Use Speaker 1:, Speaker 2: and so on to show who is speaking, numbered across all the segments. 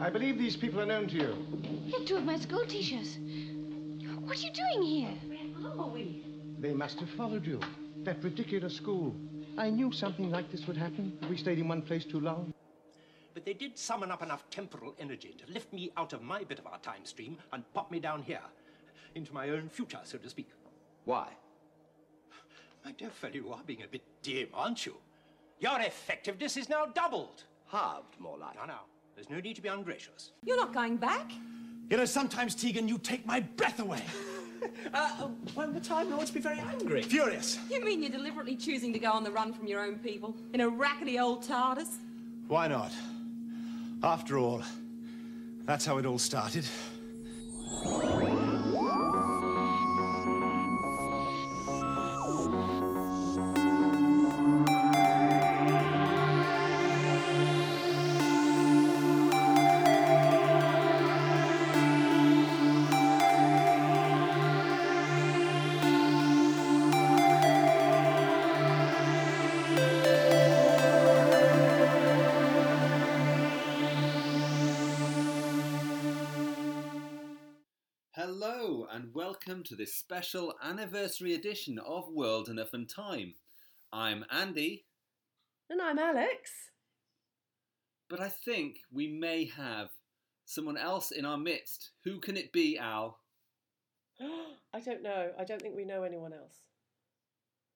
Speaker 1: I believe these people are known to you.
Speaker 2: They're two of my school teachers. What are you doing here?
Speaker 3: Where are we?
Speaker 1: They must have followed you. That ridiculous school. I knew something like this would happen. We stayed in one place too long.
Speaker 4: But they did summon up enough temporal energy to lift me out of my bit of our time stream and pop me down here, into my own future, so to speak.
Speaker 5: Why?
Speaker 4: My dear fellow, you are being a bit dim, aren't you? Your effectiveness is now doubled.
Speaker 5: Halved, more like.
Speaker 4: Now, now, there's no need to be ungracious.
Speaker 3: You're not going back.
Speaker 6: You know, sometimes, Tegan, you take my breath away.
Speaker 5: Uh, when the Time Lords be very angry.
Speaker 6: Furious.
Speaker 3: You mean you're deliberately choosing to go on the run from your own people in a rackety old TARDIS?
Speaker 6: Why not? After all, that's how it all started.
Speaker 7: Hello, and welcome to this special anniversary edition of World Enough and Time. I'm Andy,
Speaker 8: And I'm Alex.
Speaker 7: but I think we may have someone else in our midst. Who can it be, Al?
Speaker 8: I don't know. I don't think we know anyone else.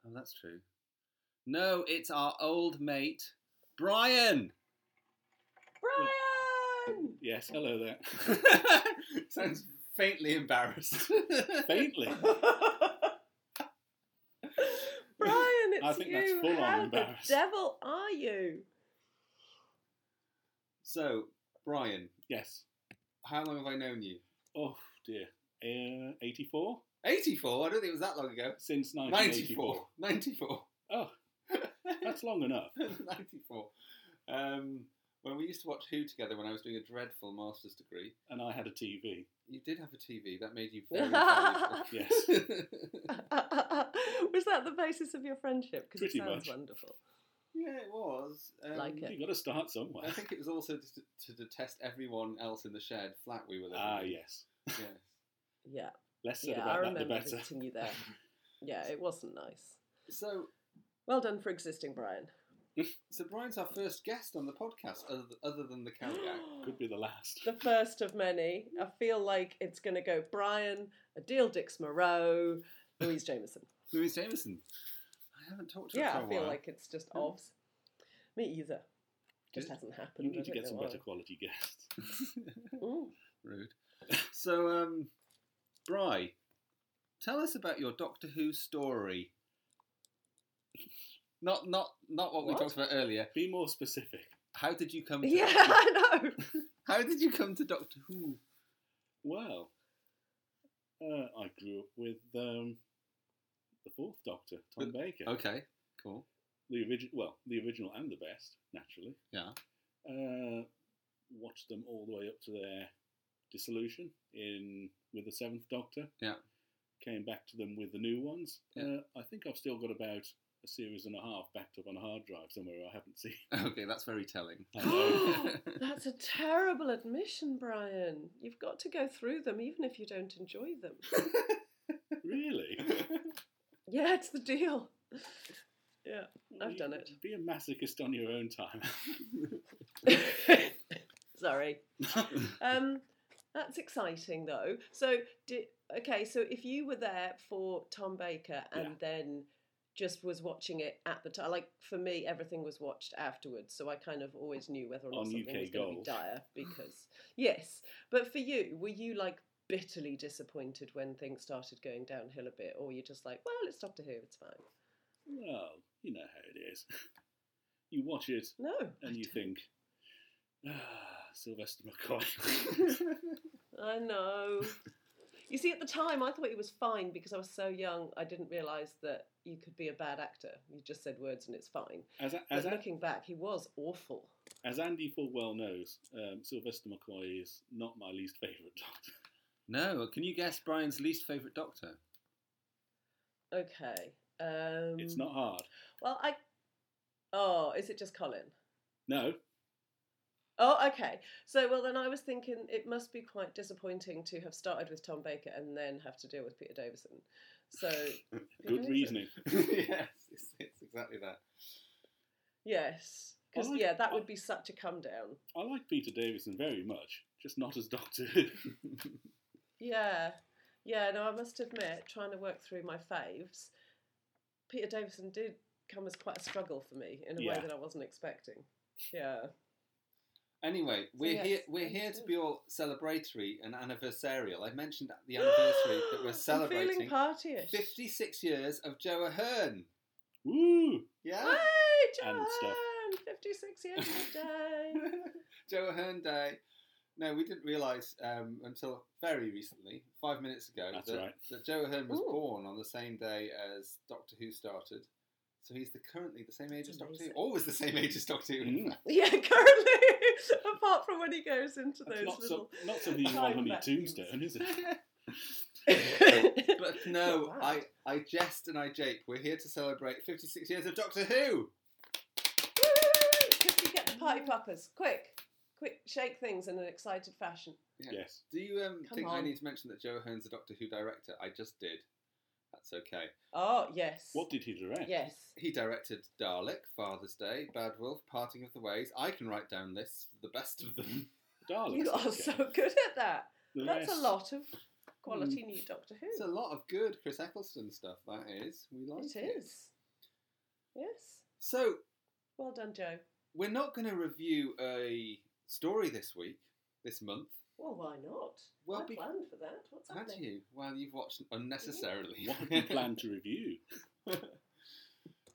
Speaker 7: Oh, that's true. No, it's our old mate, Brian!
Speaker 8: Brian!
Speaker 9: Yes, hello there.
Speaker 7: Sounds faintly embarrassed.
Speaker 9: Faintly.
Speaker 8: Brian, it's
Speaker 9: I think
Speaker 8: you.
Speaker 9: that's full on
Speaker 8: How the
Speaker 9: embarrassed.
Speaker 8: devil are you?
Speaker 7: so, Brian,
Speaker 9: Yes.
Speaker 7: how long have I known you?
Speaker 9: Oh dear. Uh, 84?
Speaker 7: 84? I don't think it was that long ago.
Speaker 9: Since
Speaker 7: 94.
Speaker 9: 1984.
Speaker 7: 94.
Speaker 9: Oh, that's long enough.
Speaker 7: 94. Um, when we used to watch Who together when I was doing a dreadful master's degree,
Speaker 9: And I had a TV.
Speaker 7: you did have a TV. That made you very valuable.
Speaker 9: Yes.
Speaker 8: Was that the basis of your friendship? Because it
Speaker 9: Pretty
Speaker 8: sounds
Speaker 9: much.
Speaker 8: wonderful.
Speaker 7: yeah, it was. Um,
Speaker 8: Like it.
Speaker 9: You've got to start somewhere.
Speaker 7: I think it was also to, to detest everyone else in the shared flat we were living
Speaker 9: Ah,
Speaker 7: in.
Speaker 9: yes.
Speaker 7: Yes.
Speaker 8: Yeah,
Speaker 9: Less said
Speaker 8: yeah. I
Speaker 9: about that, the
Speaker 8: remember
Speaker 9: better.
Speaker 8: visiting you there. Yeah, it wasn't nice.
Speaker 7: So,
Speaker 8: Well done for existing, Brian.
Speaker 7: so Brian's our first guest on the podcast, other, other than the cowgag.
Speaker 9: Could be the last.
Speaker 8: the first of many. I feel like it's going to go Brian, Adil Dix Moreau, Louise Jameson.
Speaker 7: Louise Jameson. I haven't talked to her
Speaker 8: yeah,
Speaker 7: for a
Speaker 8: I feel
Speaker 7: while.
Speaker 8: like it's just obs. Me either. Just
Speaker 7: Good.
Speaker 8: hasn't happened.
Speaker 9: You
Speaker 8: I
Speaker 9: need to
Speaker 8: don't
Speaker 9: get
Speaker 8: know
Speaker 9: some
Speaker 8: why.
Speaker 9: better quality guests.
Speaker 8: Mm.
Speaker 7: Rude. So, um, Bri, tell us about your Doctor Who story. Not, not, not what, we
Speaker 8: What?
Speaker 7: talked about earlier.
Speaker 9: Be more specific.
Speaker 7: How did you come? To,
Speaker 8: Yeah, I know.
Speaker 7: How did you come to Doctor Who?
Speaker 9: Well, uh, I grew up with um, the fourth Doctor, Tom Baker.
Speaker 7: Okay, cool.
Speaker 9: the original, well, the original and the best, naturally.
Speaker 7: Yeah.
Speaker 9: Uh, watched them all the way up to their dissolution in with the Seventh Doctor.
Speaker 7: Yeah.
Speaker 9: Came back to them with the new ones.
Speaker 7: Yeah.
Speaker 9: Uh, I think I've still got about a series and a half backed up on a hard drive somewhere I haven't seen.
Speaker 7: Okay, that's very telling.
Speaker 9: I know.
Speaker 8: Oh, That's a terrible admission, Brian. You've got to go through them, even if you don't enjoy them.
Speaker 9: really?
Speaker 8: Yeah, it's the deal. Yeah, I've done it.
Speaker 9: Be a masochist on your own time.
Speaker 8: Sorry. um, that's exciting, though. So, di okay, so if you were there for Tom Baker and
Speaker 9: Yeah.
Speaker 8: then just was watching it at the time, like for me, everything was watched afterwards, so I kind of always knew whether or not
Speaker 9: On
Speaker 8: something
Speaker 9: UK
Speaker 8: was going to
Speaker 9: Gold.
Speaker 8: be dire because yes. But for you, were you like bitterly disappointed when things started going downhill a bit, or you're just like, well, it's Doctor Who, it's fine?
Speaker 9: well, you know how it is. You watch it
Speaker 8: No,
Speaker 9: and you think, ah, Sylvester McCoy.
Speaker 8: I know. you see, at the time, I thought it was fine because I was so young. I didn't realise that you could be a bad actor. You just said words and it's fine.
Speaker 9: As,
Speaker 8: But
Speaker 9: as, as,
Speaker 8: looking back, he was awful.
Speaker 9: As Andy full well knows, um, Sylvester McCoy is not my least favourite Doctor.
Speaker 7: no, can you guess Brian's least favourite Doctor?
Speaker 8: Okay. Um,
Speaker 9: it's not hard.
Speaker 8: Well, I. Oh, is it just Colin?
Speaker 9: No,
Speaker 8: Oh, okay. So, well, then I was thinking it must be quite disappointing to have started with Tom Baker and then have to deal with Peter Davison. So,
Speaker 9: Good reasoning.
Speaker 7: yes, it's, it's exactly that.
Speaker 8: yes. Because,
Speaker 9: I like-
Speaker 8: yeah, that would be such a come down.
Speaker 9: I like Peter Davison very much, just not as Doctor Who.
Speaker 8: Yeah. Yeah, no, I must admit, trying to work through my faves, Peter Davison did come as quite a struggle for me in a
Speaker 9: Yeah.
Speaker 8: way that I wasn't expecting. Yeah.
Speaker 7: Anyway, we're
Speaker 8: yes,
Speaker 7: here. We're
Speaker 8: it's
Speaker 7: here to
Speaker 8: good.
Speaker 7: be all celebratory and anniversarial. I mentioned at the anniversary that we're
Speaker 8: I'm feeling
Speaker 7: celebrating
Speaker 8: partyish.
Speaker 7: 56 years of Joe Ahern.
Speaker 9: Woo!
Speaker 7: Yeah,
Speaker 8: Hey, John!
Speaker 9: And stuff.
Speaker 8: 56 years today.
Speaker 7: Joe Ahern Day. No, we didn't realise um, until very recently, five minutes ago,
Speaker 9: That's
Speaker 7: that,
Speaker 9: right.
Speaker 7: that Joe Ahern was
Speaker 8: Ooh.
Speaker 7: born on the same day as Doctor Who started. So he's the, currently the same age
Speaker 8: That's
Speaker 7: as Doctor Who.
Speaker 8: amazing.
Speaker 7: Always the same age as Doctor Who. in
Speaker 9: Mm.
Speaker 7: fact.
Speaker 8: yeah, currently, apart from when he goes into
Speaker 9: That's
Speaker 8: those
Speaker 9: not,
Speaker 8: little.
Speaker 9: so, not something you want
Speaker 8: time
Speaker 9: on your
Speaker 8: vacuums.
Speaker 9: tombstone, is it?
Speaker 7: But no,
Speaker 8: Not bad.
Speaker 7: I, I jest and I jape. We're here to celebrate 56 years of Doctor Who.
Speaker 8: Woo! Quickly get the
Speaker 7: Mm.
Speaker 8: party poppers. Quick. Quick, shake things in an excited fashion.
Speaker 9: Yes.
Speaker 7: Do you um,
Speaker 8: Come
Speaker 7: think I
Speaker 8: on.
Speaker 7: need to mention that Joe Ahern's a Doctor Who director? I just did. That's okay.
Speaker 8: Oh, yes.
Speaker 9: What did he direct?
Speaker 8: Yes.
Speaker 7: He directed Dalek, Father's Day, Bad Wolf, Parting of the Ways. I can write down lists, the best of them.
Speaker 9: Daleks.
Speaker 8: You are
Speaker 9: okay.
Speaker 8: so good at that.
Speaker 9: The
Speaker 8: That's a
Speaker 9: rest-
Speaker 8: lot of quality new Doctor Who.
Speaker 7: It's a lot of good Chris Eccleston stuff, that is. We like it.
Speaker 8: It is. Yes.
Speaker 7: So,
Speaker 8: Well done, Joe.
Speaker 7: we're not going to review a story this week, this month.
Speaker 8: Well, why not?
Speaker 7: Well,
Speaker 8: I
Speaker 7: be-
Speaker 8: planned for that. What's
Speaker 7: Had
Speaker 8: happening?
Speaker 7: you? Well, you've watched unnecessarily.
Speaker 9: What did you plan to review?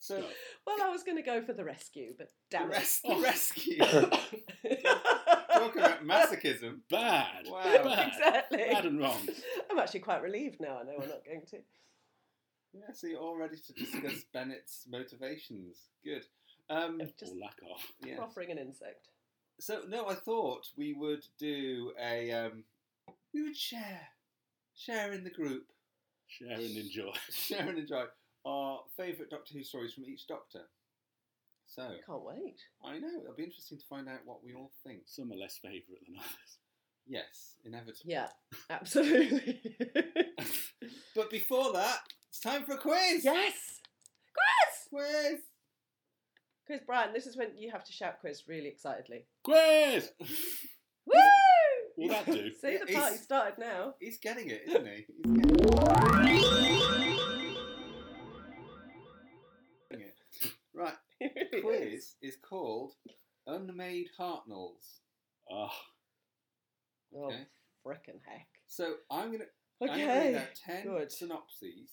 Speaker 7: So,
Speaker 8: Well, I was going to go for the rescue, but
Speaker 7: the,
Speaker 8: damn
Speaker 7: res-
Speaker 9: Oh.
Speaker 7: the rescue.
Speaker 8: it.
Speaker 7: Talk about masochism.
Speaker 9: Bad.
Speaker 7: Wow.
Speaker 9: Bad.
Speaker 8: exactly.
Speaker 9: Bad and wrong.
Speaker 8: I'm actually quite relieved now. I know we're not going to.
Speaker 7: Yeah, so you're all ready to discuss Bennett's motivations. Good. Um,
Speaker 8: Just
Speaker 9: Or lack of.
Speaker 7: yeah.
Speaker 8: proffering an insect.
Speaker 7: So no, I thought we would do a um, we would share, share in the group,
Speaker 9: Share and enjoy.
Speaker 7: share and enjoy our favourite Doctor Who stories from each Doctor. So
Speaker 8: I can't wait.
Speaker 7: I know it'll be interesting to find out what we all think.
Speaker 9: Some are less favourite than others.
Speaker 7: Yes, inevitable.
Speaker 8: Yeah, absolutely.
Speaker 7: But before that, it's time for a quiz.
Speaker 8: yes.
Speaker 7: Quiz.
Speaker 8: Quiz, Brian, this is when you have to shout quiz really excitedly.
Speaker 9: Quiz!
Speaker 8: Woo!
Speaker 9: Will that do?
Speaker 8: See, the
Speaker 7: It's-
Speaker 8: party started now.
Speaker 7: He's getting it, isn't he? He's getting it. Getting it. Right.
Speaker 8: It really is.
Speaker 7: Quiz is called Unmade Hartnells.
Speaker 9: Ah,
Speaker 8: Oh,
Speaker 7: Okay.
Speaker 8: frickin' heck.
Speaker 7: So I'm going to I'm going to read
Speaker 8: Okay.
Speaker 7: out 10
Speaker 8: Good.
Speaker 7: synopses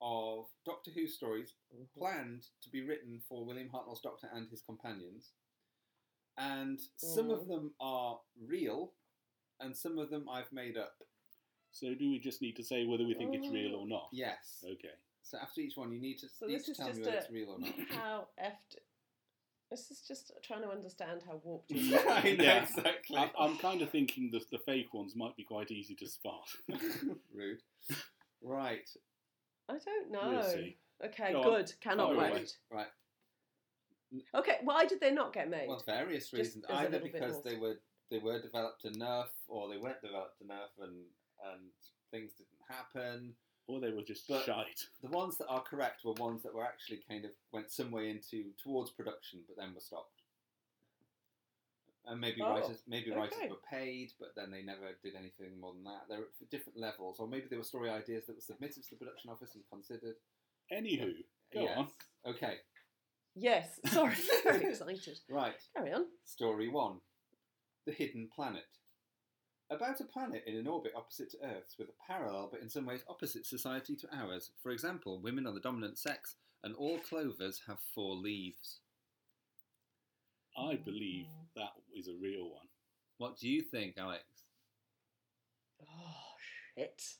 Speaker 7: of Doctor Who stories
Speaker 8: Mm-hmm.
Speaker 7: planned to be written for William Hartnell's Doctor and his companions. And some of
Speaker 8: Mhm.
Speaker 7: them are real, and some of them I've made up.
Speaker 9: so do we just need to say whether we think it's real or not?
Speaker 7: Uh, Yes.
Speaker 9: Okay.
Speaker 7: So after each one, you need to,
Speaker 8: So
Speaker 7: each
Speaker 8: this is
Speaker 7: tell me
Speaker 8: just
Speaker 7: whether
Speaker 8: a-
Speaker 7: it's real or not.
Speaker 8: How effed. This is just trying to understand how warped you
Speaker 7: Yeah, I know,
Speaker 9: Yeah.
Speaker 7: exactly.
Speaker 9: I, I'm kind of thinking the, the fake ones might be quite easy to spot.
Speaker 7: Rude. Right.
Speaker 8: I don't know.
Speaker 9: We'll see.
Speaker 8: Okay,
Speaker 9: Go on.
Speaker 8: good. Cannot
Speaker 9: Fire away.
Speaker 8: wait.
Speaker 7: Right.
Speaker 8: Okay, why did they not get made?
Speaker 7: Well, various
Speaker 8: Just
Speaker 7: reasons.
Speaker 8: as a
Speaker 7: Either
Speaker 8: little bit
Speaker 7: because
Speaker 8: more-
Speaker 7: they were they were developed enough, or they weren't developed enough, and and things didn't happen.
Speaker 9: Or they were just
Speaker 7: But-
Speaker 9: shite.
Speaker 7: The ones that are correct were ones that were actually kind of went some way into towards production, but then were stopped. And maybe
Speaker 8: Oh,
Speaker 7: writers, maybe writers
Speaker 8: okay.
Speaker 7: were paid, but then they never did anything more than that. They're at different levels, or maybe there were story ideas that were submitted to the production office and considered.
Speaker 9: Anywho, go
Speaker 7: Yes.
Speaker 9: on.
Speaker 7: Okay.
Speaker 8: Yes, sorry. Very excited.
Speaker 7: Right.
Speaker 8: Carry on.
Speaker 7: Story 1 The Hidden Planet. About a planet in an orbit opposite to Earth's, with a parallel but in some ways opposite society to ours. For example, women are the dominant sex, and all clovers have four leaves.
Speaker 9: I believe
Speaker 7: Mm.
Speaker 9: that is a real one.
Speaker 7: What do you think, Alex?
Speaker 8: Oh, shit.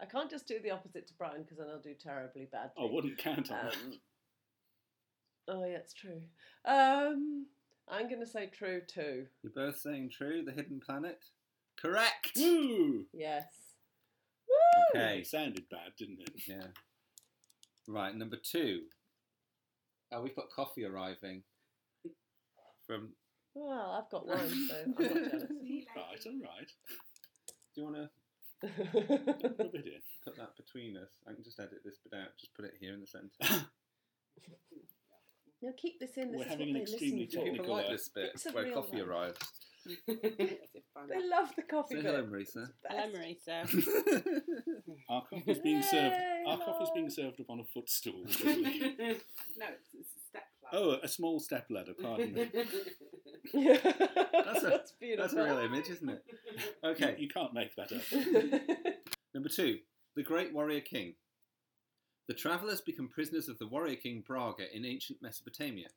Speaker 8: I can't just do the opposite to Brian because then I'll do terribly badly.
Speaker 9: I wouldn't count on that.
Speaker 8: Um, oh, yeah, it's true. Um, I'm going to say true too.
Speaker 7: You're both saying true, The Hidden Planet? Correct!
Speaker 9: Woo!
Speaker 8: Yes. Woo!
Speaker 7: Okay.
Speaker 9: It sounded bad, didn't it?
Speaker 7: Yeah. Right, number two. Oh, we've got coffee arriving from
Speaker 8: Well, I've got one, so I'm not jealous.
Speaker 9: Right, all right.
Speaker 7: Do you want to
Speaker 9: Rub it in.
Speaker 7: put that between us? I can just edit this bit out. Just put it here in the centre.
Speaker 8: no, keep this in. This
Speaker 9: We're
Speaker 8: is
Speaker 9: having
Speaker 8: what they
Speaker 9: an extremely
Speaker 8: listen for.
Speaker 7: People
Speaker 9: Technical,
Speaker 7: like
Speaker 9: uh,
Speaker 7: this bit
Speaker 8: bits of
Speaker 7: where
Speaker 8: real
Speaker 7: coffee
Speaker 8: life.
Speaker 7: arrives.
Speaker 8: They love the coffee.
Speaker 7: Say
Speaker 8: bit.
Speaker 7: hello, Marisa.
Speaker 10: Hello, Marisa.
Speaker 9: Our coffee's being served.
Speaker 8: Yay,
Speaker 9: Our coffee's being
Speaker 8: love.
Speaker 9: served up on a footstool.
Speaker 10: no, it's, it's a step ladder.
Speaker 9: oh, a small step ladder. Pardon me.
Speaker 8: that's,
Speaker 7: a- That's
Speaker 8: beautiful.
Speaker 7: a real image, isn't it? Okay.
Speaker 9: You can't make that up.
Speaker 7: Number two, the Great Warrior King. The travellers become prisoners of the Warrior King Braga in ancient Mesopotamia.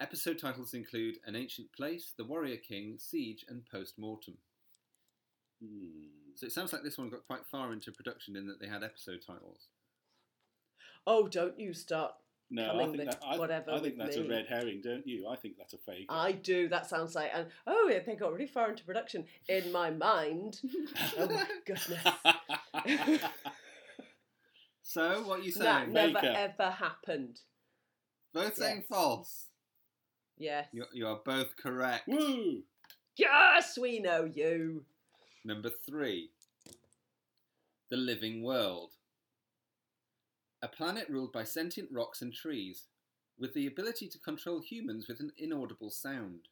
Speaker 7: Episode titles include An Ancient Place, The Warrior King, Siege, and Post Mortem.
Speaker 9: Hmm.
Speaker 7: So it sounds like this one got quite far into production in that they had episode titles.
Speaker 8: oh, don't you start.
Speaker 9: No, I
Speaker 8: Coming
Speaker 9: think,
Speaker 8: with
Speaker 9: that, I,
Speaker 8: whatever Ah.
Speaker 9: I think
Speaker 8: with
Speaker 9: that's
Speaker 8: me.
Speaker 9: a red herring, don't you? I think that's a fake.
Speaker 8: I do. That sounds like. And oh, yeah, they got really far into production in my mind. oh my goodness.
Speaker 7: So, what are you
Speaker 8: that
Speaker 7: saying?
Speaker 8: never
Speaker 9: Baker.
Speaker 8: ever happened.
Speaker 7: Both saying
Speaker 8: Yes.
Speaker 7: false.
Speaker 8: Yes.
Speaker 7: You, you are both correct.
Speaker 9: Woo!
Speaker 8: Yes, we know you.
Speaker 7: Number three, the living world. A planet ruled by sentient rocks and trees, with the ability to control humans with an inaudible sound.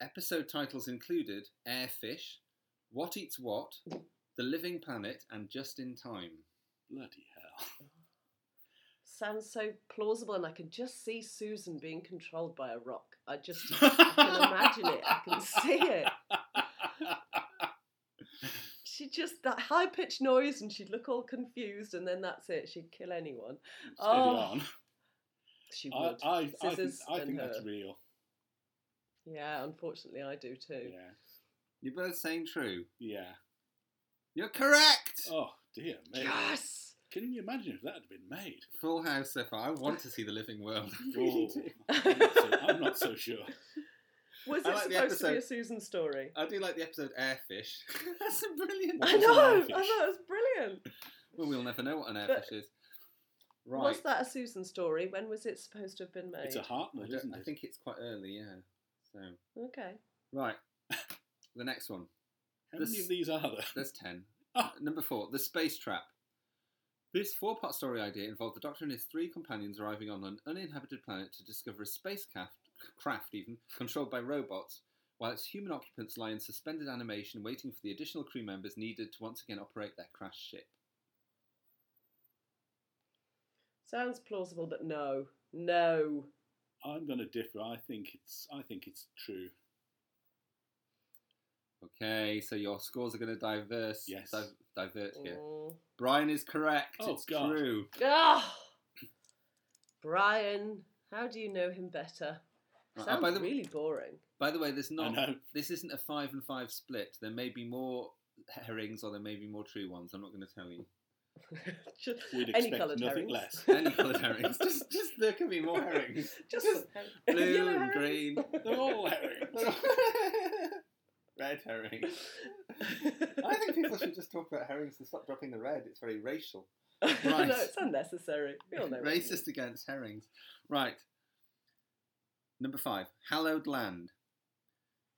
Speaker 7: Episode titles included Airfish, What Eats What, The Living Planet, and Just in Time.
Speaker 9: Bloody hell.
Speaker 8: Sounds so plausible, and I can just see Susan being controlled by a rock. I just I can imagine it. I can see it. She just that high pitched noise, and she'd look all confused, and then that's it. She'd kill anyone.
Speaker 9: Steady
Speaker 8: Oh. She
Speaker 9: on.
Speaker 8: would.
Speaker 9: I, I, I think,
Speaker 8: Scissors
Speaker 9: I
Speaker 8: and
Speaker 9: think that's
Speaker 8: her.
Speaker 9: real.
Speaker 8: Yeah, unfortunately, I do too.
Speaker 9: Yeah.
Speaker 7: You're both saying true.
Speaker 9: Yeah.
Speaker 7: You're correct!
Speaker 9: Oh, dear me.
Speaker 8: Yes.
Speaker 9: Can you imagine if that had been made?
Speaker 7: Full house so far. I want to see the living world.
Speaker 9: Oh, I'm, not so, I'm not so sure.
Speaker 8: Was
Speaker 7: I
Speaker 8: it
Speaker 7: like the
Speaker 8: supposed to be a
Speaker 7: episode.
Speaker 8: Susan story?
Speaker 7: I do like the episode Airfish. That's a brilliant
Speaker 9: What
Speaker 8: I
Speaker 9: was
Speaker 8: know.
Speaker 9: an
Speaker 8: I
Speaker 9: airfish?
Speaker 8: thought it was brilliant.
Speaker 7: Well, we'll never know what an
Speaker 8: But-
Speaker 7: airfish is. Right.
Speaker 8: Was that a Susan story? When was it supposed to have been made?
Speaker 9: It's a
Speaker 7: I,
Speaker 9: heartland,
Speaker 7: don't-
Speaker 9: isn't
Speaker 7: I
Speaker 9: it?
Speaker 7: think it's quite early, yeah. So,
Speaker 8: okay.
Speaker 7: right. the next one.
Speaker 9: How many
Speaker 7: this-
Speaker 9: of these are there?
Speaker 7: There's 10.
Speaker 9: Ah.
Speaker 7: Number four, The Space Trap. This four part story idea involved the Doctor and his three companions arriving on an uninhabited planet to discover a spacecraft craft even controlled by robots, while its human occupants lie in suspended animation waiting for the additional crew members needed to once again operate their crashed ship.
Speaker 8: Sounds plausible, but no, no.
Speaker 9: I'm going to differ. I think it's. I think it's true.
Speaker 7: Okay, so your scores are going to diverse,
Speaker 9: Yes.
Speaker 7: div- divert here.
Speaker 8: Mm.
Speaker 7: Brian is correct.
Speaker 9: Oh,
Speaker 7: it's
Speaker 9: God.
Speaker 7: true.
Speaker 8: Ah, Brian, how do you know him better?
Speaker 9: Uh,
Speaker 7: Right,
Speaker 8: Sounds
Speaker 7: and by the-
Speaker 8: really boring.
Speaker 7: By the way, there's
Speaker 9: I
Speaker 7: not.
Speaker 9: know.
Speaker 7: This isn't a five and five split. There may be more herrings or there may be more true ones. I'm not going to tell you.
Speaker 8: Ju-
Speaker 9: We'd
Speaker 8: Any
Speaker 9: expect
Speaker 8: coloured
Speaker 9: nothing
Speaker 8: herrings.
Speaker 9: less.
Speaker 7: Any coloured herrings. just, just there can be more herrings.
Speaker 8: Just,
Speaker 7: Just
Speaker 8: some-
Speaker 7: Blue
Speaker 8: yellow
Speaker 7: and
Speaker 8: herrings.
Speaker 7: green.
Speaker 9: They're all herrings.
Speaker 7: red herrings. I think people should just talk about herrings and stop dropping the red. It's very racial. Right.
Speaker 8: no, it's unnecessary. We all know it.
Speaker 7: Racist against herrings. Right. Number five Hallowed Land.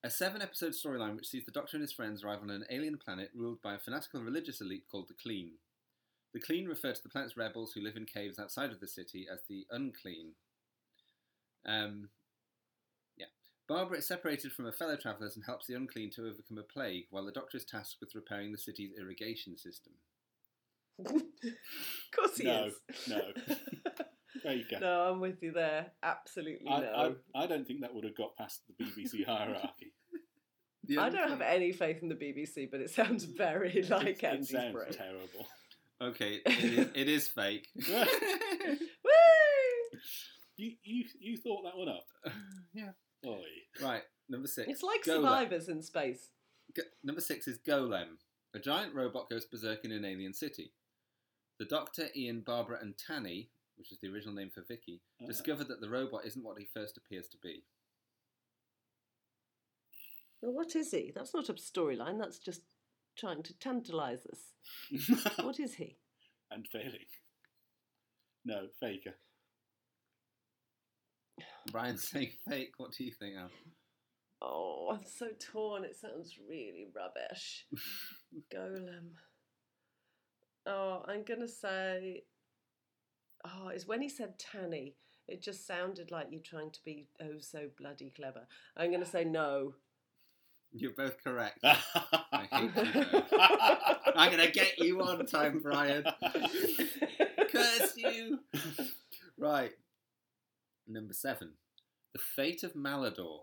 Speaker 7: A seven episode storyline which sees the Doctor and his friends arrive on an alien planet ruled by a fanatical religious elite called the Clean. The Clean refer to the planet's rebels who live in caves outside of the city as the Unclean. Um, yeah. Barbara is separated from her fellow travellers and helps the Unclean to overcome a plague, while the Doctor is tasked with repairing the city's irrigation system.
Speaker 8: of course he
Speaker 9: No,
Speaker 8: is.
Speaker 9: no. There you go.
Speaker 8: no, I'm with you there. Absolutely
Speaker 9: I,
Speaker 8: no.
Speaker 9: I, I don't think that would have got past the BBC hierarchy.
Speaker 7: The
Speaker 8: I, don't have
Speaker 7: Unclean-
Speaker 8: any faith in the BBC, but it sounds very like
Speaker 9: it, it
Speaker 8: Andy's
Speaker 9: sounds
Speaker 8: brain.
Speaker 9: terrible.
Speaker 7: Okay, it is, it is fake.
Speaker 8: Woo!
Speaker 9: You, you, you thought that one up?
Speaker 8: Uh,
Speaker 7: yeah.
Speaker 9: Oi.
Speaker 7: Right, number six.
Speaker 8: It's like
Speaker 7: Golem.
Speaker 8: survivors in space.
Speaker 7: Go- number six is Golem. A giant robot goes berserk in an alien city. The Doctor, Ian, Barbara, and Tanny, which is the original name for Vicky,
Speaker 9: Ah.
Speaker 7: discover that the robot isn't what he first appears to be.
Speaker 8: Well, what is he? That's not a storyline. That's just trying to tantalise us. What is he?
Speaker 9: and failing. No, faker.
Speaker 7: Brian's saying fake. What do you think, Al?
Speaker 8: Oh, I'm so torn. It sounds really rubbish. Golem. Oh, I'm gonna say. Oh, it's when he said Tanny. It just sounded like you trying to be oh so bloody clever. I'm gonna say no.
Speaker 7: You're both correct. I hate you both. I'm going to get you one time, Brian. Curse you. Right. Number seven. The Fate of Malador.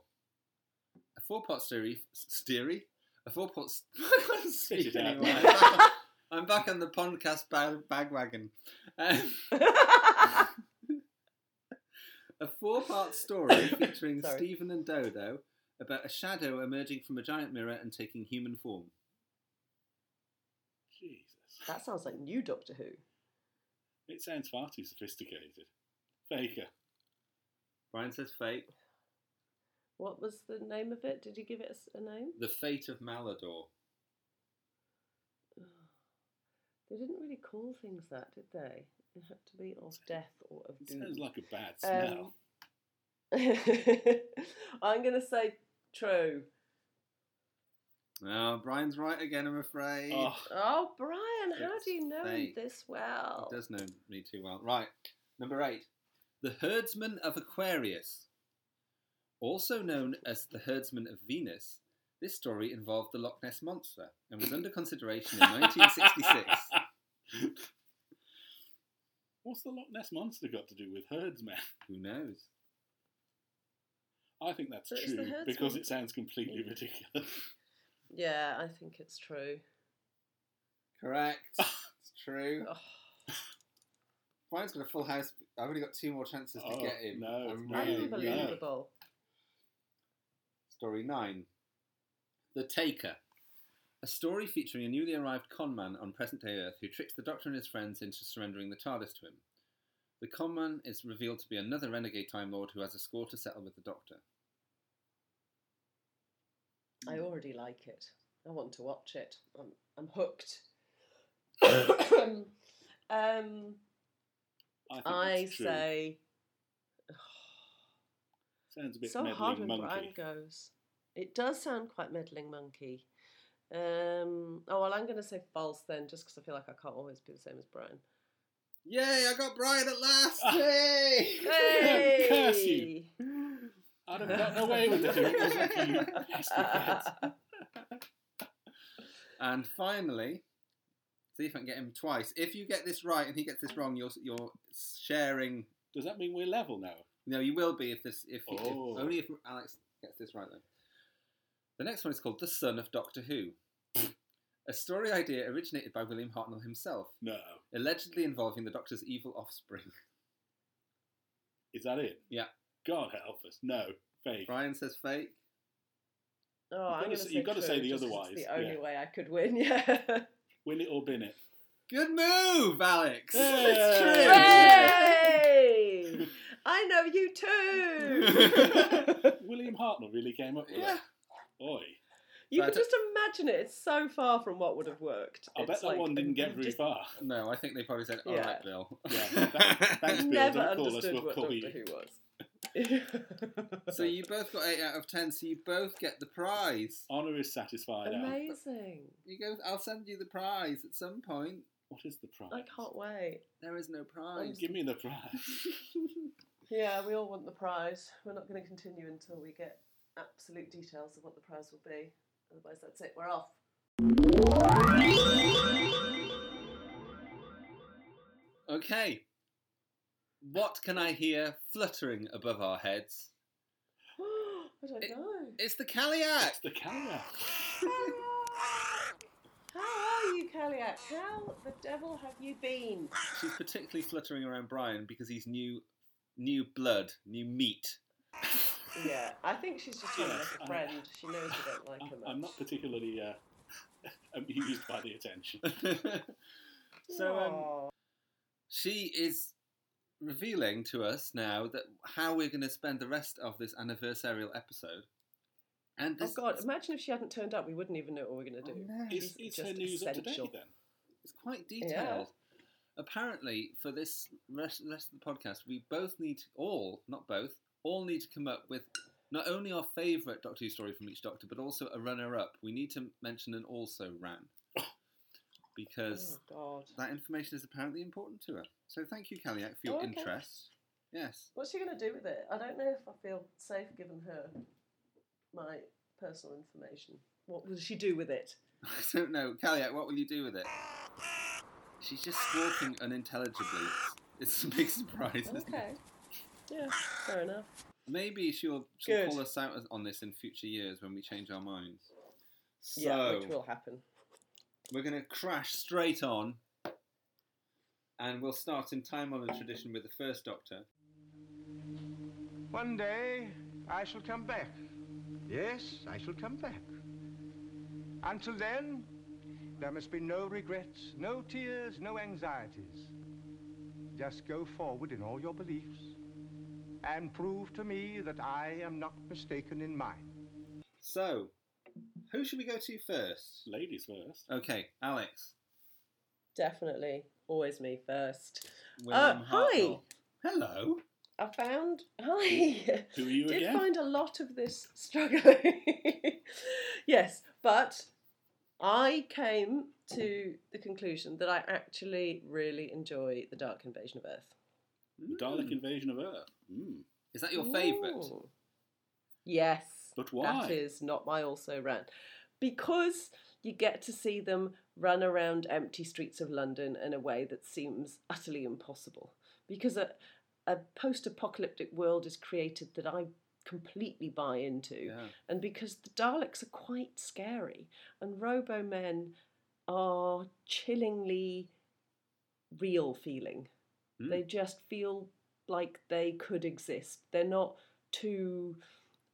Speaker 7: A four-part steery... Steery? A four-part... s- I can't speak
Speaker 9: it out.
Speaker 7: anymore. I'm back- I'm back on the podcast bag, bag wagon. Um, a four-part story featuring
Speaker 8: Sorry.
Speaker 7: Stephen and Dodo about a shadow emerging from a giant mirror and taking human form.
Speaker 9: Jesus.
Speaker 8: That sounds like new Doctor Who.
Speaker 9: It sounds far too sophisticated. Faker.
Speaker 7: Brian says fate.
Speaker 8: What was the name of it? Did you give it a s- a name?
Speaker 7: The fate of Malador.
Speaker 8: They didn't really call things that, did they? It had to be of death or of
Speaker 9: It
Speaker 8: doom.
Speaker 9: sounds like a bad
Speaker 8: Um,
Speaker 9: smell.
Speaker 8: I'm going to say true.
Speaker 7: Oh, Brian's right again, I'm afraid.
Speaker 9: oh,
Speaker 8: Oh, Brian, how do you know
Speaker 7: fate.
Speaker 8: this well?
Speaker 7: He does know me too well. Right. Number eight. The Herdsman of Aquarius. Also known as the Herdsman of Venus, this story involved the Loch Ness Monster and was under consideration in 1966.
Speaker 9: what's the Loch Ness monster got to do with herdsmen?
Speaker 7: Who knows?
Speaker 9: I think that's
Speaker 8: So it's the
Speaker 9: true
Speaker 8: herdsman.
Speaker 9: because it sounds completely ridiculous.
Speaker 8: Yeah, I think it's true.
Speaker 7: Correct. it's true.
Speaker 8: Oh,
Speaker 7: Brian's got a full house. I've only got two more chances to
Speaker 9: Oh,
Speaker 7: get him.
Speaker 9: no,
Speaker 7: I'm
Speaker 9: it's not.
Speaker 7: really, really
Speaker 8: unbelievable.
Speaker 7: Story 9 The Taker. A story featuring a newly arrived con man on present day Earth who tricks the Doctor and his friends into surrendering the TARDIS to him. The con man is revealed to be another renegade Time Lord who has a score to settle with the Doctor.
Speaker 9: Mm.
Speaker 8: I already like it. I want to watch it. I'm, I'm hooked. um,
Speaker 9: I, think
Speaker 8: I
Speaker 9: it's true.
Speaker 8: say
Speaker 9: sounds a bit
Speaker 8: so
Speaker 9: meddling
Speaker 8: hard when
Speaker 9: monkey.
Speaker 8: Brian goes. It does sound quite meddling monkey. Um, oh well, I'm going to say false then, just because I feel like I can't always be the same as Brian.
Speaker 7: Yay, I got Brian at last! Yay!
Speaker 8: Hey! Oh,
Speaker 9: Curse you. I'd have gotten away with it if it was like you. pesky bats.
Speaker 7: and finally, see if I can get him twice. If you get this right and he gets this wrong, you're, you're sharing.
Speaker 9: Does that mean we're level now?
Speaker 7: No, you will be if this. If, if-
Speaker 9: Oh.
Speaker 7: only if Alex gets this right, though. The next one is called The Son of Doctor Who. A story idea originated by William Hartnell himself,
Speaker 9: No.
Speaker 7: allegedly involving the Doctor's evil offspring.
Speaker 9: Is that it?
Speaker 7: Yeah.
Speaker 9: God help us. No. Fake.
Speaker 7: Brian says fake.
Speaker 8: Oh, I'm
Speaker 9: gotta
Speaker 8: going to
Speaker 9: s-
Speaker 8: say
Speaker 9: you've gotta
Speaker 8: true,
Speaker 9: say the
Speaker 8: just 'cause
Speaker 9: otherwise,
Speaker 8: It's
Speaker 9: yeah.
Speaker 8: the only way I could win. Yeah.
Speaker 9: Will it or bin it?
Speaker 7: Good move, Alex!
Speaker 9: Hey!
Speaker 8: Hey! I know you too.
Speaker 7: It's true!
Speaker 9: William Hartnell really came up with
Speaker 7: yeah.
Speaker 9: it. Oi.
Speaker 8: You
Speaker 7: Right.
Speaker 8: can just imagine it. It's so far from what would have worked.
Speaker 9: I bet
Speaker 8: It's
Speaker 9: that
Speaker 8: like-
Speaker 9: one didn't get
Speaker 8: you
Speaker 9: very
Speaker 8: just
Speaker 9: far.
Speaker 7: No, I think they probably said, "All right,
Speaker 8: Yeah.
Speaker 7: Bill."
Speaker 9: Yeah, that- Thanks, Bill.
Speaker 8: Never
Speaker 9: Don't call us.
Speaker 8: understood
Speaker 9: We'll
Speaker 8: what
Speaker 9: call
Speaker 8: Doctor
Speaker 9: you.
Speaker 8: Who was.
Speaker 7: so you both got eight out of ten. So you both get the prize.
Speaker 9: Honor is satisfied. Al.
Speaker 8: Amazing.
Speaker 7: You go. I'll send you the prize at some point.
Speaker 9: What is the prize?
Speaker 8: I can't wait.
Speaker 7: There is no
Speaker 9: Oh,
Speaker 7: prize.
Speaker 9: Give me the prize.
Speaker 8: Yeah, we all want the prize. We're not going to continue until we get absolute details of what the prize will be. Otherwise, that's it. We're off.
Speaker 7: Okay. What can I hear fluttering above our heads?
Speaker 8: I don't
Speaker 7: It-
Speaker 8: know.
Speaker 7: It's the Kaliak.
Speaker 9: It's the camera.
Speaker 8: How are you, Kaliak? How the devil have you been?
Speaker 7: She's particularly fluttering around Brian because he's new, new blood, new meat.
Speaker 8: Yeah, I think she's just trying to
Speaker 9: Yeah,
Speaker 8: make a
Speaker 9: I'm-
Speaker 8: friend. She knows you don't like her
Speaker 9: I'm-
Speaker 8: much.
Speaker 9: I'm not particularly uh, amused by the attention.
Speaker 7: so um,
Speaker 8: Aw.
Speaker 7: she is revealing to us now that how we're going to spend the rest of this anniversarial episode. And
Speaker 8: oh
Speaker 7: this,
Speaker 8: God! Imagine if she hadn't turned up, we wouldn't even know what we're going to do.
Speaker 9: Is, is her news up to date then?
Speaker 7: it's quite detailed. Apparently, for this rest, rest of the podcast, we both need to, all, not both, all need to come up with Not only our favourite Doctor Who story from each Doctor, but also a runner up. We need to mention an also ran. Because
Speaker 8: Oh, God.
Speaker 7: that information is apparently important to her. So thank you, Kaliak, for your
Speaker 8: Oh, okay.
Speaker 7: interest. Yes.
Speaker 8: What's she going to do with it? I don't know if I feel safe giving her my personal information. What will she do with it?
Speaker 7: I don't know. Kaliak, what will you do with it? She's just squawking unintelligibly. It's a big
Speaker 8: Oh.
Speaker 7: surprise, isn't it?
Speaker 8: Okay. Yeah, fair enough.
Speaker 7: Maybe she'll, she'll
Speaker 8: Good.
Speaker 7: call us out on this in future years when we change our minds. So,
Speaker 8: yeah, which will happen.
Speaker 7: We're going to crash straight on. And we'll start in time honoured tradition with the first Doctor.
Speaker 1: One day I shall come back. Yes, I shall come back. Until then, there must be no regrets, no tears, no anxieties. Just go forward in all your beliefs and prove to me that I am not mistaken in mine.
Speaker 7: So, who should we go to first?
Speaker 9: Ladies first.
Speaker 7: Okay, Alex.
Speaker 8: Definitely. Always me first.
Speaker 7: William
Speaker 8: Uh, hi.
Speaker 7: Hartnell. Hello.
Speaker 8: I found. Hi.
Speaker 9: Who are you
Speaker 8: Did
Speaker 9: again?
Speaker 8: find a lot of this struggling. yes, but I came to the conclusion that I actually really enjoy the Dark Invasion of Earth.
Speaker 9: The
Speaker 8: Hmm.
Speaker 9: Dalek invasion of Earth. Mm.
Speaker 7: Is that your favourite?
Speaker 8: Ooh. Yes.
Speaker 9: But why?
Speaker 8: That is not my also ran. Because you get to see them run around empty streets of London in a way that seems utterly impossible. Because a, a post apocalyptic world is created that I completely buy into.
Speaker 7: Yeah.
Speaker 8: And because the Daleks are quite scary, and Robo Men are chillingly real feeling.
Speaker 7: Hmm.
Speaker 8: They just feel like they could exist. They're not too.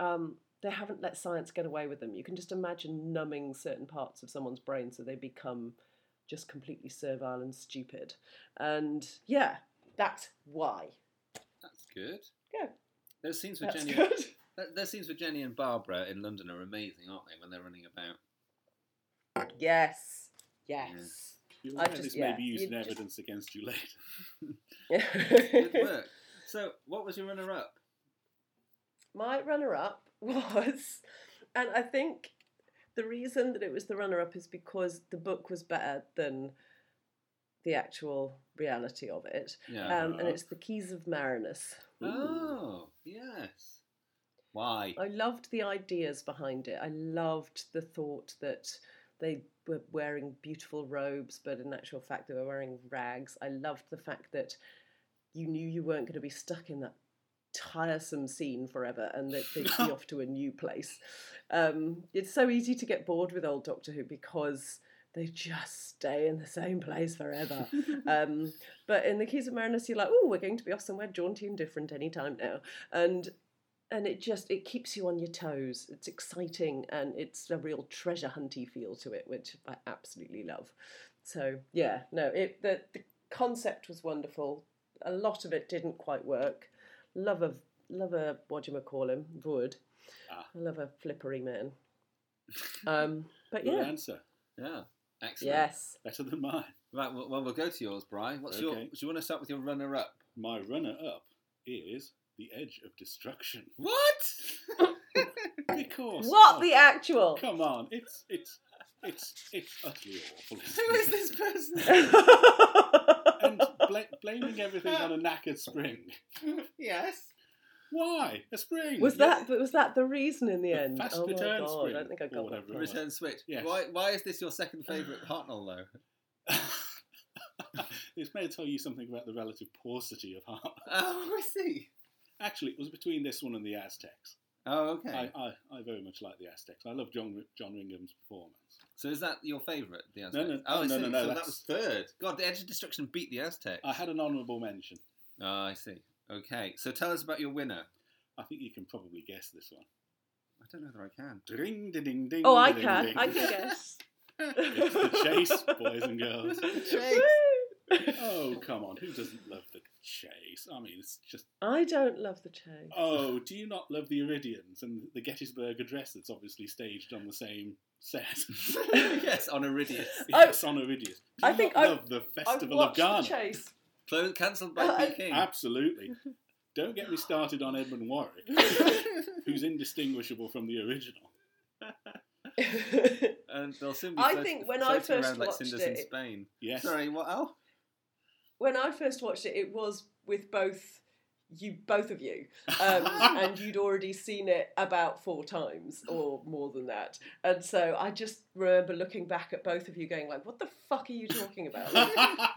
Speaker 8: Um, they haven't let science get away with them. You can just imagine numbing certain parts of someone's brain so they become just completely servile and stupid. And yeah, that's why.
Speaker 7: That's good.
Speaker 8: Yeah,
Speaker 7: Those scenes with
Speaker 8: that's
Speaker 7: Jenny.
Speaker 8: good.
Speaker 7: th- Those scenes with Jenny and Barbara in London are amazing, aren't they? When they're running about.
Speaker 8: yes, yes.
Speaker 9: You're
Speaker 8: I
Speaker 9: aware
Speaker 8: just-
Speaker 9: this
Speaker 8: yeah,
Speaker 9: may be used
Speaker 8: you
Speaker 9: in
Speaker 8: just-
Speaker 9: evidence against you later.
Speaker 7: Good work. so, what was your runner-up?
Speaker 8: my runner up was, and I think the reason that it was the runner up is because the book was better than the actual reality of it.
Speaker 7: Yeah.
Speaker 8: Um, and it's The Keys of Marinus.
Speaker 7: oh, yes. Why?
Speaker 8: I loved the ideas behind it. I loved the thought that they were wearing beautiful robes, but in actual fact, they were wearing rags. I loved the fact that you knew you weren't going to be stuck in that tiresome scene forever and that they'd be off to a new place. Um, it's so easy to get bored with old Doctor Who because they just stay in the same place forever. um, but in the Keys of Marinus, you're like, oh, we're going to be off somewhere jaunty and different anytime now. And and it just it keeps you on your toes it's exciting and it's a real treasure hunty feel to it which i absolutely love so yeah no it the, the concept was wonderful a lot of it didn't quite work love a love a what you call him wood
Speaker 9: Ah.
Speaker 8: i love a flippery man um but
Speaker 9: Good
Speaker 8: yeah
Speaker 9: answer.
Speaker 7: Yeah. Excellent.
Speaker 8: yes
Speaker 9: Better than mine.
Speaker 7: Right. Well, well, we'll go to yours, Bri. What's your?
Speaker 9: Okay.
Speaker 7: Do you want to start with your runner-up?
Speaker 9: My runner up is The Edge of Destruction.
Speaker 7: What?
Speaker 9: Because
Speaker 8: what
Speaker 9: oh,
Speaker 8: the actual
Speaker 9: Come on, it's it's it's it's utterly awful.
Speaker 7: Who is this person?
Speaker 9: And bla- blaming everything on a knackered spring.
Speaker 7: yes.
Speaker 9: Why a spring?
Speaker 8: was that was that the reason in the
Speaker 9: The
Speaker 8: end
Speaker 9: fast
Speaker 8: oh my
Speaker 9: return
Speaker 8: god i
Speaker 9: spring,
Speaker 8: don't think i
Speaker 9: or
Speaker 8: got that
Speaker 9: whatever it
Speaker 8: far.
Speaker 9: was.
Speaker 7: Return switch.
Speaker 9: Yes.
Speaker 7: Why? Why is this your second favourite Hartnell though?
Speaker 9: this may tell you something about the relative paucity of heart.
Speaker 7: Oh, I see.
Speaker 9: Actually, it was between this one and the Aztecs.
Speaker 7: Oh, okay.
Speaker 9: I, I, I very much like the Aztecs. I love John John Ringham's performance.
Speaker 7: So is that your favourite, the Aztec?
Speaker 9: no,
Speaker 7: oh, I
Speaker 9: no,
Speaker 7: see.
Speaker 9: no, no,
Speaker 7: So that
Speaker 9: that's- Uh,
Speaker 7: was third. God, the Edge of Destruction beat the Aztec.
Speaker 9: I had an honourable mention.
Speaker 7: Oh, I see. Okay, so tell us about your winner.
Speaker 9: I think you can probably guess this one.
Speaker 7: I don't know whether I can.
Speaker 9: Ding, ding, ding, ding.
Speaker 8: Oh, I
Speaker 9: ding,
Speaker 8: can.
Speaker 9: ding.
Speaker 8: I can guess.
Speaker 9: It's the chase, boys and girls.
Speaker 7: Chase.
Speaker 9: Oh, come on. Who doesn't love the chase? I mean, it's just.
Speaker 8: I don't love the chase.
Speaker 9: Oh, do you not love the Iridians and the Gettysburg Address that's obviously staged on the same set?
Speaker 7: yes, on Iridius.
Speaker 9: yes, on Iridius. Do
Speaker 8: I
Speaker 9: you
Speaker 8: think
Speaker 9: not
Speaker 8: I've-
Speaker 9: love the
Speaker 8: I've
Speaker 9: Festival of
Speaker 8: watched the
Speaker 9: Ghana.
Speaker 8: chase.
Speaker 7: Clo- Cancelled by
Speaker 8: Uh,
Speaker 7: P. King.
Speaker 9: Absolutely. Don't get me started on Edmund Warwick, who's indistinguishable from the original.
Speaker 7: and they'll soon be
Speaker 8: I
Speaker 7: float-
Speaker 8: think when I
Speaker 7: floating
Speaker 8: first
Speaker 7: around like
Speaker 8: watched
Speaker 7: cinders in
Speaker 8: it-
Speaker 7: Spain.
Speaker 9: Yes.
Speaker 7: Sorry, what Al?
Speaker 8: when I first watched it, it was with both you, both of you, um, and you'd already seen it about four times or more than that. And so I just remember looking back at both of you, going like, "What the fuck are you talking about?"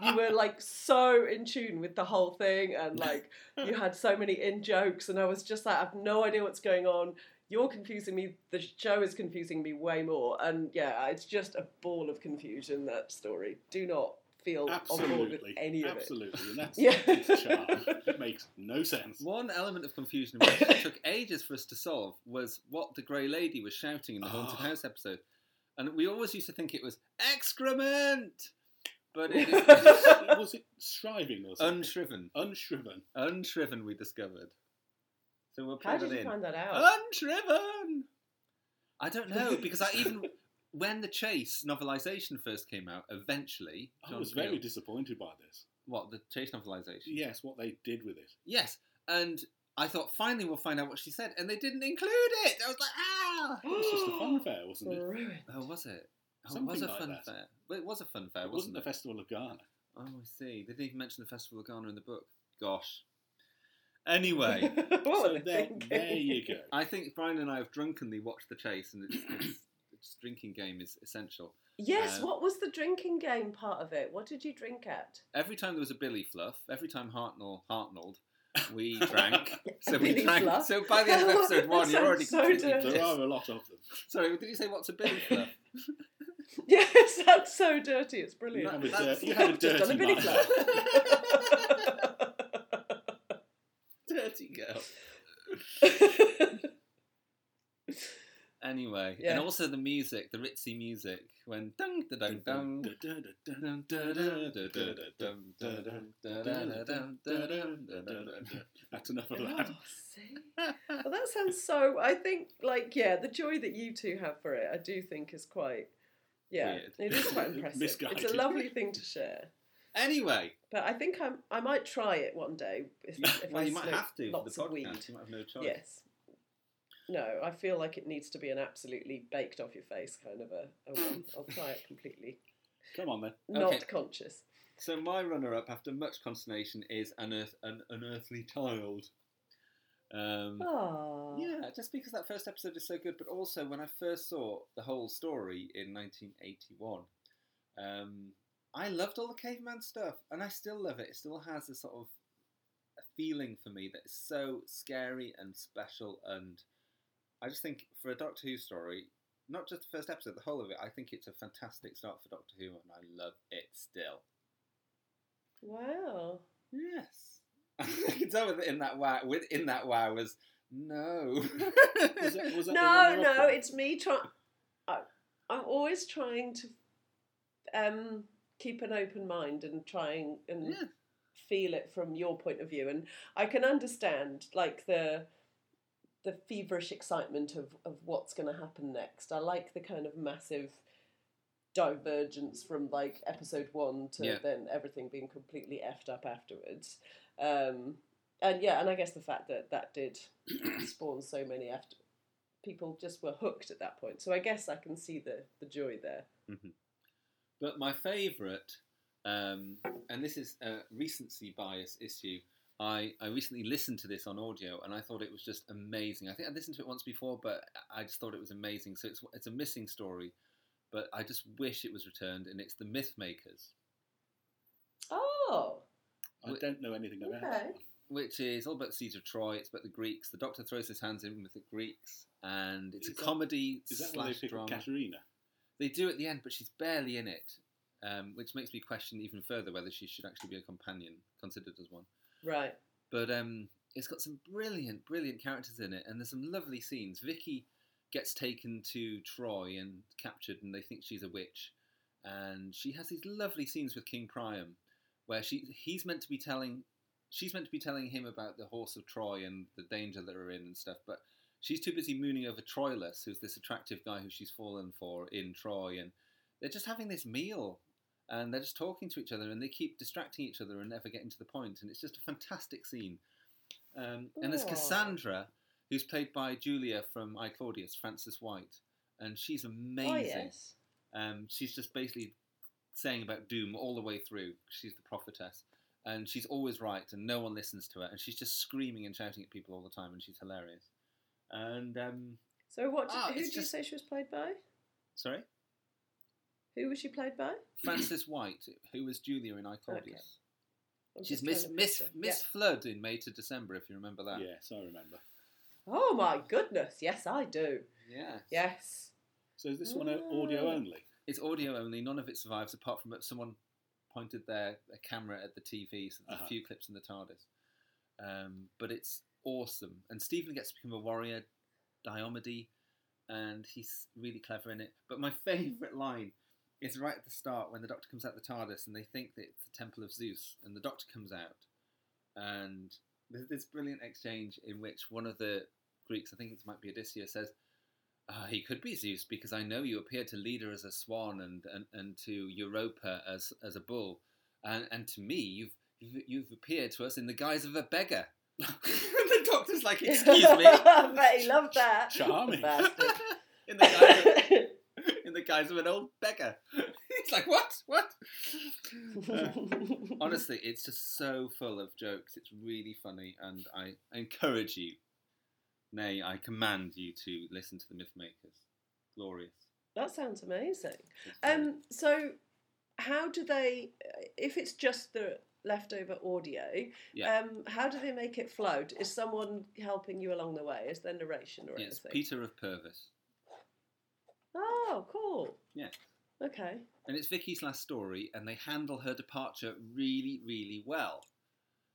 Speaker 8: you were like so in tune with the whole thing, and like you had so many in jokes, and I was just like, "I have no idea what's going on." You're confusing me. The show is confusing me way more, and yeah, it's just a ball of confusion. That story. Do not feel on board with
Speaker 9: Absolutely.
Speaker 8: any of it.
Speaker 9: Absolutely. And that's
Speaker 8: Yeah.
Speaker 9: its charm. It makes no sense.
Speaker 7: One element of confusion which took ages for us to solve was what the Grey Lady was shouting in the Haunted
Speaker 9: Ah.
Speaker 7: House episode. And we always used to think it was excrement! But it is
Speaker 9: was it striving or something?
Speaker 7: unshriven.
Speaker 9: Unshriven.
Speaker 7: Unshriven, we discovered. So we'll put
Speaker 8: How
Speaker 7: that
Speaker 8: did you
Speaker 7: in.
Speaker 8: find that out?
Speaker 7: Unshriven! I don't know, because I even. When the Chase novelisation first came out, eventually.
Speaker 9: I
Speaker 7: John
Speaker 9: was very
Speaker 7: Creel-
Speaker 9: disappointed by this.
Speaker 7: What, the Chase novelisation?
Speaker 9: Yes, what they did with it.
Speaker 7: Yes. And I thought, finally, we'll find out what she said. And they didn't include it. I was like,
Speaker 9: It was just a
Speaker 7: ah!
Speaker 9: funfair, wasn't it?
Speaker 8: Ruined.
Speaker 7: Oh, was it? Oh, it
Speaker 9: Something
Speaker 7: was a
Speaker 9: like
Speaker 7: fun
Speaker 9: that.
Speaker 7: fair. Well, it was a fun fair,
Speaker 9: It
Speaker 7: wasn't,
Speaker 9: wasn't the
Speaker 7: it?
Speaker 9: Festival of Ghana.
Speaker 7: Oh, I see. They didn't even mention the Festival of Ghana in the book. Gosh. Anyway,
Speaker 8: What
Speaker 9: so
Speaker 8: were they
Speaker 9: there,
Speaker 8: thinking?
Speaker 9: there you go.
Speaker 7: I think Brian and I have drunkenly watched The Chase, and it's, it's, it's drinking game is essential.
Speaker 8: Yes,
Speaker 7: Um,
Speaker 8: what was the drinking game part of it? What did you drink at?
Speaker 7: Every time there was a Billy Fluff, every time Hartnell Hartnelled, we drank. so we
Speaker 8: Billy
Speaker 7: drank.
Speaker 8: Fluff?
Speaker 7: So by the end of episode
Speaker 8: That
Speaker 7: one, you're
Speaker 8: sounds
Speaker 7: already
Speaker 8: so
Speaker 7: completely
Speaker 8: dirty.
Speaker 9: There
Speaker 7: pissed.
Speaker 9: are a lot of them.
Speaker 7: Sorry, did you say what's a Billy Fluff?
Speaker 8: Yes, that's so dirty. It's
Speaker 9: You
Speaker 8: brilliant.
Speaker 9: have a,
Speaker 7: That's-
Speaker 9: dir- you have a
Speaker 8: Just done
Speaker 9: dirty
Speaker 8: a Billy
Speaker 9: mind.
Speaker 8: Club.
Speaker 7: Dirty girl. Anyway,
Speaker 8: Yes.
Speaker 7: and also the music, the ritzy music, when dung da dung dung.
Speaker 9: Dun-dun-dun-dun-dun. That's enough of that.
Speaker 8: Oh, see? Well, that sounds so. I think, like, yeah, the joy that you two have for it, I do think is quite. Yeah,
Speaker 7: Weird.
Speaker 8: it is quite impressive. It's
Speaker 9: Misguided.
Speaker 8: a lovely thing to share.
Speaker 7: Anyway,
Speaker 8: But I think I'm, I might try it one day. If, if
Speaker 7: well,
Speaker 8: I
Speaker 7: you might
Speaker 8: smoke
Speaker 7: have to for the
Speaker 8: Lots of weed.
Speaker 7: podcast. You might have no choice.
Speaker 8: Yes. No, I feel like it needs to be an absolutely baked off your face kind of a. a one. I'll try it completely
Speaker 9: Come on then.
Speaker 8: not
Speaker 7: Okay.
Speaker 8: conscious.
Speaker 7: So my runner-up, after much consternation, is unearth an unearthly child. Um,
Speaker 8: Ah.
Speaker 7: Yeah, just because that first episode is so good, but also when I first saw the whole story in 1981, um, I loved all the caveman stuff, and I still love it. It still has a sort of a feeling for me that is so scary and special, and I just think for a Doctor Who story, not just the first episode, the whole of it, I think it's a fantastic start for Doctor Who, and I love it still.
Speaker 8: Wow.
Speaker 7: Yes. I can tell with- in that wow, within that wow was no.
Speaker 9: Was that- was that the
Speaker 8: No,
Speaker 9: runner-up
Speaker 8: no,
Speaker 9: then?
Speaker 8: it's me trying. I'm always trying to um, keep an open mind and trying and
Speaker 7: Yeah.
Speaker 8: feel it from your point of view. And I can understand like the the feverish excitement of, of what's going to happen next. I like the kind of massive divergence from like episode one to
Speaker 7: Yeah.
Speaker 8: then everything being completely effed up afterwards. Um, and yeah, and I guess the fact that that did spawn so many after people just were hooked at that point. So I guess I can see the the joy there.
Speaker 7: But my favourite, um, and this is a recency bias issue, I, I recently listened to this on audio and I thought it was just amazing. I think I listened to it once before, but I just thought it was amazing. So it's, it's a missing story, but I just wish it was returned, and it's The Mythmakers,
Speaker 8: Oh,
Speaker 9: I don't know anything about
Speaker 8: Okay.
Speaker 9: that one.
Speaker 7: which is all about the Siege of Troy. It's about the Greeks. The Doctor throws his hands in with the Greeks, and it's
Speaker 9: Is
Speaker 7: a
Speaker 9: that-
Speaker 7: comedy
Speaker 9: Is that why they
Speaker 7: slash
Speaker 9: picked
Speaker 7: drama.
Speaker 9: Katerina?
Speaker 7: They do at the end, but she's barely in it, um, which makes me question even further whether she should actually be a companion, considered as one.
Speaker 8: right.
Speaker 7: But um, it's got some brilliant, brilliant characters in it, and there's some lovely scenes. Vicky gets taken to Troy and captured, and they think she's a witch, and she has these lovely scenes with King Priam, where she he's meant to be telling, she's meant to be telling him about the horse of Troy and the danger that are in and stuff, but she's too busy mooning over Troilus, who's this attractive guy who she's fallen for in Troy, and they're just having this meal and they're just talking to each other and they keep distracting each other and never getting to the point and it's just a fantastic scene Um, and there's
Speaker 11: Aw.
Speaker 7: Cassandra, who's played by Julia from I Claudius, Frances White, and she's
Speaker 8: Oh,
Speaker 7: amazing.
Speaker 11: yes.
Speaker 7: um, she's just basically saying about doom all the way through. She's the prophetess, and she's always right, and no one listens to her, and she's just screaming and shouting at people all the time, and she's hilarious. And um,
Speaker 8: So what? Did,
Speaker 7: Ah,
Speaker 8: who did
Speaker 7: it's
Speaker 8: you
Speaker 7: just-
Speaker 8: say she was played by?
Speaker 7: sorry,
Speaker 8: Who was she played by?
Speaker 7: Frances White, who was Julia in I Claudius.
Speaker 8: I'm
Speaker 7: She's
Speaker 8: just
Speaker 7: Miss
Speaker 8: trying to
Speaker 7: Miss
Speaker 8: picture.
Speaker 7: Miss Flood in May to December, if you remember that.
Speaker 9: Yes, I remember.
Speaker 8: Yeah. Oh my goodness! Yes, I do.
Speaker 7: Yeah.
Speaker 8: Yes.
Speaker 9: So is this one audio
Speaker 8: Ah.
Speaker 9: only?
Speaker 7: It's audio only. None of it survives, apart from that someone pointed their, their camera at the TV. So there's
Speaker 9: Uh-huh.
Speaker 7: a few clips in the TARDIS, um, but it's awesome. And Stephen gets to become a warrior, Diomede, and he's really clever in it. But my favourite line is right at the start when the Doctor comes out the TARDIS, and they think that it's the Temple of Zeus, and the Doctor comes out, and there's this brilliant exchange in which one of the Greeks, I think it might be Odysseus, says. Ah, he could be Zeus because I know you appeared to Leda as a swan and, and, and to Europa as as a bull, and and to me you've you've, you've appeared to us in the guise of a beggar. and the doctor's like, excuse me,
Speaker 8: I bet he loved that.
Speaker 9: Charming.
Speaker 8: Bastard.
Speaker 7: in the guise of, in the guise of an old beggar. He's like, what, what? Uh, honestly, it's just so full of jokes. It's really funny, and I encourage you, nay, I command you to listen to the Mythmakers. Glorious.
Speaker 8: That sounds amazing. Um, so, how do they, if it's just the leftover audio,
Speaker 7: Yeah.
Speaker 8: um, how do they make it float? Is someone helping you along the way? Is there narration or
Speaker 7: Yes,
Speaker 8: anything?
Speaker 7: Peter of Purvis.
Speaker 8: Oh, cool.
Speaker 7: Yeah.
Speaker 8: Okay.
Speaker 7: And it's Vicky's last story, and they handle her departure really, really well.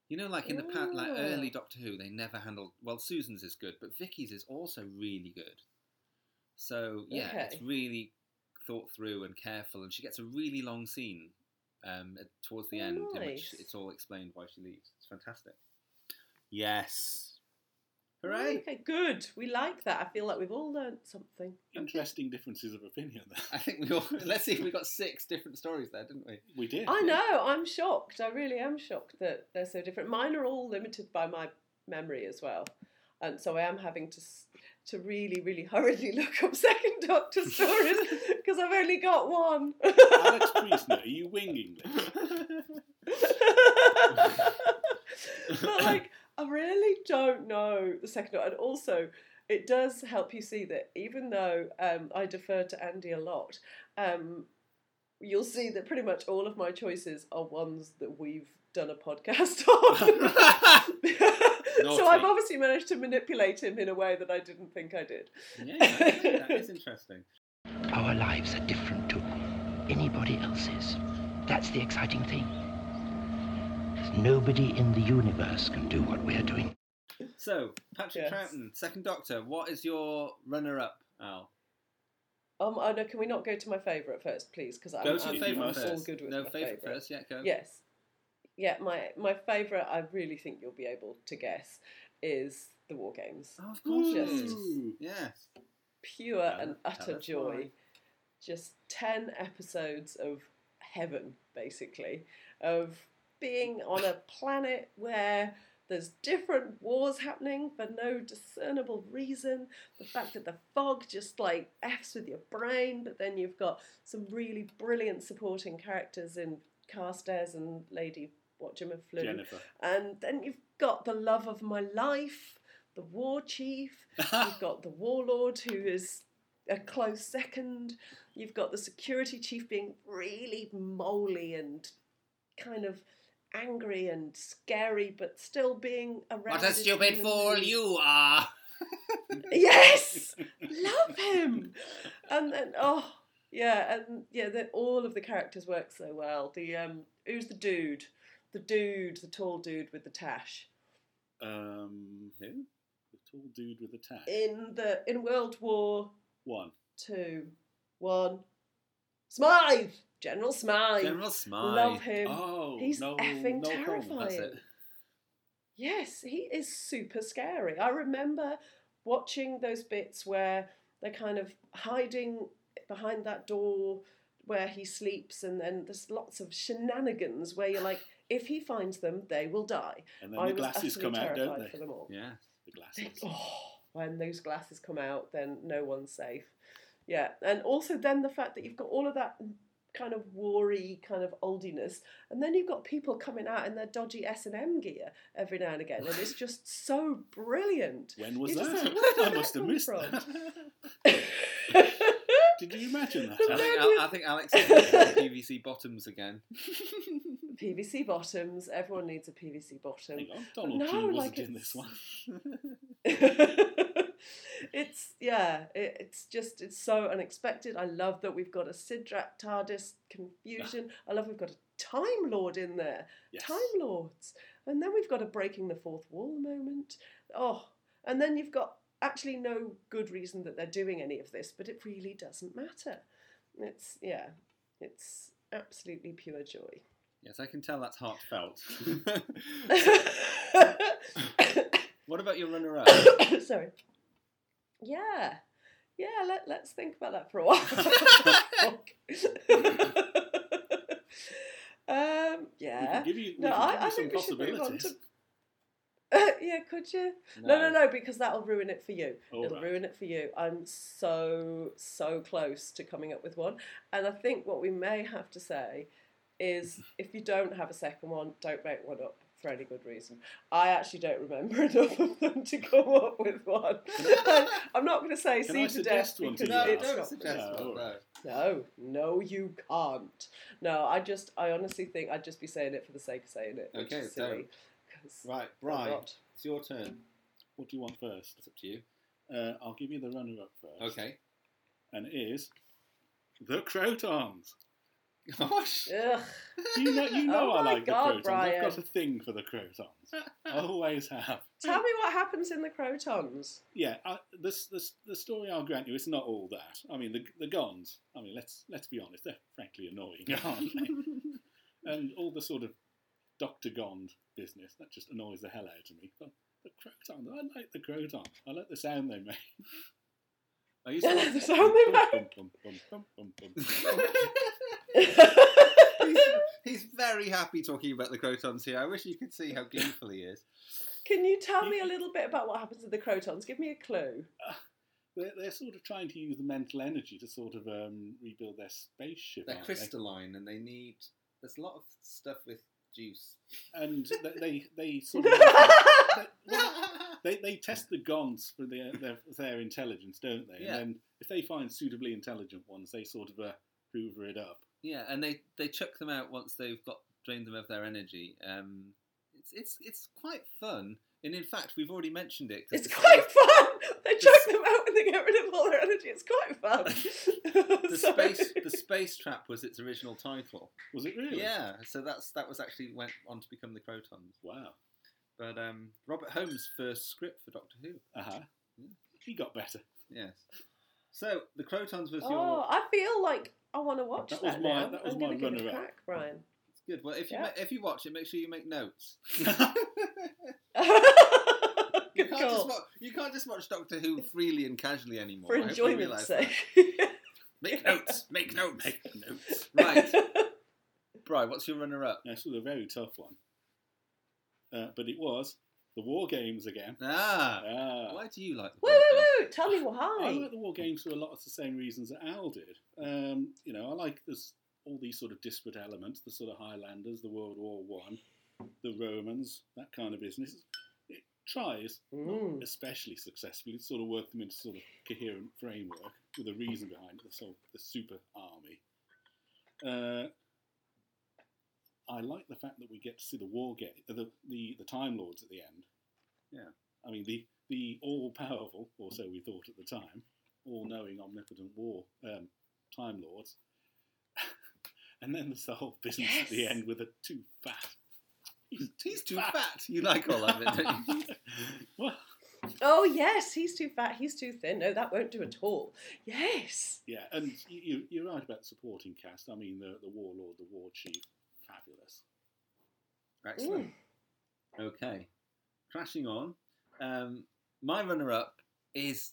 Speaker 7: You know, like in the pa- like
Speaker 8: Ooh.
Speaker 7: early Doctor Who, they never handled. Well, Susan's is good, but Vicky's is also really good. So yeah, it's
Speaker 8: Okay.
Speaker 7: really thought through and careful, and she gets a really long scene um, at- towards the
Speaker 8: Oh,
Speaker 7: end, in
Speaker 8: nice.
Speaker 7: which it's all explained why she leaves. It's fantastic. Yes. Hooray!
Speaker 8: Okay, good. We like that. I feel like we've all learnt something.
Speaker 9: Interesting differences of opinion there.
Speaker 7: I think we all. Let's see, we got six different stories there, didn't we?
Speaker 9: We did.
Speaker 8: I know. I'm shocked. I really am shocked that they're so different. Mine are all limited by my memory as well, and so I am having to s- to really, really hurriedly look up Second Doctor stories because I've only got one.
Speaker 9: Alex Priestner, are you winging this?
Speaker 8: but like, I really don't know the Second Doctor, and also. It does help you see that even though um, I defer to Andy a lot, um, you'll see that pretty much all of my choices are ones that we've done a podcast on. so I've
Speaker 7: Naughty.
Speaker 8: obviously managed to manipulate him in a way that I didn't think I did.
Speaker 7: Yeah, that is interesting.
Speaker 4: Our lives are different to anybody else's. That's the exciting thing. Nobody in the universe can do what we're doing.
Speaker 7: So, Patrick
Speaker 8: Yes.
Speaker 7: Troughton, second Doctor, what is your runner up, Al?
Speaker 8: Um, oh no, can we not go to my favourite first, please? Because I'm,
Speaker 7: Go to
Speaker 8: I'm,
Speaker 7: your favourite
Speaker 8: I'm all
Speaker 7: first.
Speaker 8: good with
Speaker 7: No,
Speaker 8: my
Speaker 7: favourite
Speaker 8: favourite
Speaker 7: first, yeah, go.
Speaker 8: Yes, yeah. My my favourite, I really think you'll be able to guess, is the War Games.
Speaker 7: Oh, of course it
Speaker 8: Just
Speaker 7: is. Yes.
Speaker 8: pure
Speaker 7: Tell-
Speaker 8: and
Speaker 7: tell
Speaker 8: utter
Speaker 7: us
Speaker 8: joy.
Speaker 7: why.
Speaker 8: Just 10 episodes of heaven, basically, of being on a planet where there's different wars happening for no discernible reason. The fact that the fog just like F's with your brain, but then you've got some really brilliant supporting characters in Carstairs and Lady Watchman Flew.
Speaker 9: Jennifer.
Speaker 8: And then you've got the love of my life, the war chief. You've got the warlord, who is a close second. You've got the security chief being really moly and kind of angry and scary, but still being around.
Speaker 7: What a stupid fool you are!
Speaker 8: Yes, love him. And then oh yeah, and yeah, that all of the characters work so well. The um, who's the dude? The dude, the tall dude with the tash.
Speaker 9: Um, who? The tall dude with the tash.
Speaker 8: in the in World War
Speaker 9: One.
Speaker 8: Two, one, Smythe, General Smythe.
Speaker 7: General Smythe.
Speaker 8: Love him.
Speaker 9: Oh,
Speaker 8: He's
Speaker 9: no,
Speaker 8: effing
Speaker 9: no problem.
Speaker 8: terrifying.
Speaker 7: That's it.
Speaker 8: Yes, he is super scary. I remember watching those bits where they're kind of hiding behind that door where he sleeps, and then there's lots of shenanigans where you're like, If he finds them, they will die.
Speaker 9: And then the
Speaker 8: was
Speaker 9: glasses
Speaker 8: utterly
Speaker 9: come out, don't
Speaker 8: terrified
Speaker 9: they?
Speaker 8: For them all.
Speaker 7: Yeah,
Speaker 9: the glasses.
Speaker 8: Oh, when those glasses come out, then no one's safe. Yeah, and also then the fact that you've got all of that kind of wary kind of oldiness, and then you've got people coming out in their dodgy S and M gear every now and again, and it's just so brilliant.
Speaker 9: When was
Speaker 8: You're just
Speaker 9: that?
Speaker 8: like, where did
Speaker 9: I must have
Speaker 8: come
Speaker 9: missed
Speaker 8: from?
Speaker 9: that. Did you imagine that?
Speaker 7: I think, Al- I think Alex is looking at PVC bottoms again.
Speaker 8: PVC bottoms. Everyone needs a PVC bottom.
Speaker 9: Hang on, Donald
Speaker 8: But
Speaker 9: G wasn't
Speaker 8: like
Speaker 9: in
Speaker 8: it's-
Speaker 9: this one.
Speaker 8: it's yeah, it, it's just it's so unexpected. I love that we've got a Sidrak TARDIS confusion. I love we've got a Time Lord in there, Time Lords, and then we've got a breaking the fourth wall moment. Oh, and then you've got actually no good reason that they're doing any of this, but it really doesn't matter. It's yeah, it's absolutely pure joy.
Speaker 7: Yes, I can tell that's heartfelt. what about your runner-up?
Speaker 8: Sorry. Yeah. Yeah, let, let's think about that for a while. um, yeah.
Speaker 9: We
Speaker 7: Mm-hmm.
Speaker 9: can give you, we
Speaker 8: no,
Speaker 9: can
Speaker 8: I,
Speaker 9: give you
Speaker 8: I
Speaker 9: some
Speaker 8: think we should move on
Speaker 9: possibilities.
Speaker 8: to. yeah, could you? No. no, no, because that'll ruin it for you.
Speaker 9: All
Speaker 8: It'll
Speaker 9: right.
Speaker 8: ruin it for you. I'm so, so close to coming up with one. And I think what we may have to say is if you don't have a second one, don't make one up for any good reason. I actually don't remember enough of them to come up with one. I'm not going to say
Speaker 9: Can
Speaker 8: see
Speaker 9: I
Speaker 8: to death
Speaker 9: suggest one to
Speaker 8: because
Speaker 9: you,
Speaker 8: it's
Speaker 9: Alison?
Speaker 8: not
Speaker 9: Suggest
Speaker 8: no.
Speaker 9: one,
Speaker 7: no.
Speaker 8: no, no, you can't. No, I just, I honestly think I'd just be saying it for the sake of saying it. which
Speaker 7: Okay,
Speaker 8: is silly.
Speaker 7: don't. Right, Brian,
Speaker 8: not.
Speaker 7: it's your turn.
Speaker 9: What do you want first? It's
Speaker 7: up to you.
Speaker 9: Uh, I'll give you the runner-up first.
Speaker 7: Okay.
Speaker 9: And it is the Crotons.
Speaker 7: Gosh.
Speaker 8: Ugh.
Speaker 9: You know, you know
Speaker 8: Oh
Speaker 9: I
Speaker 8: my
Speaker 9: like
Speaker 8: God,
Speaker 9: the Crotons. I've got
Speaker 8: Brian.
Speaker 9: a thing for the Crotons. I always have.
Speaker 8: Tell me what happens in the Crotons.
Speaker 9: Yeah, I, this, this, the story I'll grant you, it's not all that. I mean, the the Gons. I mean, let's let's be honest. They're frankly annoying, aren't they? and all the sort of Doctor Gond business that just annoys the hell out of me. But the Crotons, I like the Crotons. I like the sound they make.
Speaker 7: Are you
Speaker 8: I like the sound they
Speaker 7: he's, he's very happy talking about the crotons here. I wish you could see how gleeful he is.
Speaker 8: Can you tell me a little bit about what happens in the Crotons? Give me a clue.
Speaker 9: They're, they're sort of trying to use the mental energy to sort of um, rebuild their spaceship.
Speaker 7: They're
Speaker 9: aren't they?
Speaker 7: crystalline and they need. There's a lot of stuff with juice.
Speaker 9: and th- they they sort of they, they they test the gons for their their, their intelligence, don't they?
Speaker 7: Yeah.
Speaker 9: And then if they find suitably intelligent ones, they sort of uh, hoover it up.
Speaker 7: Yeah, and they they chuck them out once they've got drained them of their energy. Um, it's it's it's quite fun, and in fact, we've already mentioned it. 'cause
Speaker 8: It's
Speaker 7: the-
Speaker 8: quite fun. They choke them out and they get rid of all their energy. It's quite fun.
Speaker 7: the
Speaker 8: Sorry.
Speaker 7: space the space trap was its original title.
Speaker 9: Was it really?
Speaker 7: Yeah. So that's that was actually went on to become the Crotons.
Speaker 9: Wow.
Speaker 7: But um, Robert Holmes' first script for Doctor Who.
Speaker 9: Uh huh. He got better.
Speaker 7: Yes. So the Crotons was
Speaker 8: Oh,
Speaker 7: your.
Speaker 8: I feel like I want to watch
Speaker 7: That
Speaker 8: that.
Speaker 7: was my-
Speaker 8: now.
Speaker 7: that was
Speaker 8: I'm
Speaker 7: my
Speaker 8: gonna give it a
Speaker 7: runner-up.
Speaker 8: crack, Brian.
Speaker 7: It's good. Well, if you
Speaker 8: Yeah.
Speaker 7: ma- if you watch it, make sure you make notes. you,
Speaker 8: Good
Speaker 7: can't just
Speaker 8: call.
Speaker 7: watch, you can't just watch Doctor Who freely and casually anymore.
Speaker 8: For
Speaker 7: I hope you
Speaker 8: enjoyment's
Speaker 7: realise
Speaker 8: sake.
Speaker 7: that. Make notes. Make notes.
Speaker 9: Make notes.
Speaker 7: Right. Brian, what's your runner up?
Speaker 9: This was a very tough one, uh, but it was the War Games again.
Speaker 7: Ah.
Speaker 9: Ah.
Speaker 7: Why do you like the
Speaker 8: Woo, woo, woo. Tell me
Speaker 9: I
Speaker 8: why.
Speaker 9: like the war games for a lot of the same reasons that Al did. Um, you know, I like this, all these sort of disparate elements, the sort of Highlanders, the World War One, the Romans, that kind of business. It tries,
Speaker 8: Mm.
Speaker 9: not especially successfully, to sort of work them into sort of coherent framework with a reason behind it, so the super army. Uh, I like the fact that we get to see the war game, the, the the Time Lords at the end.
Speaker 7: Yeah.
Speaker 9: I mean the the all powerful, or so we thought at the time, all knowing omnipotent war um, Time Lords, and then there's the whole business at the
Speaker 7: Yes.
Speaker 9: end with a too fat. He's too,
Speaker 7: He's too fat. You like all of it, don't you?
Speaker 9: well,
Speaker 8: Oh yes, he's too fat. He's too thin. No, that won't do at all. Yes.
Speaker 9: yeah, and you, you- you're right about supporting cast. I mean the the warlord, the war chief, fabulous.
Speaker 7: Excellent. Okay. Crashing on. Um, my runner up is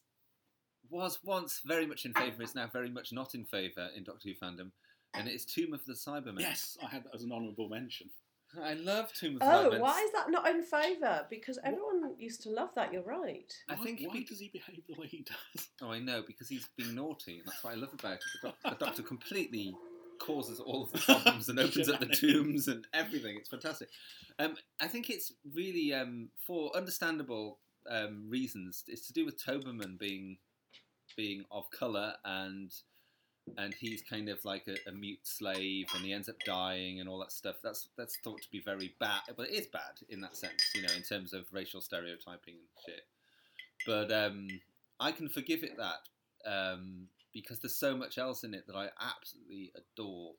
Speaker 7: was once very much in favour, is now very much not in favour in Doctor Who fandom, and it is Tomb of the Cybermen.
Speaker 9: Yes, I had that as an honourable mention.
Speaker 7: I love Tomb of
Speaker 8: Oh,
Speaker 7: Elements.
Speaker 8: why is that not in favour? Because everyone used to love that. You're right.
Speaker 7: I think
Speaker 9: Why does he behave the way he does?
Speaker 7: Oh, I know because he's been naughty, and that's what I love about it. The, doc- the Doctor completely causes all of the problems and opens up the tombs and everything. It's fantastic. Um, I think it's really um, for understandable um, reasons. It's to do with Toberman being being of color and and he's kind of like a, a mute slave and he ends up dying and all that stuff that's that's thought to be very bad but it is bad in that sense you know in terms of racial stereotyping and shit but um i can forgive it that um because there's so much else in it that i absolutely adore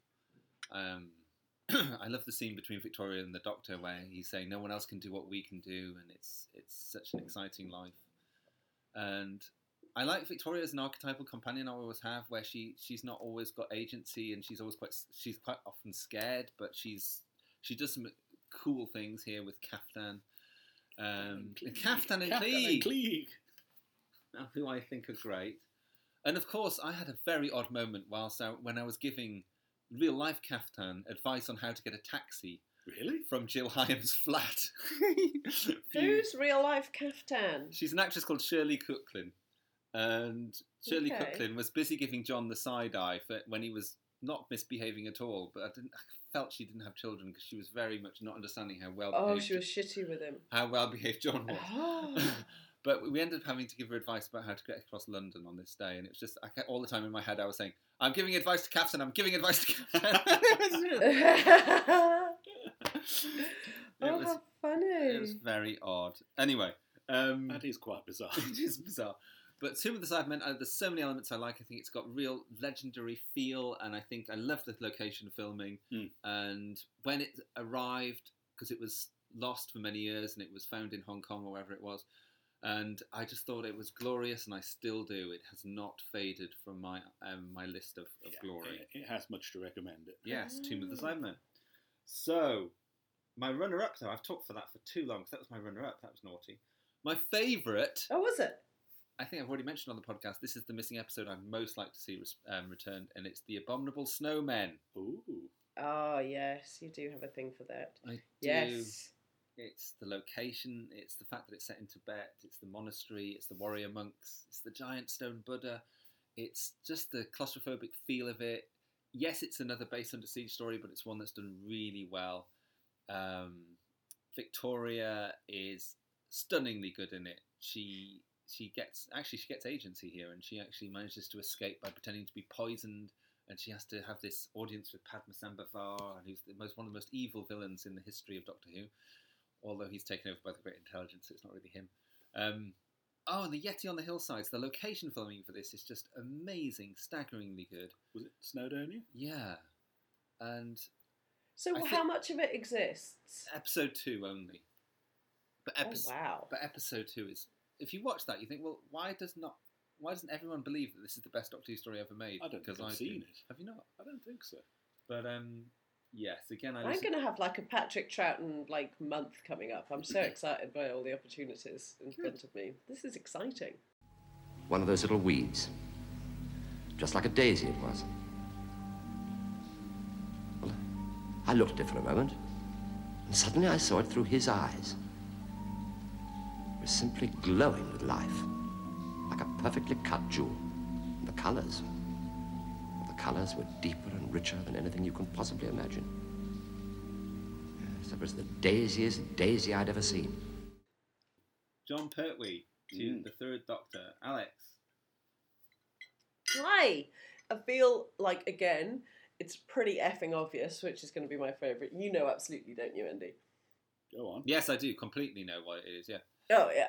Speaker 7: um I love the scene between Victoria and the Doctor where he's saying no one else can do what we can do, and it's it's such an exciting life. And I like Victoria as an archetypal companion. I always have where she she's not always got agency, and she's always quite s- she's quite often scared, but she's she does some cool things here with Kaftan. Um, Kaftan and
Speaker 9: Kaftan and
Speaker 7: Klieg.
Speaker 9: Klieg.
Speaker 7: Now, uh, who I think are great. And of course, I had a very odd moment whilst I, when I was giving real life Kaftan advice on how to get a taxi.
Speaker 9: Really?
Speaker 7: From Jill Hyam's flat. Hmm.
Speaker 8: Who's real life Kaftan?
Speaker 7: She's an actress called Shirley Cooklin, and Shirley
Speaker 8: Okay.
Speaker 7: Cooklin was busy giving John the side eye for when he was not misbehaving at all. But I didn't. I felt she didn't have children because she was very much not understanding how well.
Speaker 8: Oh,
Speaker 7: behaved-
Speaker 8: she was shitty with him.
Speaker 7: how well behaved John was.
Speaker 8: Oh.
Speaker 7: But we ended up having to give her advice about how to get across London on this day, and it was just I kept, all the time in my head I was saying, "I'm giving advice to Captain. I'm giving advice to Captain."
Speaker 8: Oh,
Speaker 7: was-
Speaker 8: how funny.
Speaker 7: It was very odd. Anyway, um, that
Speaker 9: is quite bizarre.
Speaker 7: it is bizarre. But Tomb of the Cybermen, uh, there's so many elements I like. I think it's got real legendary feel, and I think I love the location filming. And when it arrived, because it was lost for many years and it was found in Hong Kong or wherever it was, and I just thought it was glorious, and I still do. It has not faded from my um, my list of, of glory.
Speaker 9: It, it has much to recommend it.
Speaker 7: Yes, Tomb of the
Speaker 9: Ah.
Speaker 7: Cybermen. So, my runner up, though, I've talked for that for too long 'cause that was my runner up. That was naughty. My favourite.
Speaker 8: Oh, was it?
Speaker 7: I think I've already mentioned on the podcast. This is the missing episode I'd most like to see res- um, returned, and it's The Abominable Snowmen.
Speaker 9: Ooh.
Speaker 8: Oh, yes, you do have a thing for that.
Speaker 7: I do.
Speaker 8: Yes.
Speaker 7: It's the location, it's the fact that it's set in Tibet, it's the monastery, it's the warrior monks, it's the giant stone Buddha, it's just the claustrophobic feel of it. Yes, it's another base under siege story, but it's one that's done really well. Um, Victoria is stunningly good in it. She she gets actually she gets agency here, and she actually manages to escape by pretending to be poisoned, and she has to have this audience with Padma Sambhavar, and who's the most one of the most evil villains in the history of Doctor Who. Although he's taken over by the Great Intelligence, so it's not really him. Um, oh, and the Yeti on the hillsides. The location filming for this is just amazing, staggeringly good.
Speaker 9: Was it Snowdonia?
Speaker 7: Yeah, and
Speaker 8: So,
Speaker 7: I
Speaker 8: how
Speaker 7: think-
Speaker 8: much of it exists?
Speaker 7: episode two only. But
Speaker 8: Oh,
Speaker 7: episode,
Speaker 8: wow.
Speaker 7: But episode two is. If you watch that, you think, well, why does not? Why doesn't everyone believe that this is the best Doctor Who story ever made?
Speaker 9: I don't think
Speaker 7: Because
Speaker 9: I've
Speaker 7: do.
Speaker 9: seen it.
Speaker 7: Have you not?
Speaker 9: I don't think so.
Speaker 7: But um, yes. Again, I
Speaker 8: I'm
Speaker 7: listen-
Speaker 8: going to have like a Patrick Troughton like month coming up. I'm so excited by all the opportunities in front of me. This is exciting.
Speaker 12: One of those little weeds. Just like a daisy it was. Well, I looked at it for a moment, and suddenly I saw it through his eyes. It was simply glowing with life, like a perfectly cut jewel. And the colors. The colors were deeper and richer than anything you can possibly imagine. Yes, it was the daisiest daisy I'd ever seen.
Speaker 7: John Pertwee to the Third Doctor. Alex.
Speaker 8: Why? I feel like again, it's pretty effing obvious, which is going to be my favourite. You know, absolutely, don't you, Andy?
Speaker 9: Go on.
Speaker 7: Yes, I do completely know what it is. Yeah.
Speaker 8: Oh yeah.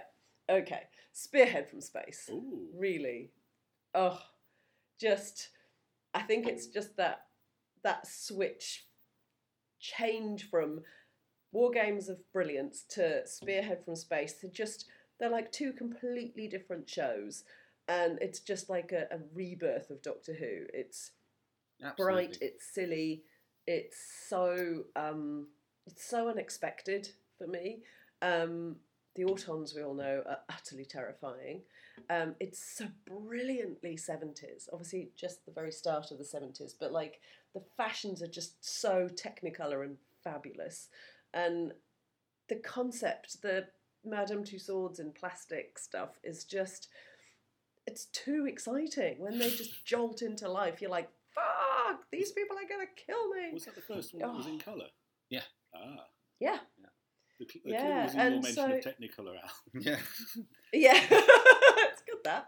Speaker 8: Okay. Spearhead from space.
Speaker 9: Ooh.
Speaker 8: Really. Oh, just. I think it's just that that switch change from war games of brilliance to Spearhead from space. They're just they're like two completely different shows, and it's just like a, a rebirth of Doctor Who. It's bright.
Speaker 7: Absolutely.
Speaker 8: It's silly. It's so um, it's so unexpected for me. Um, the Autons we all know are utterly terrifying. Um, it's so brilliantly seventies. Obviously, just the very start of the seventies, but like the fashions are just so Technicolor and fabulous. and the concept, the Madame Tussauds in plastic stuff, is just it's too exciting when they just jolt into life. You're like, fuck, these people are gonna kill me.
Speaker 9: Was that the first one that was in
Speaker 7: Oh.
Speaker 9: colour?
Speaker 11: Yeah.
Speaker 9: Ah.
Speaker 8: Yeah.
Speaker 9: The, cl- the
Speaker 8: Yeah,
Speaker 9: clue was in your
Speaker 8: and
Speaker 9: mention of
Speaker 8: so-
Speaker 9: Technicolor, Al.
Speaker 11: Yeah.
Speaker 8: Yeah, it's good that.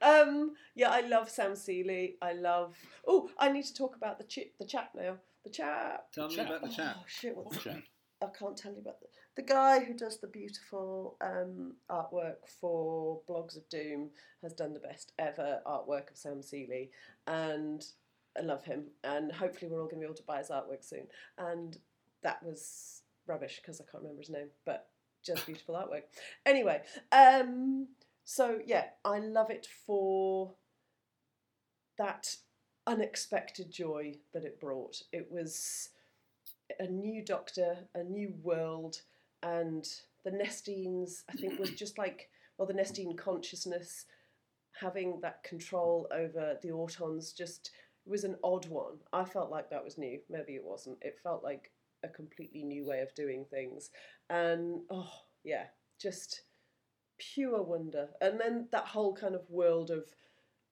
Speaker 8: Um, yeah, I love Sam Seeley. I love. Oh, I need to talk about the chi- the chap now. The chap.
Speaker 11: Tell me about the chap.
Speaker 8: Oh shit! What's
Speaker 9: What chap?
Speaker 8: I can't tell you about the, the guy who does the beautiful um, artwork for Blogs of Doom. Has done the best ever artwork of Sam Seeley, and I love him. And hopefully, we're all going to be able to buy his artwork soon. And that was rubbish because I can't remember his name, but just beautiful artwork. Anyway, um, so yeah, I love it for that unexpected joy that it brought. It was a new doctor, a new world, and the Nestines, I think, was just like, well, the Nestine consciousness having that control over the Autons just was an odd one. I felt like that was new. Maybe it wasn't. It felt like a completely new way of doing things. And oh, yeah, just pure wonder. And then that whole kind of world of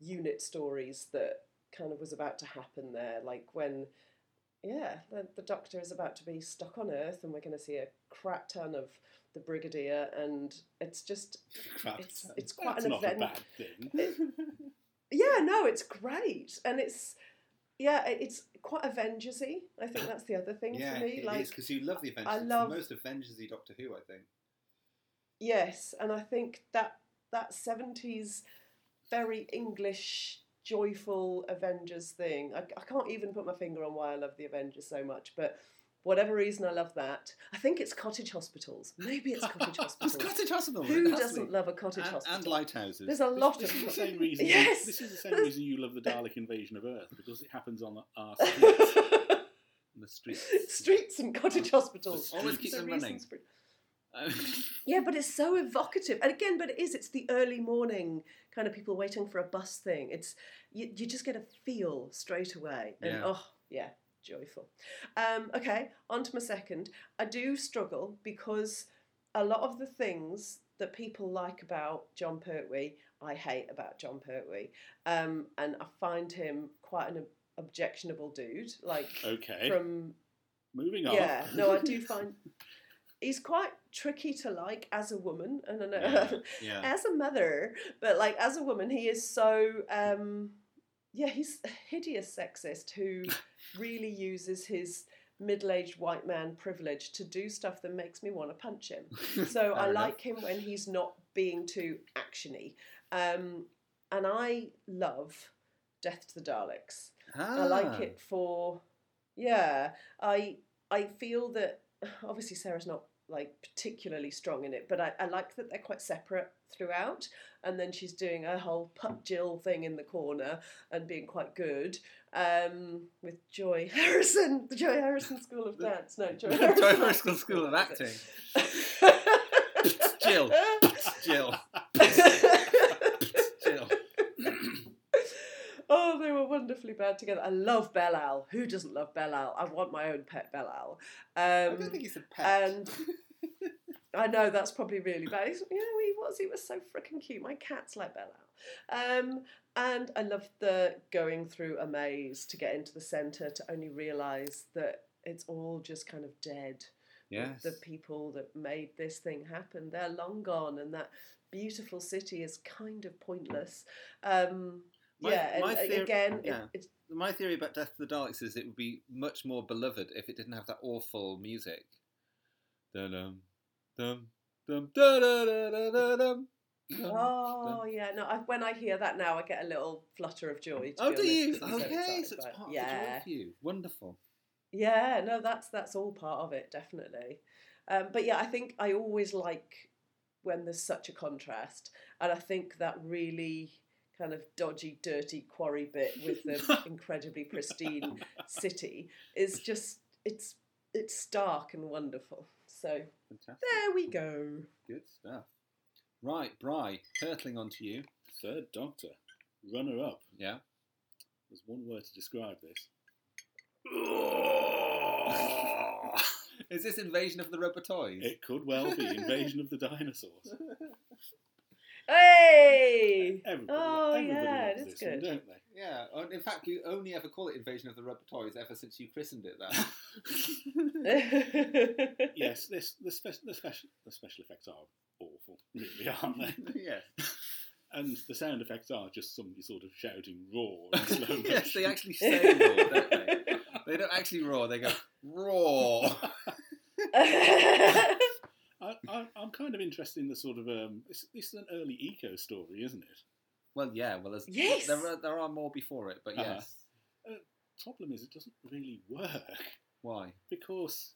Speaker 8: unit stories that kind of was about to happen there, like when yeah, the, the Doctor is about to be stuck on Earth, and we're going to see a crap ton of the Brigadier, and it's just
Speaker 9: Crap
Speaker 8: it's
Speaker 9: ton.
Speaker 8: it's quite
Speaker 9: That's
Speaker 8: an
Speaker 9: not a
Speaker 8: event.
Speaker 9: bad thing.
Speaker 8: It- yeah, no, it's great, and it's yeah, it- it's quite Avengersy. I think that's the other thing
Speaker 11: yeah,
Speaker 8: for me.
Speaker 11: it
Speaker 8: like
Speaker 11: because you love the Avengers.
Speaker 8: I
Speaker 11: It's
Speaker 8: love-
Speaker 11: the most Avengers-y Doctor Who, I think.
Speaker 8: Yes, and I think that that seventies very English joyful Avengers thing. I, I can't even put my finger on why I love the Avengers so much, but whatever reason I love that. I think it's cottage hospitals. Maybe it's cottage hospitals.
Speaker 11: cottage hospitals.
Speaker 8: Who
Speaker 11: That's
Speaker 8: doesn't
Speaker 11: it.
Speaker 8: love a cottage
Speaker 11: And-
Speaker 8: hospital?
Speaker 11: and lighthouses.
Speaker 8: There's a lot
Speaker 9: This
Speaker 8: of
Speaker 9: is the same reason.
Speaker 8: Yes.
Speaker 9: This is the same reason you love the Dalek invasion of Earth because it happens on our streets.
Speaker 11: the streets.
Speaker 8: Streets and cottage hospitals.
Speaker 11: Always
Speaker 8: Oh, The
Speaker 11: keep them
Speaker 8: reasons
Speaker 11: running.
Speaker 8: for-
Speaker 11: Um,
Speaker 8: Yeah, but it's so evocative. And again, but it is, it's the early morning kind of people waiting for a bus thing. It's you, you just get a feel straight away. And
Speaker 11: Yeah.
Speaker 8: oh, yeah, joyful. Um, okay, on to my second. I do struggle because a lot of the things that people like about John Pertwee, I hate about John Pertwee. Um, and I find him quite an ob- objectionable dude. Like,
Speaker 9: Okay.
Speaker 8: from
Speaker 9: Moving on.
Speaker 8: yeah, no, I do find he's quite tricky to like as a woman, and I know
Speaker 9: Yeah, yeah.
Speaker 8: as a mother, but like as a woman, he is so um, yeah, he's a hideous sexist who really uses his middle-aged white man privilege to do stuff that makes me want to punch him. So I
Speaker 11: Fair enough.
Speaker 8: like him when he's not being too actiony, um, and I love Death to the Daleks. I like
Speaker 11: Ah.
Speaker 8: it for yeah. I I feel that obviously Sarah's not like particularly strong in it, but I, I like that they're quite separate throughout. And then she's doing her whole pup Jill thing in the corner and being quite good. Um, with Joy Harrison, the Joy Harrison School of Dance. No, Joy Harrison.
Speaker 11: Joy Haskell School of Acting. Jill. Jill. Jill.
Speaker 8: Um, Oh, they were wonderfully bad together. I love Belal. Who doesn't love Belal? I want my own pet Belal. Um,
Speaker 11: I don't think he's a pet.
Speaker 8: And I know that's probably really bad. He's, yeah, he was. He was so freaking cute. My cat's like Belal. Um, and I love the going through a maze to get into the centre to only realise that it's all just kind of dead
Speaker 11: Yes.
Speaker 8: the people that made this thing happen. They're long gone, and that beautiful city is kind of pointless. Um,
Speaker 11: My-
Speaker 8: yeah, and
Speaker 11: my
Speaker 8: a-
Speaker 11: theor-
Speaker 8: again, it-
Speaker 11: yeah.
Speaker 8: it's,
Speaker 11: My theory about Death of the Daleks is it would be much more beloved if it didn't have that awful music. Dum dum dum da da da da da dum.
Speaker 7: Um,
Speaker 8: oh yeah, no. I, when I hear that now, I get a little flutter of joy. to
Speaker 11: Oh,
Speaker 8: be
Speaker 11: do
Speaker 8: honest,
Speaker 11: you?
Speaker 8: 'cause I'm so
Speaker 11: Okay,
Speaker 8: excited
Speaker 11: so it's
Speaker 8: by it.
Speaker 11: part of the joy
Speaker 8: yeah,
Speaker 11: for you. Wonderful.
Speaker 8: yeah. No, that's that's all part of it, definitely. Um, but yeah, I think I always like when there's such a contrast, and I think that really kind of dodgy, dirty quarry bit with the incredibly pristine city is just it's it's stark and wonderful. So
Speaker 11: Fantastic.
Speaker 8: there we go.
Speaker 11: Good stuff. Right, Bry, hurtling onto you.
Speaker 9: Third Doctor, runner up.
Speaker 11: Yeah.
Speaker 9: There's one word to describe this.
Speaker 7: Is this invasion of the rubber toys?
Speaker 9: It could well be invasion of the dinosaurs.
Speaker 8: Hey!
Speaker 9: Everybody,
Speaker 8: oh
Speaker 9: everybody
Speaker 8: yeah, it
Speaker 9: loves
Speaker 8: is
Speaker 9: this one,
Speaker 8: good.
Speaker 9: don't they?
Speaker 7: Yeah, and in fact, you only ever call it Invasion of the Rubber Toys ever since you christened it that.
Speaker 9: yes, this the, spe- the special the special effects are awful, really, aren't they?
Speaker 7: yes.
Speaker 9: And the sound effects are just somebody sort of shouting roar in slow motion.
Speaker 7: yes, they actually say roar, don't they? They don't actually roar, they go roar.
Speaker 9: I, I, I'm kind of interested in the sort of um. This, this is an early eco story, isn't it?
Speaker 7: Well, yeah, well, there's,
Speaker 9: Yes!
Speaker 7: there, are, there are more before it, but
Speaker 9: Uh-huh.
Speaker 7: yes.
Speaker 9: Uh, problem is, it doesn't really work
Speaker 7: Why?
Speaker 9: because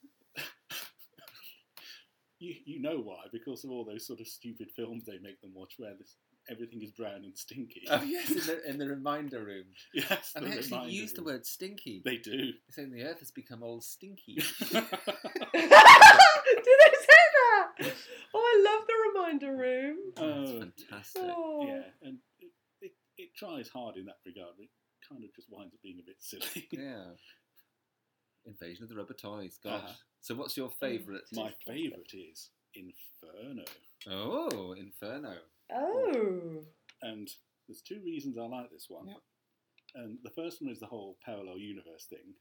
Speaker 9: you you know why because of all those sort of stupid films they make them watch where this, everything is brown and stinky.
Speaker 7: Oh, yes, in the, in the reminder room.
Speaker 9: Yes,
Speaker 7: And
Speaker 9: the
Speaker 7: they actually
Speaker 9: reminder
Speaker 7: use the
Speaker 9: room.
Speaker 7: word stinky.
Speaker 9: They do.
Speaker 7: They're saying the earth has become all stinky.
Speaker 8: Do they say that? Oh, I love the reminder room.
Speaker 9: Oh,
Speaker 7: fantastic.
Speaker 8: Oh.
Speaker 9: Yeah, and it, it, it tries hard in that regard, but it kind of just winds up being a bit silly.
Speaker 7: yeah. Invasion of the Rubber Toys, gosh.
Speaker 9: Uh-huh.
Speaker 7: So, what's your favourite?
Speaker 9: My favourite is Inferno.
Speaker 7: Oh, Inferno.
Speaker 8: Oh.
Speaker 9: And there's two reasons I like this one. And the first one is the whole parallel universe thing.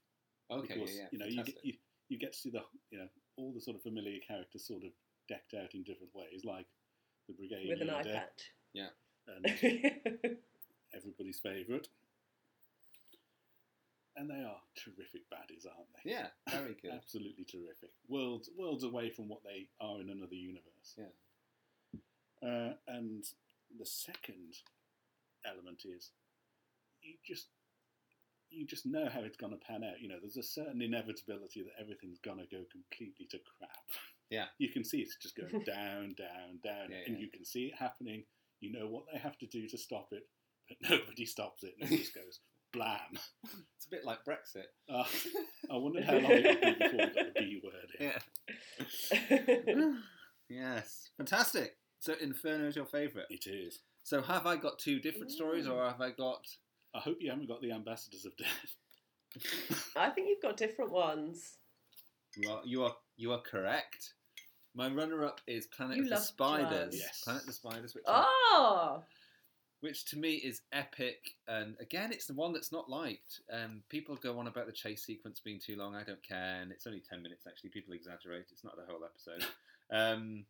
Speaker 7: Okay,
Speaker 9: because,
Speaker 7: yeah, yeah,
Speaker 9: you know, you get,
Speaker 7: fantastic.
Speaker 9: you, you get to see the you know all the sort of familiar characters sort of decked out in different ways, like the brigade
Speaker 8: With an eye
Speaker 9: leader
Speaker 8: patch.
Speaker 7: Yeah.
Speaker 9: and everybody's favourite. And they are terrific baddies, aren't they?
Speaker 7: Yeah, very good.
Speaker 9: Absolutely terrific. Worlds worlds away from what they are in another universe.
Speaker 7: Yeah.
Speaker 9: Uh, and the second element is you just you just know how it's going to pan out. You know, there's a certain inevitability that everything's going to go completely to crap.
Speaker 7: Yeah.
Speaker 9: You can see it's just going down, down, down,
Speaker 7: Yeah,
Speaker 9: and
Speaker 7: yeah.
Speaker 9: you can see it happening. You know what they have to do to stop it, but nobody stops it, and it just goes blam.
Speaker 7: It's a bit like Brexit.
Speaker 9: Uh, I wondered how long it would be before we got the B word in.
Speaker 7: Yeah. yes, fantastic. So Inferno is your favourite.
Speaker 9: It is.
Speaker 7: So have I got two different stories, or have I got?
Speaker 9: I hope you haven't got the ambassadors of death.
Speaker 8: I think you've got different ones.
Speaker 7: You are you are, you are correct. My runner-up is Planet
Speaker 8: You
Speaker 7: of the
Speaker 8: love
Speaker 7: Spiders.
Speaker 8: drugs.
Speaker 9: Yes.
Speaker 7: Planet of the Spiders, which, I-
Speaker 8: Oh.
Speaker 7: which to me is epic. And again, it's the one that's not liked. Um, people go on about the chase sequence being too long. I don't care, and it's only ten minutes. Actually, people exaggerate. It's not the whole episode. Um,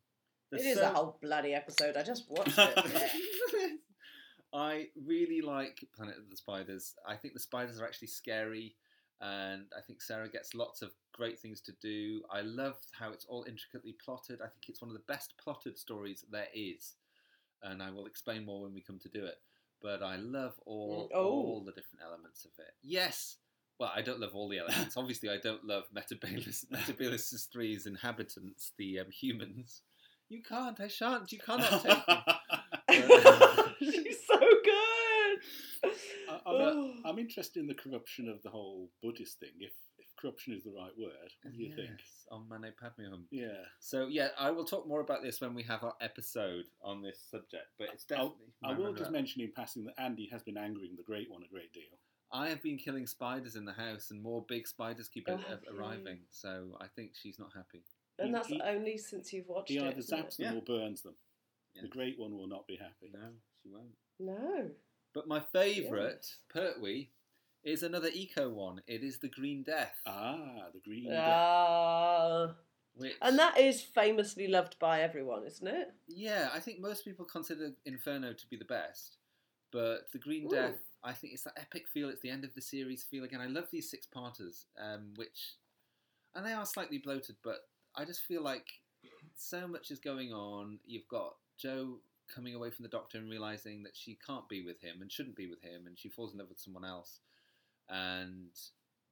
Speaker 8: It
Speaker 7: there's
Speaker 8: is
Speaker 7: so-
Speaker 8: a whole bloody episode. I just watched it.
Speaker 7: I really like Planet of the Spiders. I think the spiders are actually scary, and I think Sarah gets lots of great things to do. I love how it's all intricately plotted. I think it's one of the best plotted stories there is, and I will explain more when we come to do it. But I love all
Speaker 8: Mm, oh.
Speaker 7: all the different elements of it. Yes. Well, I don't love all the elements. Obviously, I don't love Metabolus, Metabolus III's inhabitants, the um, humans. You can't. I shan't. You cannot take me.
Speaker 8: She's so good.
Speaker 9: I- I'm,
Speaker 8: Oh.
Speaker 9: I'm interested in the corruption of the whole Buddhist thing. If, if corruption is the right word, what do you think?
Speaker 7: Yes, On Mano Padmehum.
Speaker 9: Yeah.
Speaker 7: So yeah, I will talk more about this when we have our episode on this subject. But it's definitely.
Speaker 9: I
Speaker 7: my
Speaker 9: will just
Speaker 7: runner-up.
Speaker 9: mention in passing that Andy has been angering the Great One a great deal.
Speaker 7: I have been killing spiders in the house, and more big spiders keep
Speaker 8: Oh,
Speaker 7: a-
Speaker 8: have you?
Speaker 7: arriving. So I think she's not happy.
Speaker 8: and
Speaker 9: He-
Speaker 8: that's
Speaker 9: he-
Speaker 8: only since you've watched
Speaker 9: He
Speaker 8: it.
Speaker 9: either
Speaker 8: isn't it?
Speaker 9: zaps them
Speaker 7: Yeah.
Speaker 9: or burns them.
Speaker 7: Yeah.
Speaker 9: The Great One will not be happy.
Speaker 7: No, she won't.
Speaker 8: No.
Speaker 7: But my favourite Pertwee is another eco one. It is the Green Death,
Speaker 9: Ah, the Green Death.
Speaker 8: Ah.
Speaker 7: which
Speaker 8: and that is famously loved by everyone, isn't it?
Speaker 7: Yeah, I think most people consider Inferno to be the best, but The Green
Speaker 8: Ooh.
Speaker 7: Death, I think it's that epic feel. It's the end of the series feel again. I love these six parters, um, which, and they are slightly bloated, but I just feel like so much is going on. You've got Joe coming away from the doctor and realizing that she can't be with him and shouldn't be with him, and she falls in love with someone else, and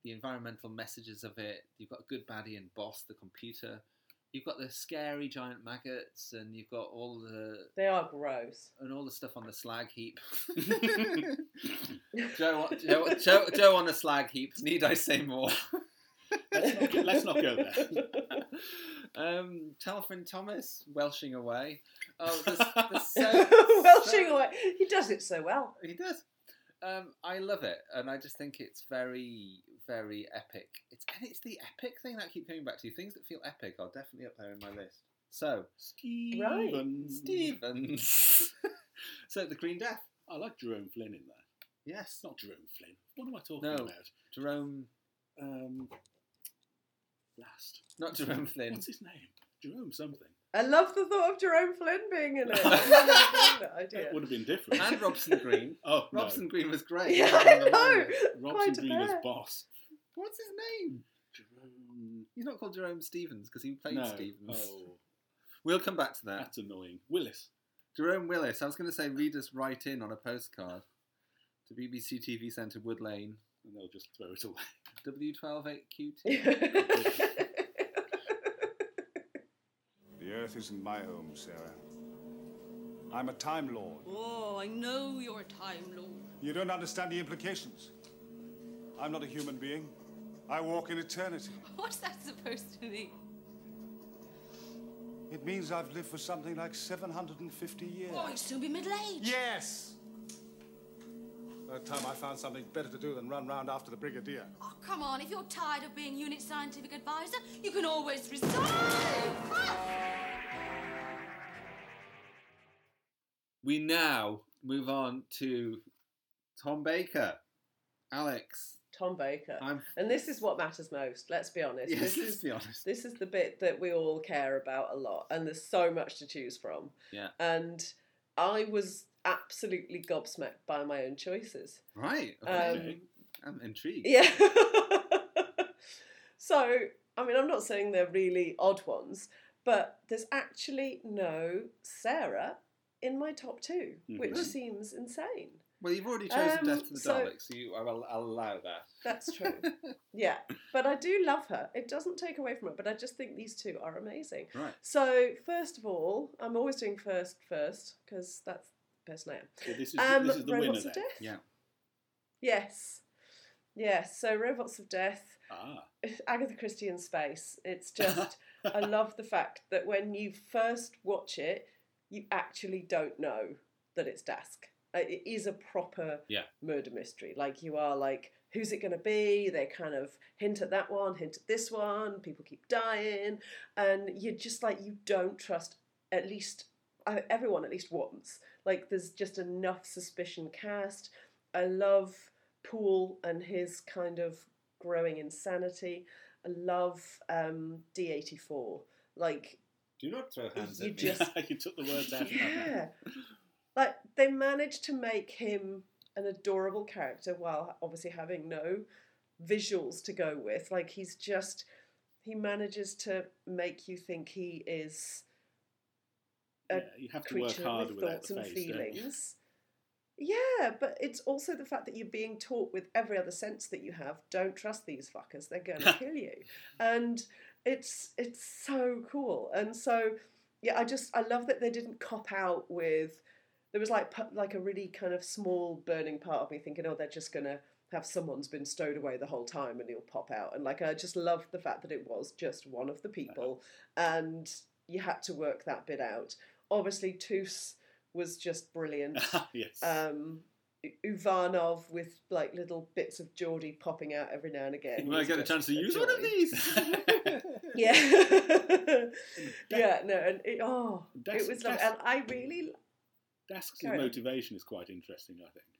Speaker 7: the environmental messages of it. You've got Good Baddie and Boss, the computer. You've got the scary giant maggots, and you've got all the
Speaker 8: They are gross.
Speaker 7: and all the stuff on the slag heap. Joe, Joe, Joe, Joe on the slag heap. Need I say more?
Speaker 9: Let's not go- let's not go there.
Speaker 7: um, Telfrin Thomas welshing away. Oh, there's, there's so,
Speaker 8: Welshing
Speaker 7: so-
Speaker 8: away. He does it so well.
Speaker 7: He does. Um, I love it, and I just think it's very very epic. It's and it's the epic thing that I keep coming back to. Things that feel epic are definitely up there in my list. So
Speaker 9: Stevens.
Speaker 7: Right. Stevens. so the Green Death.
Speaker 9: I like Jerome Flynn in that.
Speaker 7: Yes.
Speaker 9: Not Jerome Flynn. What am I talking
Speaker 7: No.
Speaker 9: about?
Speaker 7: Jerome.
Speaker 9: Um, blast.
Speaker 7: Not Jerome Flynn.
Speaker 9: What's his name? Jerome something.
Speaker 8: I love the thought of Jerome Flynn being in it. I love that idea.
Speaker 9: That would have been different.
Speaker 7: And Robson Green.
Speaker 9: oh, no.
Speaker 7: Robson Green was great.
Speaker 8: Yeah, I know.
Speaker 9: Robson
Speaker 8: Quite a
Speaker 9: Green as
Speaker 8: pair.
Speaker 9: boss.
Speaker 7: What's his name?
Speaker 9: Jerome.
Speaker 7: He's not called Jerome Stevens because he played
Speaker 9: no.
Speaker 7: Stevens.
Speaker 9: Oh,
Speaker 7: We'll come back to that.
Speaker 9: that's annoying. Willis.
Speaker 7: Jerome Willis. I was going to say, read us right in on a postcard to BBC TV Centre, Wood Lane,
Speaker 9: And they'll just throw it away.
Speaker 7: W128QT.
Speaker 8: That's
Speaker 6: The Earth isn't my home, Sarah. I'm a Time Lord.
Speaker 3: Oh, I know you're a Time Lord.
Speaker 6: You don't understand the implications. I'm not a human being. I walk in eternity.
Speaker 3: What's that supposed to mean?
Speaker 6: It means I've lived for something like 750 years.
Speaker 3: Oh, you'll soon be middle-aged.
Speaker 6: Yes! That time I found something better to do than run round after the Brigadier.
Speaker 3: Oh, come on. If you're tired of being unit scientific advisor, you can always resign. Ah!
Speaker 7: we now move on to Tom Baker. Alex,
Speaker 8: Tom Baker.
Speaker 7: I'm.
Speaker 8: And this is what matters most, let's be honest.
Speaker 7: Yes,
Speaker 8: This
Speaker 7: let's
Speaker 8: is
Speaker 7: be honest.
Speaker 8: this is the bit that we all care about a lot and there's so much to choose from.
Speaker 7: Yeah.
Speaker 8: And I was absolutely gobsmacked by my own choices.
Speaker 7: Right. Okay. I'm intrigued.
Speaker 8: Yeah. so, I mean, I'm not saying they're really odd ones, but there's actually no Sarah in my top 2 which
Speaker 9: Mhm.
Speaker 8: seems insane.
Speaker 7: Well, you've already chosen
Speaker 8: Um,
Speaker 7: Death to the
Speaker 8: so-
Speaker 7: Daleks, so you, I'll, I'll allow that.
Speaker 8: That's true. yeah. But I do love her. It doesn't take away from it, but I just think these two are amazing.
Speaker 7: Right.
Speaker 8: So, first of all, I'm always doing first first because that's the person I am.
Speaker 9: So this, is,
Speaker 8: Um,
Speaker 9: this is the winner
Speaker 8: Robots
Speaker 9: then.
Speaker 8: of Death?
Speaker 7: Yeah.
Speaker 8: Yes. Yes. So, Robots of Death.
Speaker 9: Ah.
Speaker 8: Agatha Christie in space. It's just, I love the fact that when you first watch it, you actually don't know that it's Dask. Uh, It is a proper
Speaker 7: Yeah.
Speaker 8: murder mystery. Like you are like, who's it going to be? They kind of hint at that one, hint at this one. People keep dying, and you're just like, you don't trust at least I- everyone at least once. Like there's just enough suspicion cast. I love Poole and his kind of growing insanity. I love um, D84. Like,
Speaker 7: Do not throw hands
Speaker 8: You
Speaker 7: at me.
Speaker 8: just-
Speaker 9: you took the words out of my mouth.
Speaker 8: yeah. like, they managed to make him an adorable character while obviously having no visuals to go with. Like, he's just, he manages to make you think he is a
Speaker 9: Yeah, you have to work
Speaker 8: creature
Speaker 9: hard
Speaker 8: with
Speaker 9: without
Speaker 8: thoughts
Speaker 9: the
Speaker 8: and
Speaker 9: face, don't you?
Speaker 8: feelings. Yeah, but it's also the fact that you're being taught with every other sense that you have, don't trust these fuckers, they're going to kill you. And it's it's so cool. And so yeah, I just I love that they didn't cop out with there was like pu- like a really kind of small burning part of me thinking, oh, they're just going to have someone's been stowed away the whole time and he'll pop out. And like I just loved the fact that it was just one of the people and you had to work that bit out. Obviously, Toos was just brilliant.
Speaker 9: yes.
Speaker 8: um, U- Uvanov with like little bits of Geordie popping out every now and again.
Speaker 7: When I
Speaker 8: was
Speaker 7: get a
Speaker 8: just
Speaker 7: chance to use one of
Speaker 8: joy.
Speaker 7: these.
Speaker 8: Yeah, yeah, no, and it, oh,
Speaker 9: That's-
Speaker 8: it was lovely.
Speaker 9: that's-
Speaker 8: And I really,
Speaker 9: Dask's
Speaker 8: Sorry.
Speaker 9: motivation is quite interesting, I think.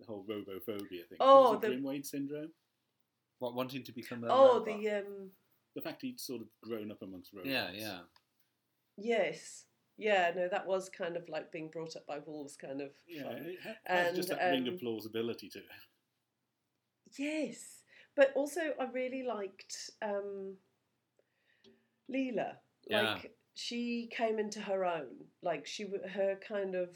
Speaker 9: The whole robophobia thing.
Speaker 8: Oh,
Speaker 9: Was it
Speaker 8: the-
Speaker 9: Grimwade syndrome?
Speaker 7: What, wanting to become a
Speaker 8: oh,
Speaker 7: robot?
Speaker 8: the uh, um,
Speaker 9: The fact he'd sort of grown up amongst robots.
Speaker 7: Yeah, yeah.
Speaker 8: yes, yeah, no, that was kind of like being brought up by wolves, kind of.
Speaker 9: Yeah,
Speaker 8: fun.
Speaker 9: it ha- has
Speaker 8: And,
Speaker 9: just that ring
Speaker 8: um,
Speaker 9: of plausibility to it.
Speaker 8: Yes, but also I really liked um, Leela.
Speaker 7: Yeah.
Speaker 8: Like she came into her own. Like she, w- her kind of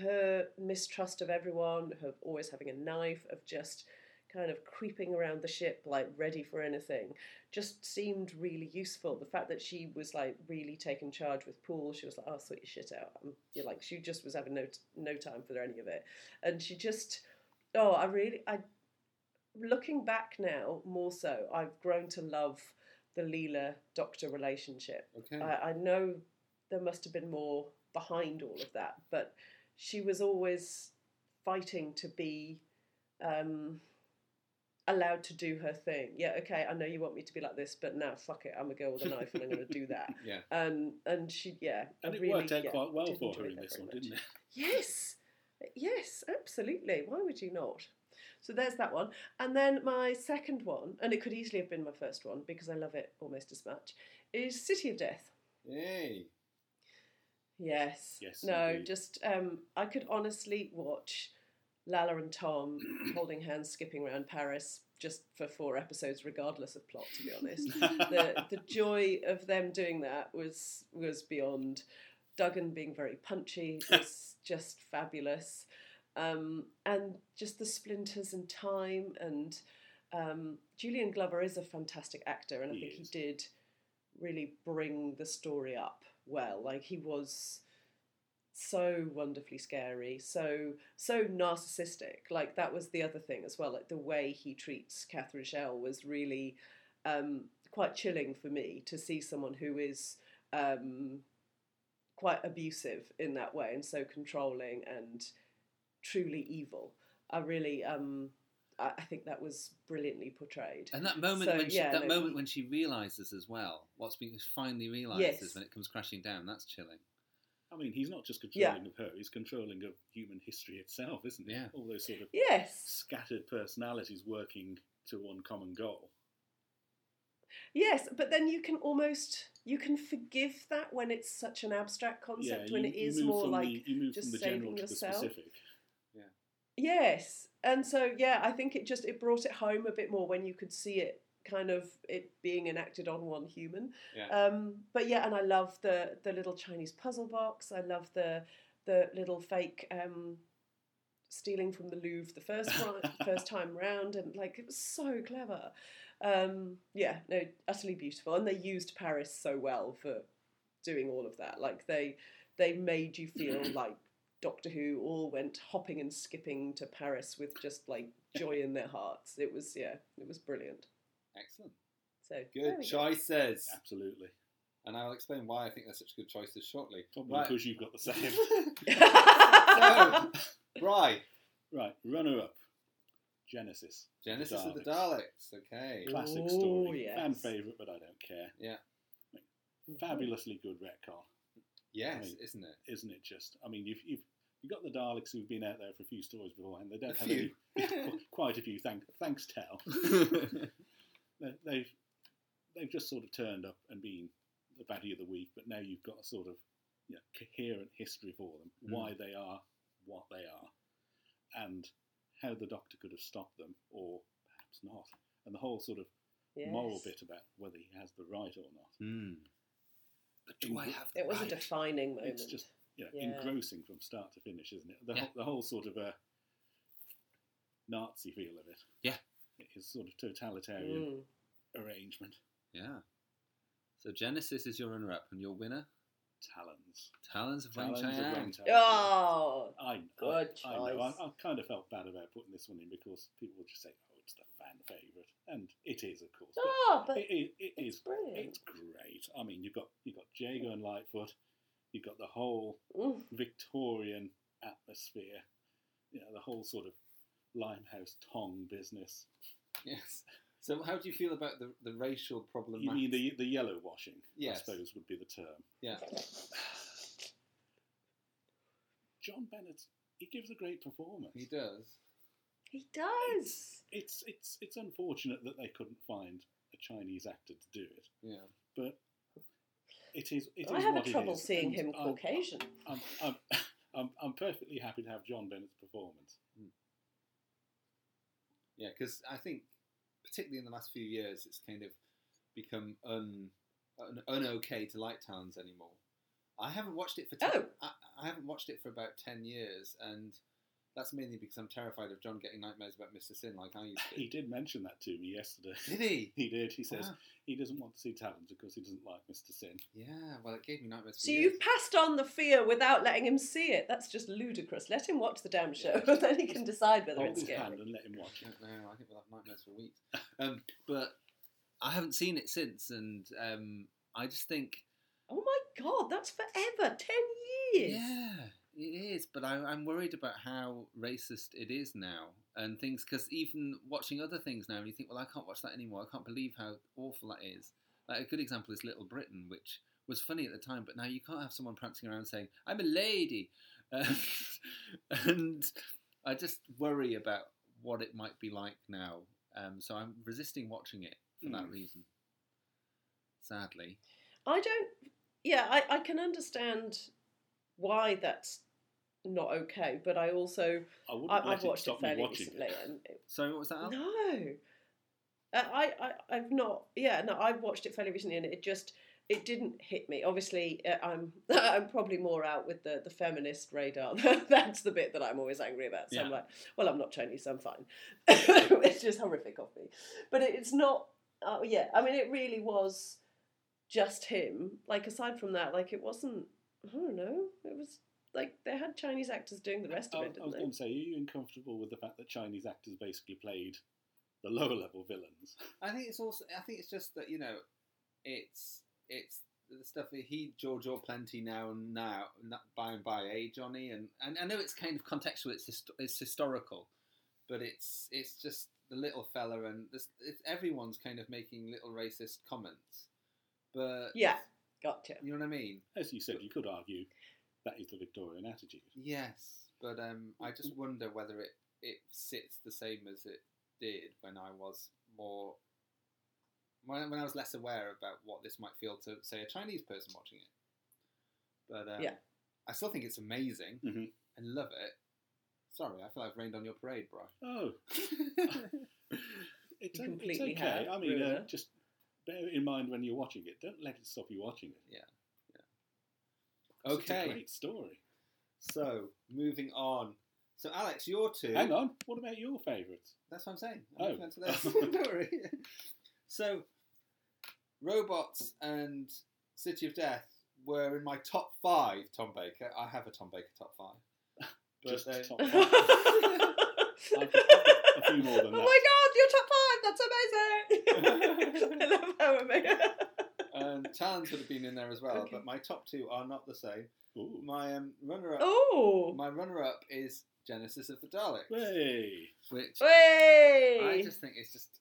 Speaker 8: her mistrust of everyone, her always having a knife, of just kind of creeping around the ship like ready for anything, just seemed really useful. The fact that she was like really taking charge with Pool, she was like, "I'll sort your shit out." And you're like, she just was having no no time for any of it, and she just, oh, I really, I, looking back now more so, I've grown to love the Leela Doctor relationship.
Speaker 9: Mm.
Speaker 7: Okay.
Speaker 8: I, I know there must have been more behind all of that, but she was always fighting to be um, allowed to do her thing. Yeah, okay, I know you want me to be like this, but now fuck it, I'm a girl with a knife and I'm going to do that.
Speaker 7: Yeah.
Speaker 8: And and she yeah.
Speaker 9: And
Speaker 8: I
Speaker 9: it
Speaker 8: really,
Speaker 9: worked out
Speaker 8: yeah,
Speaker 9: quite well
Speaker 8: did
Speaker 9: for
Speaker 8: enjoy
Speaker 9: her in
Speaker 8: that
Speaker 9: this
Speaker 8: very
Speaker 9: one,
Speaker 8: much.
Speaker 9: didn't it?
Speaker 8: Yes, yes, absolutely. Why would you not? So there's that one. And then my second one, and it could easily have been my first one because I love it almost as much, is City of Death.
Speaker 7: Yay.
Speaker 8: Yes.
Speaker 9: Yes,
Speaker 8: No,
Speaker 9: indeed.
Speaker 8: just um, I could honestly watch Lala and Tom holding hands, skipping around Paris just for four episodes, regardless of plot. To be honest, the the joy of them doing that was was beyond. Duggan being very punchy was just fabulous, um, and just the splinters and time and um, Julian Glover is a fantastic actor, and I
Speaker 9: He
Speaker 8: think
Speaker 9: is.
Speaker 8: he did really bring the story up well. Like he was so wonderfully scary, so so narcissistic. Like that was the other thing as well. Like the way he treats Catherine Shell was really um, quite chilling for me to see someone who is um, quite abusive in that way and so controlling and truly evil. I really, um, I I think that was brilliantly portrayed.
Speaker 9: Uh,
Speaker 7: And that moment
Speaker 8: So,
Speaker 7: when she,
Speaker 8: yeah,
Speaker 7: that
Speaker 8: no,
Speaker 7: moment when she realizes as well what's being finally realizes
Speaker 8: Yes.
Speaker 7: when it comes crashing down. That's chilling.
Speaker 9: I mean, he's not just
Speaker 8: Yeah.
Speaker 9: controlling of her; he's controlling of human history itself, isn't he?
Speaker 7: Yeah.
Speaker 9: All those sort of
Speaker 8: Yes.
Speaker 9: scattered personalities working to one common goal.
Speaker 8: Yes, but then you can almost you can forgive that when it's such an abstract concept when
Speaker 9: you-
Speaker 8: it
Speaker 9: you
Speaker 8: is
Speaker 9: move
Speaker 8: more
Speaker 9: from the-
Speaker 8: like
Speaker 9: you move
Speaker 8: just
Speaker 9: from the
Speaker 8: saving
Speaker 9: general
Speaker 8: yourself.
Speaker 9: to the specific.
Speaker 8: Yes, and so yeah, I think it just it brought it home a bit more when you could see it kind of it being enacted on one human.
Speaker 7: Yeah.
Speaker 8: Um, but yeah, and I love the the little Chinese puzzle box. I love the the little fake um, stealing from the Louvre the first ri- first time round, and like it was so clever. Um, yeah, no, utterly beautiful, and they used Paris so well for doing all of that. Like they they made you feel like Doctor Who all went hopping and skipping to Paris with just like joy in their hearts. It was yeah, it was brilliant.
Speaker 7: Excellent.
Speaker 8: So there
Speaker 7: Good
Speaker 8: we go.
Speaker 7: choices.
Speaker 9: Absolutely.
Speaker 7: And I'll explain why I think they're such good choices shortly.
Speaker 9: Probably because you've got the same.
Speaker 7: so, right.
Speaker 9: Right, runner up. Genesis.
Speaker 7: Genesis of the Daleks. Okay.
Speaker 9: Classic
Speaker 8: Ooh,
Speaker 9: story.
Speaker 8: yes. Mm-hmm.
Speaker 9: Fan favourite, but I don't care.
Speaker 7: Yeah.
Speaker 9: Fabulously good retcon.
Speaker 7: Yes,
Speaker 9: I mean,
Speaker 7: isn't it?
Speaker 9: Isn't it just? I mean, you've, you've, you've got the Daleks who've been out there for a few stories beforehand. They don't
Speaker 7: A
Speaker 9: have
Speaker 7: few.
Speaker 9: any. quite a few, thank, thanks, Tell. they, they've, they've just sort of turned up and been the baddie of the week, but now you've got a sort of you know, coherent history for them
Speaker 7: Mm.
Speaker 9: why they are what they are, and how the doctor could have stopped them, or perhaps not. And the whole sort of moral
Speaker 8: Yes.
Speaker 9: bit about whether he has the right or not.
Speaker 7: Mm.
Speaker 9: But
Speaker 7: do I have
Speaker 8: It was a defining moment.
Speaker 9: it's just you know,
Speaker 8: Yeah.
Speaker 9: engrossing from start to finish, isn't it? The,
Speaker 7: Yeah.
Speaker 9: whole, the whole sort of uh, Nazi feel of it.
Speaker 7: Yeah.
Speaker 9: His sort of
Speaker 8: Mm.
Speaker 9: totalitarian arrangement.
Speaker 7: Yeah. So Genesis is your runner-up, and your winner,
Speaker 9: Talons.
Speaker 7: Talons of Wang
Speaker 9: Talons of Wang
Speaker 7: Chiang.
Speaker 9: Chiang.
Speaker 8: Oh,
Speaker 9: I,
Speaker 8: Good
Speaker 9: I, I know. I,
Speaker 8: choice.
Speaker 9: I kind of felt bad about putting this one in because people would just say, oh, it's the fan favourite. And it is, of course. but
Speaker 8: oh, but
Speaker 9: it, it, it
Speaker 8: it's
Speaker 9: is
Speaker 8: brilliant.
Speaker 9: It's great. I mean, you've got you've got Jago and Lightfoot. You've got the whole
Speaker 8: Mm.
Speaker 9: Victorian atmosphere. You know, the whole sort of Limehouse Tong business.
Speaker 7: Yes. So how do you feel about the, the racial problem?
Speaker 9: You mean the the yellow washing? I
Speaker 7: Yes.
Speaker 9: suppose would be the term.
Speaker 7: Yeah.
Speaker 9: John Bennett, he gives a great performance.
Speaker 7: He does.
Speaker 8: he does.
Speaker 9: It's it's it's unfortunate that they couldn't find a Chinese actor to do it,
Speaker 7: Yeah.
Speaker 9: but it is it is
Speaker 8: I have
Speaker 9: what
Speaker 8: a
Speaker 9: it
Speaker 8: trouble
Speaker 9: is,
Speaker 8: seeing
Speaker 9: and
Speaker 8: him
Speaker 9: I'm-
Speaker 8: Caucasian.
Speaker 9: I'm, I'm, I'm, I'm perfectly happy to have John Bennett's performance.
Speaker 7: Yeah, because I think, particularly in the last few years, it's kind of become un un, un-okay to like Towns anymore. I haven't watched it for ten,
Speaker 8: Oh.
Speaker 7: I, I haven't watched it for about ten years, and that's mainly because I'm terrified of John getting nightmares about Mister Sin like I used
Speaker 9: He
Speaker 7: to.
Speaker 9: did mention that to me yesterday.
Speaker 7: Did he?
Speaker 9: He did. He says
Speaker 7: Wow.
Speaker 9: he doesn't want to see Talons because he doesn't like Mr. Sin.
Speaker 7: Yeah, well, it gave me nightmares.
Speaker 8: So
Speaker 7: for years.
Speaker 8: you've passed on the fear without letting him see it. That's just ludicrous. Let him watch the damn show, and then he can decide whether
Speaker 9: Hold
Speaker 8: it's
Speaker 9: his
Speaker 8: scary.
Speaker 9: hand and let him watch it.
Speaker 7: don't know. I think we'll have nightmares for weeks. Um, but I haven't seen it since, and um, I just think,
Speaker 8: Oh my god, that's forever. Ten years.
Speaker 7: yeah, it is. But I, I'm worried about how racist it is now, and things because even watching other things now, and you think, well, I can't watch that anymore. I can't believe how awful that is. Like a good example is Little Britain, which was funny at the time, but now you can't have someone prancing around saying, "I'm a lady," uh, and I just worry about what it might be like now. Um, so I'm resisting watching it for that
Speaker 9: Mm.
Speaker 7: reason. Sadly,
Speaker 8: I don't. Yeah, I, I can understand why that's not okay, but I also
Speaker 9: I wouldn't
Speaker 8: I,
Speaker 9: let
Speaker 8: have
Speaker 9: it
Speaker 8: watched
Speaker 9: stop me
Speaker 8: fairly
Speaker 9: watching
Speaker 8: recently.
Speaker 9: it.
Speaker 8: And
Speaker 7: Sorry, what was that? Al?
Speaker 8: No, Uh, I, I I've not. Yeah, no, I watched it fairly recently, and it just it didn't hit me. Obviously, uh, I'm I'm probably more out with the the feminist radar. That's the bit that I'm always angry about. So I'm
Speaker 10: Yeah.
Speaker 8: like, well, I'm not Chinese, so I'm fine. it's just horrific of me, but it, it's not. Uh, yeah, I mean, it really was just him. Like aside from that, like it wasn't. I don't know. It was like they had Chinese actors doing the rest
Speaker 9: I,
Speaker 8: of
Speaker 9: I
Speaker 8: it,
Speaker 9: was
Speaker 8: didn't
Speaker 9: going
Speaker 8: they?
Speaker 9: to say, are you uncomfortable with the fact that Chinese actors basically played the lower level villains?
Speaker 7: I think it's also. I think it's just that you know, it's it's the stuff that he George or plenty now and now not by and by, eh, Johnny? And and I know it's kind of contextual. It's hist- it's historical, but it's it's just the little fella and this, it's, everyone's kind of making little racist comments. But
Speaker 8: Yeah, gotcha.
Speaker 7: you know what I mean?
Speaker 9: As you said, you could argue that is the Victorian attitude.
Speaker 7: Yes, but um, I
Speaker 9: Mm-hmm.
Speaker 7: just wonder whether it it sits the same as it did when I was more when, I- when I was less aware about what this might feel to say a Chinese person watching it. But um,
Speaker 8: Yeah.
Speaker 7: I still think it's amazing
Speaker 9: Mhm.
Speaker 7: and love it. Sorry, I feel I've rained on your parade, Brian.
Speaker 9: Oh. it's,
Speaker 8: You
Speaker 9: o- it's
Speaker 8: completely
Speaker 9: okay.
Speaker 8: have,
Speaker 9: I mean, uh,
Speaker 8: Runa.
Speaker 9: just bear it in mind when you're watching it. Don't let it stop you watching it.
Speaker 7: Yeah.
Speaker 9: yeah.
Speaker 7: Okay.
Speaker 9: It's a great story.
Speaker 7: So moving on. So Alex, your two.
Speaker 9: Hang on. What about your favourites?
Speaker 7: That's what I'm saying.
Speaker 9: Oh.
Speaker 7: I'm moving on to this. Don't worry. So, robots and City of Death were in my top five. Tom Baker. I have a Tom Baker top five.
Speaker 9: Just
Speaker 7: they-
Speaker 9: top five. I've got a few more than
Speaker 8: Oh
Speaker 9: that.
Speaker 8: my god, you're top five! That's amazing! I love how amazing.
Speaker 7: and Talons Um, would have been in there as well, but my top two are not the same. My um, runner-up.
Speaker 8: Oh.
Speaker 7: My runner-up is Genesis of the Daleks,
Speaker 9: Hey.
Speaker 7: which I
Speaker 8: Way!
Speaker 7: just think it's just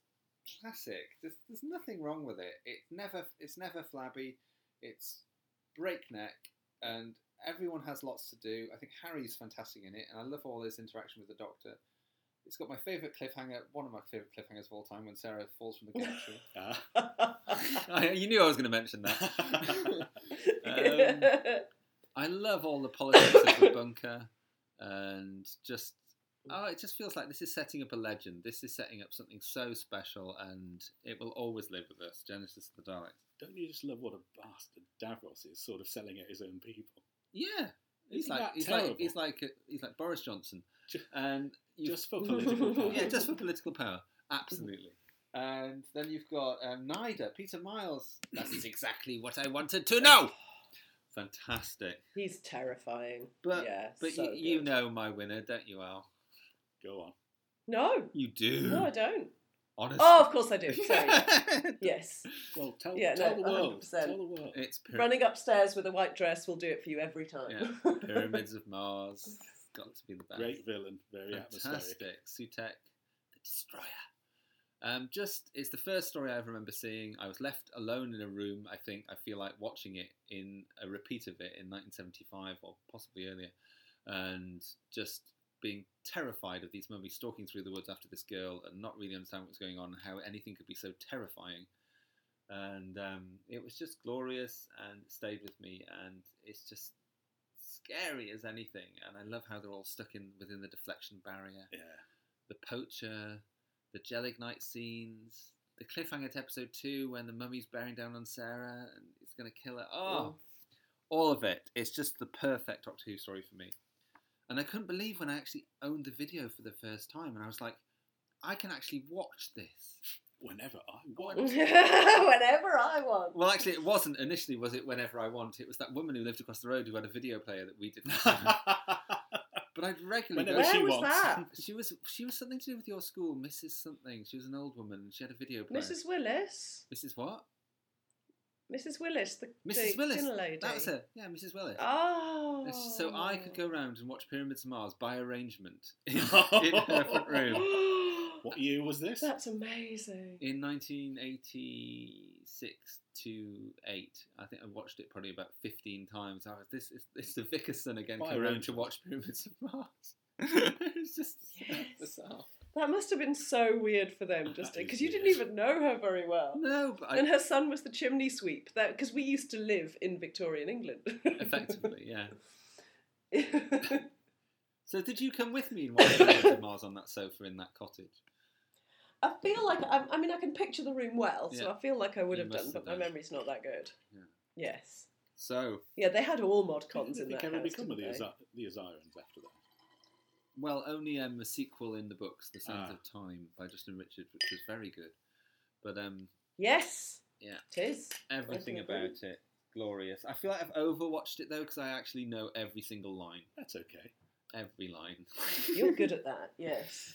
Speaker 7: classic. There's, there's nothing wrong with it. It's never it's never flabby. It's breakneck, and everyone has lots to do. I think Harry's fantastic in it, and I love all his interaction with the Doctor. It's got my favourite cliffhanger, one of my favourite cliffhangers of all time, when Sarah falls from the gantry. you knew I was going to mention that.
Speaker 9: um,
Speaker 7: I love all the politics of the bunker, and just oh, it just feels like this is setting up a legend. This is setting up something so special, and it will always live with us. Genesis of the Daleks.
Speaker 9: Don't you just love what a bastard Davros is, sort of selling at his own people?
Speaker 7: Yeah, he's
Speaker 9: Isn't
Speaker 7: like
Speaker 9: that
Speaker 7: he's
Speaker 9: terrible?
Speaker 7: like he's like he's like Boris Johnson, and you-
Speaker 9: just for political power.
Speaker 7: Yeah, just for political power. Absolutely. And then you've got um, Nida, Peter Miles. That is exactly what I wanted to know. Fantastic.
Speaker 8: He's terrifying.
Speaker 7: But
Speaker 8: yeah,
Speaker 7: but
Speaker 8: so
Speaker 7: you, you know my winner, don't you, Al?
Speaker 9: Go on.
Speaker 8: No.
Speaker 7: You do.
Speaker 8: No, I don't.
Speaker 7: Honestly.
Speaker 8: Oh, of course I do. Sorry. yes.
Speaker 9: Well, tell,
Speaker 8: Yeah,
Speaker 9: tell
Speaker 8: no,
Speaker 9: the world.
Speaker 8: 100%.
Speaker 9: Tell the world.
Speaker 7: It's pyra-
Speaker 8: Running upstairs with a white dress will do it for you every time.
Speaker 7: yeah, pyramids of Mars. Got to be the best.
Speaker 9: Great villain, very atmospheric.
Speaker 7: Fantastic. Sutek, the destroyer. Um, just it's the first story I remember seeing. I was left alone in a room. I think I feel like watching it in a repeat of it in 1975 or possibly earlier, and just being terrified of these mummies stalking through the woods after this girl and not really understanding what's going on and how anything could be so terrifying. And um, it was just glorious and it stayed with me. And it's just scary as anything. And I love how they're all stuck in within the deflection barrier.
Speaker 9: Yeah.
Speaker 7: The poacher, the Jellignite scenes, the cliffhanger to episode two when the mummy's bearing down on Sarah and it's going to kill her. Oh, all of it. It's just the perfect Doctor Who story for me. And I couldn't believe when I actually owned the video for the first time, and I was like, I can actually watch this.
Speaker 9: Whenever I
Speaker 8: Whenever I want.
Speaker 7: Well, actually, it wasn't initially, was it? Whenever I want, it was that woman who lived across the road who had a video player that we didn't. have. but I'd regularly.
Speaker 9: Whenever
Speaker 7: go-
Speaker 9: she Where was wants. that?
Speaker 7: She was she was something to do with your school, Mrs. Something. She was an old woman and she had a video player.
Speaker 8: Mrs. Willis.
Speaker 7: Mrs. What?
Speaker 8: Mrs. Willis, the,
Speaker 7: Mrs.
Speaker 8: the
Speaker 7: Willis.
Speaker 8: dinner lady.
Speaker 7: That's her. Yeah, Mrs. Willis.
Speaker 8: Oh.
Speaker 7: So I could go round and watch Pyramids of Mars by arrangement in, in her front room.
Speaker 9: What year was this?
Speaker 8: That's amazing.
Speaker 7: In 1986 to 8, I think I watched it probably about 15 times. I was, this is this the Vicar's son again
Speaker 9: By
Speaker 7: came round to
Speaker 9: arrangement.
Speaker 7: watch Pyramids of Mars. it's just bizarre.
Speaker 8: That must have been so weird for them, just
Speaker 7: That is
Speaker 8: because you didn't even know her very well.
Speaker 7: No, but I-
Speaker 8: and her son was the chimney sweep. That because we used to live in Victorian England.
Speaker 7: Effectively, yeah. so did you come with me and watch Pyramids of Mars on that sofa in that cottage?
Speaker 8: I feel like I, I mean I can picture the room well, so
Speaker 7: Yeah.
Speaker 8: I feel like I would
Speaker 7: You
Speaker 8: have
Speaker 7: must
Speaker 8: done,
Speaker 7: have
Speaker 8: but my
Speaker 7: done.
Speaker 8: memory's not that good. Yes.
Speaker 7: So
Speaker 8: Yeah, they had all mod cons in
Speaker 9: Did
Speaker 8: that
Speaker 9: they ever
Speaker 8: house.
Speaker 9: become the,
Speaker 8: didn't they?
Speaker 9: Azir- the Azirans after that?
Speaker 7: Well, only um, a sequel in the books, The Sands
Speaker 9: Ah.
Speaker 7: of Time by Justin Richard, which was very good. But um,
Speaker 8: Yes.
Speaker 7: yeah,
Speaker 8: It is.
Speaker 7: everything about
Speaker 8: Definitely.
Speaker 7: it glorious. I feel like I've overwatched it though because I actually know every single line.
Speaker 9: That's okay.
Speaker 7: Every line.
Speaker 8: You're good at that. Yes.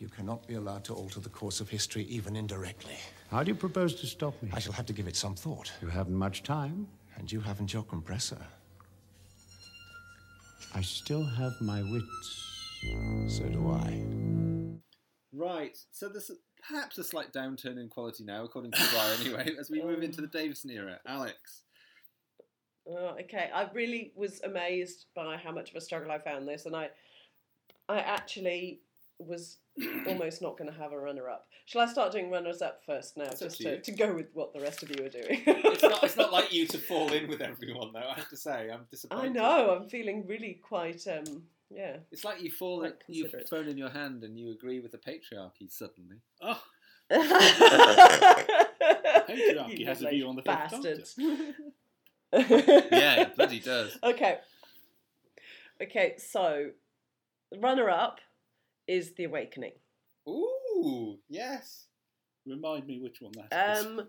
Speaker 13: You cannot be allowed to alter the course of history, even indirectly.
Speaker 14: How do you propose to stop me?
Speaker 13: I shall have to give it some thought.
Speaker 14: You haven't much time.
Speaker 13: And you haven't your compressor.
Speaker 14: I still have my wits.
Speaker 13: So do I.
Speaker 7: Right. So there's perhaps a slight downturn in quality now, according to Brian. anyway, as we
Speaker 8: Um.
Speaker 7: move into the Davison era. Alex.
Speaker 8: Oh, okay. I really was amazed by how much of a struggle I found this, and I, I actually was almost not going to have a runner-up. Shall I start doing runners-up first now,
Speaker 7: up
Speaker 8: just
Speaker 7: to
Speaker 8: to,
Speaker 7: you.
Speaker 8: to go with what the rest of you are doing?
Speaker 7: It's not. It's not like you to fall in with everyone though. I have to say, I'm disappointed.
Speaker 8: I know. I'm feeling really quite. Um, yeah.
Speaker 7: It's like you fall.
Speaker 8: Quite
Speaker 7: You've
Speaker 8: considerate.
Speaker 7: thrown in your hand and you agree with the patriarchy suddenly.
Speaker 9: Oh.
Speaker 8: You
Speaker 9: Patriarchy has a
Speaker 8: lazy
Speaker 9: view on the Fifth Doctor.
Speaker 8: bastards.
Speaker 7: yeah, it bloody does.
Speaker 8: Okay. Okay. So, runner-up is the Awakening.
Speaker 7: Ooh, yes.
Speaker 9: Remind me which one that is.
Speaker 8: Um.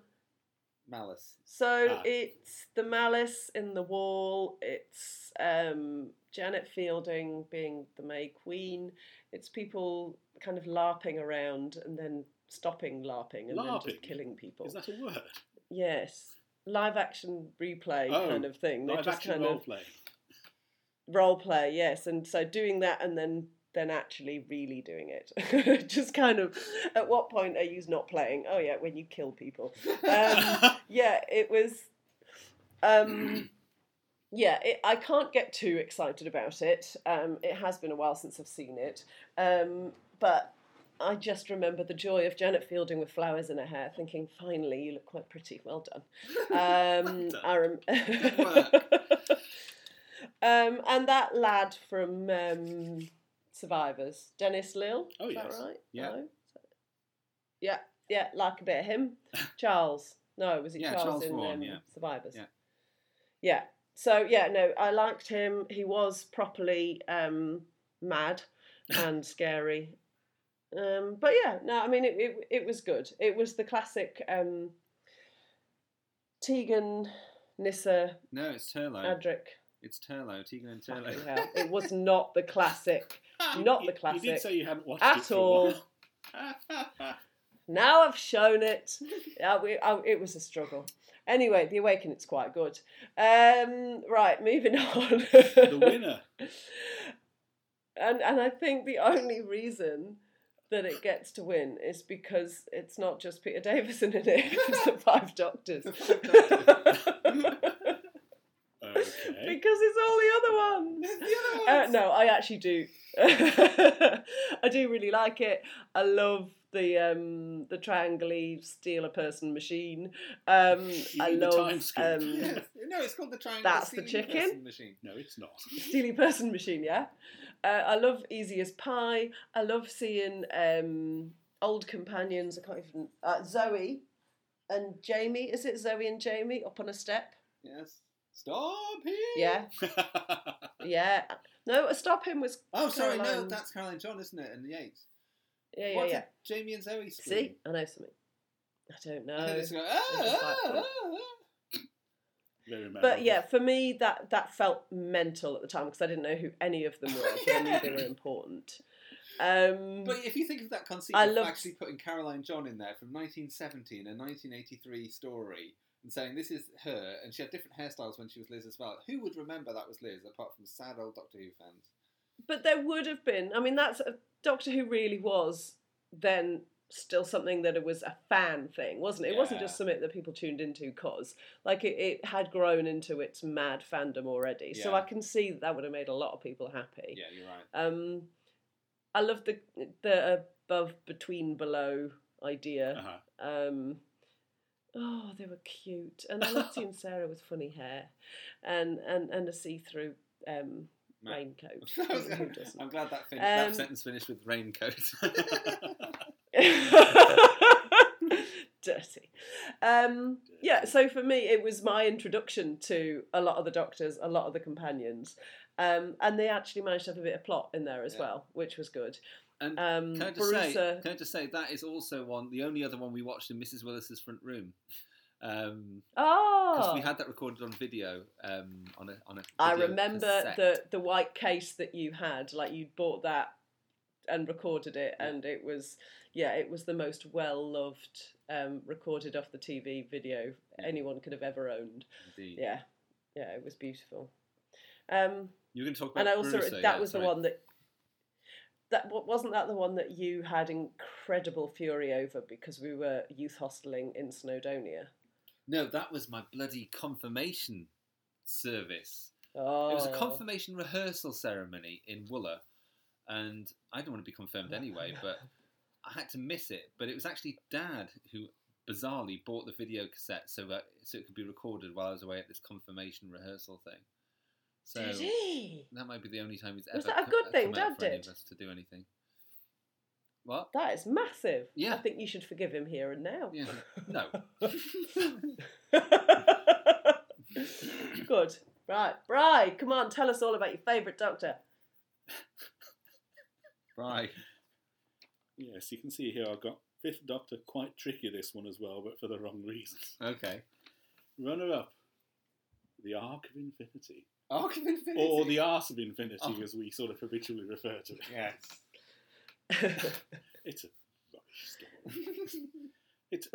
Speaker 7: Malice.
Speaker 8: So
Speaker 9: Ah.
Speaker 8: it's the malice in the wall. It's um, Janet Fielding being the May Queen. It's people kind of larping around and then stopping larping and then
Speaker 9: LARPing?
Speaker 8: just killing people.
Speaker 9: Is that a word?
Speaker 8: Yes, live action replay
Speaker 9: Oh,
Speaker 8: kind of thing. They're
Speaker 9: live
Speaker 8: just
Speaker 9: action
Speaker 8: kind
Speaker 9: role
Speaker 8: of
Speaker 9: play.
Speaker 8: role play. Yes, and so doing that and then then actually really doing it. just kind of at what point are you not playing? Oh yeah, when you kill people. Um, yeah, it was. Um, yeah, it, I can't get too excited about it. Um, it has been a while since I've seen it, um, but I just remember the joy of Janet Fielding with flowers in her hair, thinking, "Finally, you look quite pretty. Well done." Um, I rem- um, and that lad from um, Survivors, Dennis Lill.
Speaker 9: Oh,
Speaker 8: is
Speaker 9: yes.
Speaker 8: that right?
Speaker 9: Yeah.
Speaker 8: No? Yeah, yeah, like a bit of him. Charles. No, was it
Speaker 7: Yeah,
Speaker 8: Charles,
Speaker 7: Charles
Speaker 8: in
Speaker 7: Vaughan,
Speaker 8: um,
Speaker 7: yeah.
Speaker 8: Survivors?
Speaker 7: Yeah.
Speaker 8: Yeah. So yeah, no, I liked him. He was properly um, mad and scary. Um, but yeah, no, I mean it, it. It was good. It was the classic um, Tegan, Nissa,
Speaker 7: No, it's Turlo.
Speaker 8: Adric.
Speaker 7: It's Turlo, Tegan and
Speaker 8: Fucking
Speaker 7: Turlo.
Speaker 8: hell. It was not the classic. Not the
Speaker 9: You
Speaker 8: classic.
Speaker 9: did say you hadn't watched
Speaker 8: at
Speaker 9: it for a
Speaker 8: all.
Speaker 9: while.
Speaker 8: Now I've shown it. Yeah, we, I, it was a struggle. Anyway, The Awakening's quite good. Um, right, moving on.
Speaker 9: The winner.
Speaker 8: and and I think the only reason that it gets to win is because it's not just Peter Davison in it; it's the Five Doctors.
Speaker 9: Eh?
Speaker 8: Because it's all the other ones. Uh, no, I actually do. I do really like it. I love the um the triangly steal a person machine. Um, I
Speaker 9: mean the
Speaker 8: love
Speaker 9: time scoop.
Speaker 8: um
Speaker 9: Yes.
Speaker 7: No, it's called the triangle.
Speaker 8: That's the
Speaker 7: Stealing
Speaker 8: chicken?
Speaker 7: Person Machine.
Speaker 9: No, it's not.
Speaker 8: Steely Person Machine, yeah. Uh, I love Easy as Pie. I love seeing um, old companions. I can't even. Uh, Zoe and Jamie. Is it Zoe and Jamie up on a step?
Speaker 7: Yes. Stop him.
Speaker 8: Yeah. yeah. No, Stop Him was.
Speaker 7: Oh, sorry, no,
Speaker 8: Caroline-
Speaker 7: that's Caroline John, isn't it? And Yates.
Speaker 8: Yeah, yeah,
Speaker 7: what
Speaker 8: yeah.
Speaker 7: Did Jamie and Zoe scream?
Speaker 8: See? I know something. I don't know.
Speaker 7: I think it's like,
Speaker 8: It's just
Speaker 7: ah, ah, ah,
Speaker 8: like-
Speaker 7: ah.
Speaker 9: Very
Speaker 8: But
Speaker 9: memorable.
Speaker 8: yeah, for me that that felt mental at the time because I didn't know who any of them were. But I knew they were important. Um,
Speaker 7: But if you think of that conceit
Speaker 8: I
Speaker 7: of
Speaker 8: loved-
Speaker 7: actually putting Caroline John in there from 1970 in a 1983 story and saying this is her, and she had different hairstyles when she was Liz as well. Who would remember that was Liz apart from sad old Doctor Who fans?
Speaker 8: But there would have been. I mean, that's Doctor Who really was then still something that it was a fan thing, wasn't it? It wasn't
Speaker 7: Yeah.
Speaker 8: just something that people tuned into cause like it, it had grown into its mad fandom already. So
Speaker 7: Yeah.
Speaker 8: I can see that, that would have made a lot of people happy.
Speaker 7: Yeah, you're right.
Speaker 8: Um, I love the the above, between, below
Speaker 9: Uh-huh.
Speaker 8: idea.
Speaker 7: Uh-huh.
Speaker 8: Um, oh, they were cute, and I loved seeing Sarah with funny hair, and and and a see through um,
Speaker 7: Mate.
Speaker 8: raincoat. Who doesn't?
Speaker 7: I'm glad that, fin- that
Speaker 8: Um, Mm,
Speaker 7: sentence finished with raincoat.
Speaker 8: dirty. Um, yeah, so for me, it was my introduction to a lot of the doctors, a lot of the companions, um, and they actually managed to have a bit of plot in there as
Speaker 7: Yeah.
Speaker 8: well, which was good.
Speaker 7: And
Speaker 8: um,
Speaker 7: can I just say,
Speaker 8: Barusa-
Speaker 7: can I just say that is also one, the only other one we watched in Mrs. Willis's front room. Um,
Speaker 8: Oh,
Speaker 7: 'cause we had that recorded on video um, on a on a.
Speaker 8: I
Speaker 7: video
Speaker 8: remember
Speaker 7: cassette.
Speaker 8: the the white case that you had, like you bought that and recorded it, and it was yeah, it was the most well loved um, recorded off the TV video anyone could have ever owned.
Speaker 7: Indeed.
Speaker 8: Yeah, yeah, it was beautiful. Um,
Speaker 7: You were going to talk about
Speaker 8: and I also
Speaker 7: Barusa,
Speaker 8: that
Speaker 7: yeah,
Speaker 8: was
Speaker 7: sorry.
Speaker 8: the one that that wa- wasn't that the one that you had incredible fury over because we were youth hosteling in Snowdonia.
Speaker 7: No, that was my bloody confirmation service.
Speaker 8: Oh,
Speaker 7: It was a confirmation rehearsal ceremony in Wooler, and I didn't want to be confirmed anyway, but I had to miss it. But it was actually Dad who bizarrely bought the video cassette so that so it could be recorded while I was away at this confirmation rehearsal thing. So
Speaker 8: Did he?
Speaker 7: that might be the only time he's ever
Speaker 8: Was that a
Speaker 7: co-
Speaker 8: good
Speaker 7: come
Speaker 8: thing
Speaker 7: out
Speaker 8: Dad
Speaker 7: for any
Speaker 8: did?
Speaker 7: of us to do anything. What?
Speaker 8: That is massive.
Speaker 7: Yeah.
Speaker 8: I think you should forgive him here and now.
Speaker 7: Yeah. No.
Speaker 8: Good. Right. Bri, come on, tell us all about your favourite doctor.
Speaker 7: Right.
Speaker 9: Yes, you can see here I've got Fifth Doctor, quite tricky this one as well, but for the wrong reasons.
Speaker 7: Okay.
Speaker 9: Runner up, the Arc of Infinity.
Speaker 7: Arc of Infinity?
Speaker 9: Or the Arse of Infinity,
Speaker 7: Oh.
Speaker 9: as we sort of habitually refer to it.
Speaker 7: Yes.
Speaker 9: it's a rubbish story. it's,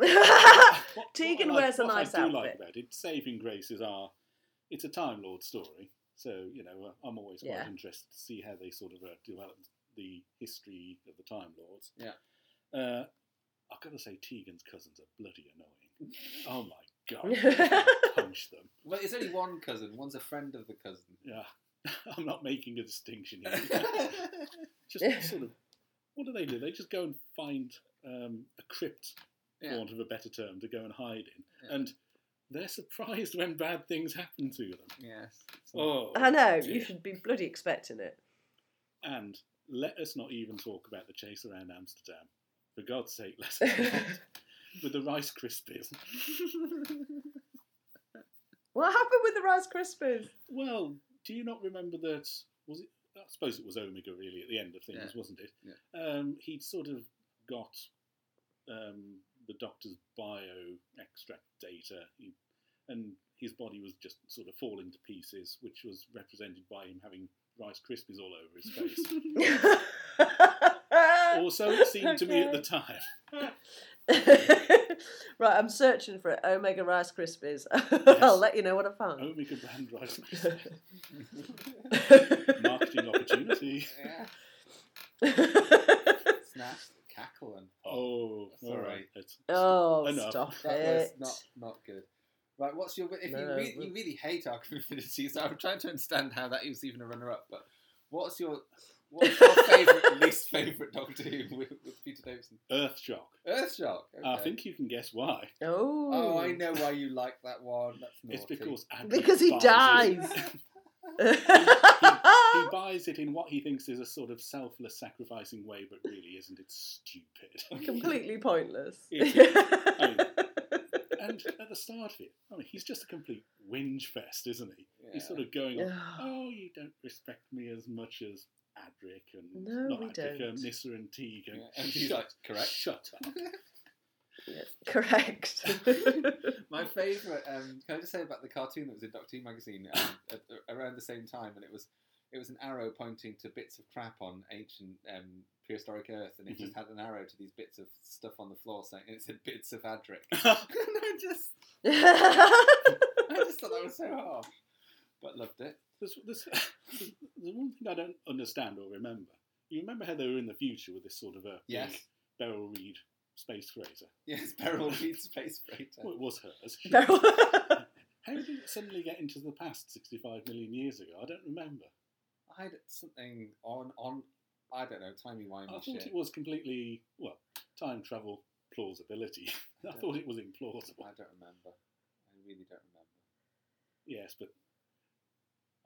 Speaker 8: Tegan
Speaker 9: I
Speaker 8: wears a
Speaker 9: what
Speaker 8: nice
Speaker 9: I do like
Speaker 8: outfit.
Speaker 9: about it, its saving graces are, it's a Time Lord story, so, you know, uh, I'm always quite
Speaker 8: Yeah.
Speaker 9: interested to see how they sort of uh, develop the history of the Time Lords.
Speaker 7: Yeah.
Speaker 9: Uh, I've got to say, Tegan's cousins are bloody annoying. oh my god, I'd punch them.
Speaker 7: Well, it's only one cousin. One's a friend of the cousin.
Speaker 9: Yeah, I'm not making a distinction here. just sort of, what do they do? They just go and find um, a crypt,
Speaker 7: Yeah.
Speaker 9: for want of a better term, to go and hide in,
Speaker 7: Yeah.
Speaker 9: and they're surprised when bad things happen to them.
Speaker 7: Yes.
Speaker 9: Oh,
Speaker 8: I know, you
Speaker 9: dear.
Speaker 8: should be bloody expecting it.
Speaker 9: And let us not even talk about the chase around Amsterdam. For God's sake, let's not. with the Rice Krispies.
Speaker 8: What happened with the Rice Krispies?
Speaker 9: Well, do you not remember that? Was it? I suppose it was Omega really at the end of things,
Speaker 7: Yeah.
Speaker 9: wasn't it?
Speaker 7: Yeah.
Speaker 9: Um, he'd sort of got um, the doctor's bio extract data, he, and his body was just sort of falling to pieces, which was represented by him having Rice Krispies all over his face. or so it seemed to me at the
Speaker 8: Okay.
Speaker 9: time.
Speaker 8: Right, I'm searching for it. Omega Rice Krispies. I'll let you know what I found.
Speaker 9: Omega brand Rice
Speaker 7: Oh.
Speaker 9: Marketing opportunity.
Speaker 7: Snatch, cackle, and
Speaker 9: Oh,
Speaker 7: That's all
Speaker 9: all
Speaker 7: right.
Speaker 9: right. That's-
Speaker 8: Oh,
Speaker 9: enough.
Speaker 8: stop
Speaker 7: that was
Speaker 8: it.
Speaker 7: not not good. Right, what's your if you,
Speaker 8: No,
Speaker 7: really,
Speaker 8: we-
Speaker 7: you really hate Arkham Infinity? So I'm trying to understand how that was even a runner-up. But what's your what's your favourite least favourite Doctor Who with, with Peter Davison?
Speaker 9: Earth Shock.
Speaker 7: Earthshock. Okay.
Speaker 9: I think you can guess why.
Speaker 8: Oh.
Speaker 7: Oh, I know why you like that one. That's
Speaker 9: It's
Speaker 7: naughty.
Speaker 9: because Andrew
Speaker 8: Because he
Speaker 9: buys it.
Speaker 8: dies.
Speaker 9: he buys it in what he thinks is a sort of selfless, sacrificing way, but really isn't. It's stupid.
Speaker 8: Completely pointless.
Speaker 9: It is. I mean, and at the start of it, I mean, he's just a complete whinge fest, isn't he? He's sort of going, on, "Oh, you don't respect me as much as Adric and
Speaker 8: No,
Speaker 9: not
Speaker 8: we
Speaker 9: Adric,
Speaker 8: don't."
Speaker 9: uh, Nissa and Tegan."
Speaker 7: Yeah, and he's like, "Correct."
Speaker 9: Shut up.
Speaker 8: Correct.
Speaker 7: My favourite. Um, can I just say about the cartoon that was in Doctor Who magazine um, at, around the same time, and it was it was an arrow pointing to bits of crap on ancient um, prehistoric Earth, and it just
Speaker 9: Mm-hmm.
Speaker 7: had an arrow to these bits of stuff on the floor saying, and it said bits of Adric. and I just I just thought that was so hard, but loved it.
Speaker 9: There's, there's, there's one thing I don't understand or remember. You remember how they were in the future with this sort of a
Speaker 7: Yes.
Speaker 9: big Beryl Reed space freighter?
Speaker 7: Yes, Beryl Reed space freighter.
Speaker 9: Well, it was hers.
Speaker 7: Beryl-
Speaker 9: how did it suddenly get into the past 65 million years ago? I don't remember.
Speaker 7: I had something on on. I don't know timey
Speaker 9: I
Speaker 7: wimey
Speaker 9: thought
Speaker 7: Oh, shit.
Speaker 9: it was completely, well, time travel plausibility. I
Speaker 7: don't-
Speaker 9: thought it was implausible.
Speaker 7: I don't remember. I really don't remember.
Speaker 9: Yes, but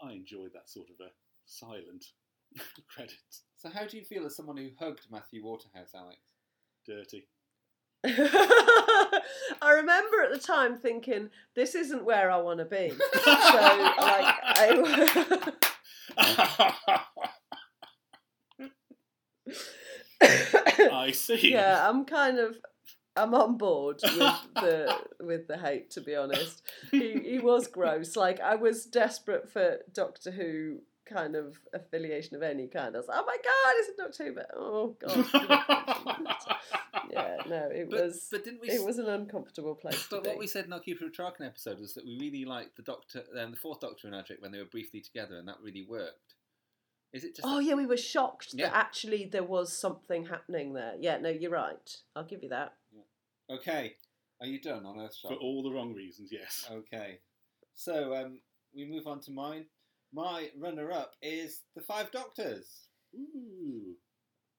Speaker 9: I enjoyed that sort of a silent credit.
Speaker 7: So how do you feel as someone who hugged Matthew Waterhouse, Alex?
Speaker 9: Dirty.
Speaker 8: I remember at the time thinking, this isn't where I want to be. so, like, I.
Speaker 9: I see.
Speaker 8: Yeah, I'm kind of. I'm on board with the with the hate, to be honest. He, he was gross. Like I was desperate for Doctor Who kind of affiliation of any kind. I was like, oh my god, it's a Doctor Who, but oh god. yeah, no, it
Speaker 7: But-
Speaker 8: was.
Speaker 7: but didn't we
Speaker 8: It
Speaker 7: s-
Speaker 8: was an uncomfortable place.
Speaker 7: But
Speaker 8: to
Speaker 7: what
Speaker 8: be.
Speaker 7: we said in our Keeper of Traken episode was that we really liked the Doctor, um, the Fourth Doctor and Adric when they were briefly together, and that really worked. Is it just?
Speaker 8: Oh
Speaker 7: that-
Speaker 8: yeah, we were shocked
Speaker 7: Yeah.
Speaker 8: that actually there was something happening there. Yeah, no, you're right. I'll give you that.
Speaker 7: Okay. Are you done on Earthshock?
Speaker 9: For all the wrong reasons, yes.
Speaker 7: Okay. So um, we move on to mine. My runner-up is the Five Doctors.
Speaker 9: Ooh,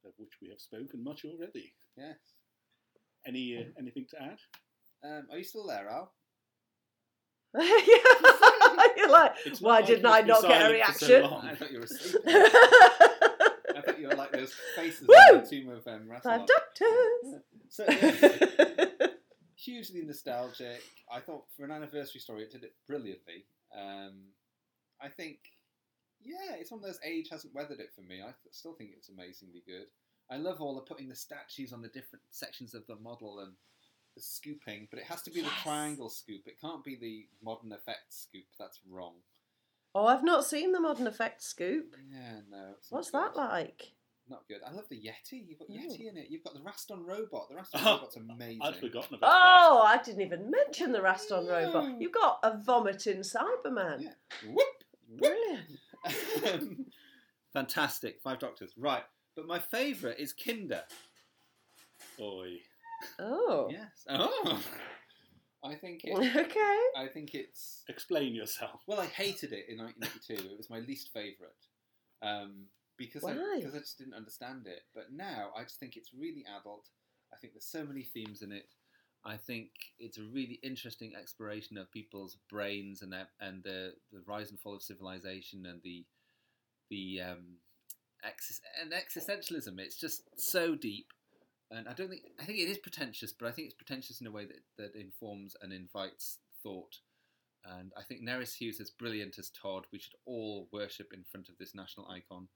Speaker 9: of which we have spoken much already.
Speaker 7: Yes.
Speaker 9: Any uh, anything to add?
Speaker 7: Um, are you still there, Al?
Speaker 8: you're like,
Speaker 9: It's not
Speaker 8: why
Speaker 9: like
Speaker 8: didn't
Speaker 9: you
Speaker 8: I
Speaker 9: must be
Speaker 8: not get a
Speaker 9: silent for so
Speaker 8: reaction?
Speaker 9: long.
Speaker 7: I thought you were asleep. I thought you were like those faces
Speaker 8: Woo!
Speaker 7: on the tomb of um, Rassilon.
Speaker 8: Five doctors.
Speaker 7: So, yeah. hugely nostalgic. I thought for an anniversary story, it did it brilliantly. Um, I think, yeah, it's one of those age hasn't weathered it for me. I th- still think it's amazingly good. I love all the putting the statues on the different sections of the model and the scooping, but it has to be the
Speaker 8: Yes.
Speaker 7: triangle scoop. It can't be the modern effects scoop. That's wrong.
Speaker 8: Oh, I've not seen the modern effects scoop.
Speaker 7: Yeah, no. it's not
Speaker 8: What's
Speaker 7: good.
Speaker 8: that like?
Speaker 7: Not good. I love the Yeti. You've got
Speaker 8: Oh.
Speaker 7: Yeti in it. You've got the Raston robot. The Raston robot's amazing.
Speaker 9: I'd forgotten about
Speaker 8: Oh, I didn't even mention the Raston robot. You've got a vomiting Cyberman.
Speaker 7: Whoop!
Speaker 8: Brilliant.
Speaker 7: Fantastic. Five Doctors. Right. But my favourite is Kinder.
Speaker 9: Oi.
Speaker 8: Oh.
Speaker 7: Yes. Oh. I think it.
Speaker 8: Okay.
Speaker 7: I think it's.
Speaker 9: Explain yourself.
Speaker 7: Well, I hated it in 1982. It was my least favourite. Um, because I,
Speaker 8: Why?
Speaker 7: because I just didn't understand it. But now I just think it's really adult. I think there's so many themes in it. I think it's a really interesting exploration of people's brains and their, and the, the rise and fall of civilization and the the um, exis- and existentialism. It's just so deep, and I don't think I think it is pretentious, but I think it's pretentious in a way that, that informs and invites thought. And I think Neris Hughes is brilliant as Todd. We should all worship in front of this national icon.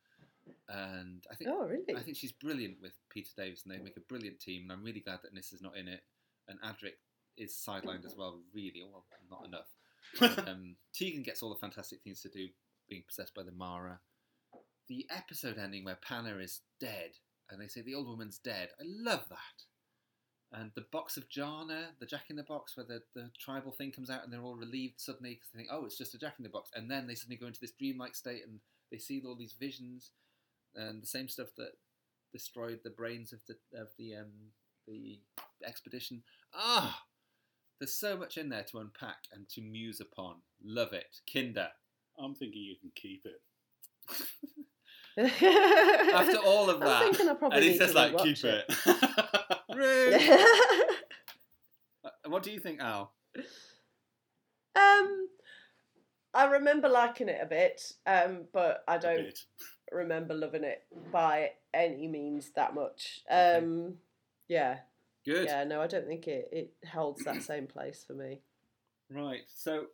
Speaker 7: And I think
Speaker 8: Oh, really?
Speaker 7: I think she's brilliant with Peter Davis, and they make a brilliant team. And I'm really glad that Niss is not in it, and Adric is sidelined as well. Really, well, not enough. And, um, Tegan gets all the fantastic things to do, being possessed by the Mara. The episode ending where Panna is dead, and they say the old woman's dead. I love that. And the box of Jana, the Jack in the Box, where the, the tribal thing comes out, and they're all relieved suddenly because they think, oh, it's just a Jack in the Box, and then they suddenly go into this dreamlike state and they see all these visions, and the same stuff that destroyed the brains of the of the um, the expedition. Ah, there's so much in there to unpack and to muse upon. Love it, Kinder.
Speaker 9: I'm thinking you can keep it.
Speaker 7: After all of
Speaker 8: I'm
Speaker 7: that,
Speaker 8: thinking I probably
Speaker 7: and
Speaker 8: need
Speaker 7: he's just
Speaker 8: to
Speaker 7: like,
Speaker 8: rewatch
Speaker 7: keep
Speaker 8: it."
Speaker 7: it. Rude. Uh, what do you think, Al?
Speaker 8: Um, I remember liking it a bit, um, but I don't
Speaker 9: bit.
Speaker 8: remember loving it by any means that much. Um, yeah.
Speaker 7: Good.
Speaker 8: Yeah, no, I don't think it, it holds that same place for me.
Speaker 7: Right, so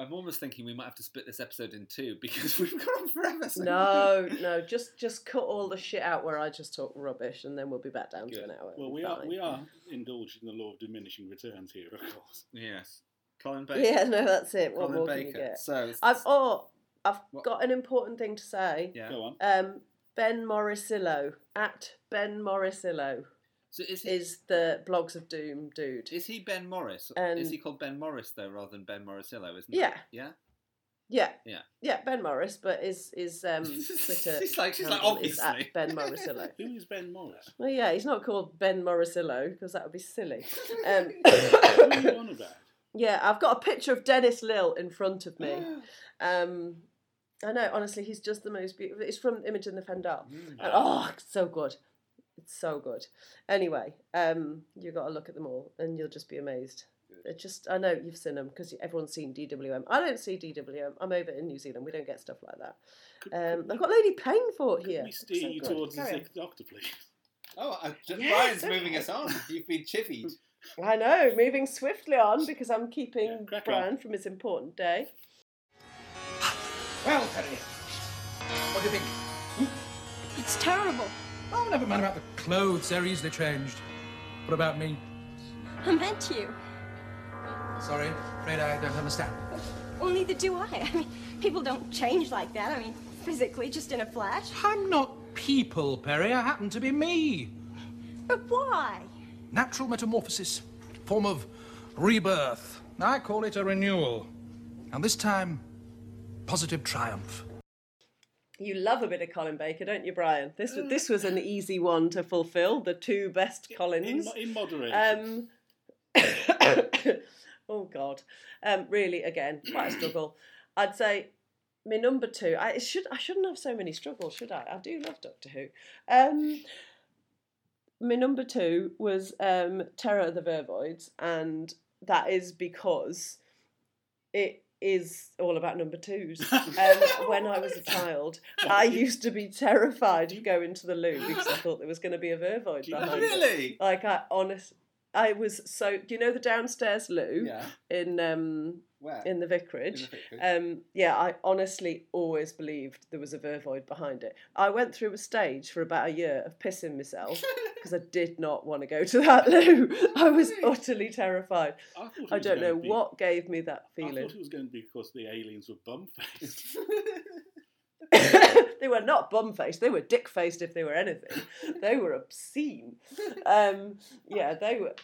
Speaker 7: I'm almost thinking we might have to split this episode in two because we've gone on forever. so-
Speaker 8: No, no, just just cut all the shit out where I just talk rubbish, and then we'll be back down to an hour.
Speaker 9: Well,
Speaker 8: It'll be
Speaker 9: we are
Speaker 8: fine.
Speaker 9: we are indulged in the law of diminishing returns here, of course.
Speaker 7: Yes. Colin
Speaker 8: Yeah, no, that's it. What
Speaker 7: Colin
Speaker 8: more can you
Speaker 7: Baker.
Speaker 8: get?
Speaker 7: So it's-
Speaker 8: I've oh, I've got an important thing to say.
Speaker 7: Yeah. Go on.
Speaker 8: Um, Ben Morisillo at Ben Morisillo.
Speaker 7: So is, he,
Speaker 8: is the Blogs of Doom dude.
Speaker 7: Is he Ben Morris?
Speaker 8: And-
Speaker 7: is he called Ben Morris though, rather than Ben Morrisillo? Isn't
Speaker 8: Um, Yeah.
Speaker 7: It? Yeah.
Speaker 8: Yeah,
Speaker 7: Yeah.
Speaker 8: yeah, Ben Morris, but is is um Twitter
Speaker 7: She's like- she's like,
Speaker 8: handle is
Speaker 7: obviously.
Speaker 8: at Ben Morrisillo.
Speaker 9: Who is Ben Morris?
Speaker 8: Well, yeah, he's not called Ben Morrisillo because that would be silly. Um,
Speaker 9: What are you on about?
Speaker 8: yeah, I've got a picture of Dennis Lill in front of me. Um, I know, honestly, he's just the most beautiful. It's from Image and the Fendal,
Speaker 9: Mm.
Speaker 8: and oh, it's so good. It's so good. Anyway, um, you got to look at them all, and you'll just be amazed. It just, I know you've seen them because everyone's seen DWM. I don't see DWM. I'm over in New Zealand. We don't get stuff like that. um, I've got Lady Painfort here.
Speaker 9: We steer
Speaker 8: So
Speaker 9: you
Speaker 8: good.
Speaker 9: towards the
Speaker 8: Carry on.
Speaker 9: sixth doctor, please.
Speaker 7: Oh, I, just,
Speaker 8: Yeah,
Speaker 7: Brian's
Speaker 8: so-
Speaker 7: moving us on. You've been chivied.
Speaker 8: I know, moving swiftly on because I'm keeping
Speaker 7: crack
Speaker 8: Brian
Speaker 7: on.
Speaker 8: from his important day.
Speaker 4: Well, Harry, what do you think?
Speaker 2: It's terrible.
Speaker 4: Oh, never mind about the clothes. They're easily changed. What about me?
Speaker 2: I meant you.
Speaker 4: Sorry, afraid I don't understand.
Speaker 2: Well, neither do I. I mean, people don't change like that. I mean, physically, just in a flash.
Speaker 4: I'm not people, Perry. I happen to be me.
Speaker 2: But why?
Speaker 4: Natural metamorphosis, form of rebirth. I call it a renewal. And this time, positive triumph.
Speaker 8: You love a bit of Colin Baker, don't you, Brian? This was, this was an easy one to fulfil. The two best
Speaker 9: In,
Speaker 8: Collins.
Speaker 9: mo- in moderation.
Speaker 8: Um, oh God, um, really? Again, quite a struggle. I'd say my number two. I it should I shouldn't have so many struggles, should I? I do love Doctor Who. Um, my number two was um, Terror of the Vervoids, and that is because it is all about number twos. Um, when I was a child, I used to be terrified of going to the loo because I thought there was going to be a vervoid
Speaker 2: you-
Speaker 8: behind
Speaker 2: Really?
Speaker 8: It. Like I honest, I was so. Do you know the downstairs loo
Speaker 2: Yeah.
Speaker 8: in um
Speaker 2: Where?
Speaker 8: in the vicarage?
Speaker 2: In the vicarage.
Speaker 8: Um, yeah, I honestly always believed there was a vervoid behind it. I went through a stage for about a year of pissing myself because I did not want to go to that loo. I was utterly terrified.
Speaker 9: I thought it
Speaker 8: I
Speaker 9: was
Speaker 8: don't know
Speaker 9: gonna be-
Speaker 8: what gave me that
Speaker 9: I thought
Speaker 8: feeling.
Speaker 9: it was going to be because the aliens were bum faced.
Speaker 8: they were not bum faced. They were dick faced if they were anything. they were obscene. Um, yeah, they were.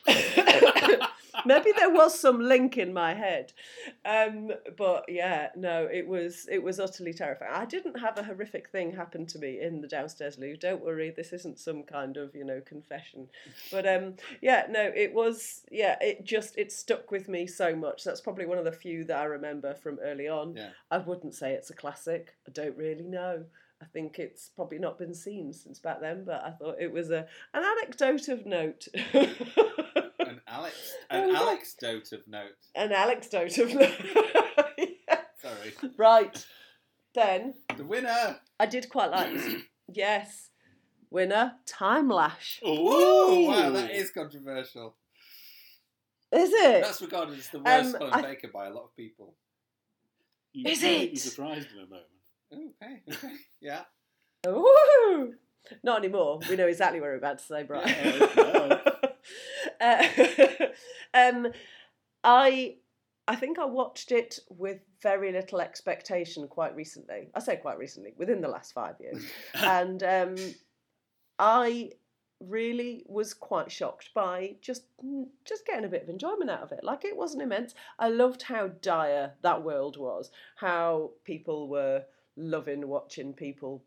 Speaker 8: Maybe there was some link in my head, um, but yeah, no, it was it was utterly terrifying. I didn't have a horrific thing happen to me in the downstairs loo. Don't worry, this isn't some kind of you know confession, but um, yeah, no, it was yeah, it just it stuck with me so much. That's probably one of the few that I remember from early on.
Speaker 2: Yeah.
Speaker 8: I wouldn't say it's a classic. I don't really know. I think it's probably not been seen since back then, but I thought it was a an anecdote of note.
Speaker 7: An Alex, an
Speaker 8: Oh,
Speaker 7: Alex dote of note.
Speaker 8: an anecdote of note.
Speaker 7: Sorry.
Speaker 8: right. Then
Speaker 7: The winner.
Speaker 8: I did quite like this. yes. Winner, Time Lash.
Speaker 7: Oh wow, that is controversial.
Speaker 8: Is it?
Speaker 7: That's regarded as the worst
Speaker 8: Um,
Speaker 7: Colin
Speaker 8: I-
Speaker 7: Baker by a lot of people.
Speaker 9: You
Speaker 8: Is
Speaker 9: may be
Speaker 8: it?
Speaker 9: surprised in a moment.
Speaker 7: Okay. okay. Yeah.
Speaker 8: Ooh. Not anymore. We know exactly what we're about to say, Brian. Uh, um, I I think I watched it with very little expectation quite recently. I say quite recently, within the last five years, and um, I really was quite shocked by just just getting a bit of enjoyment out of it like it wasn't immense i loved how dire that world was how people were loving watching people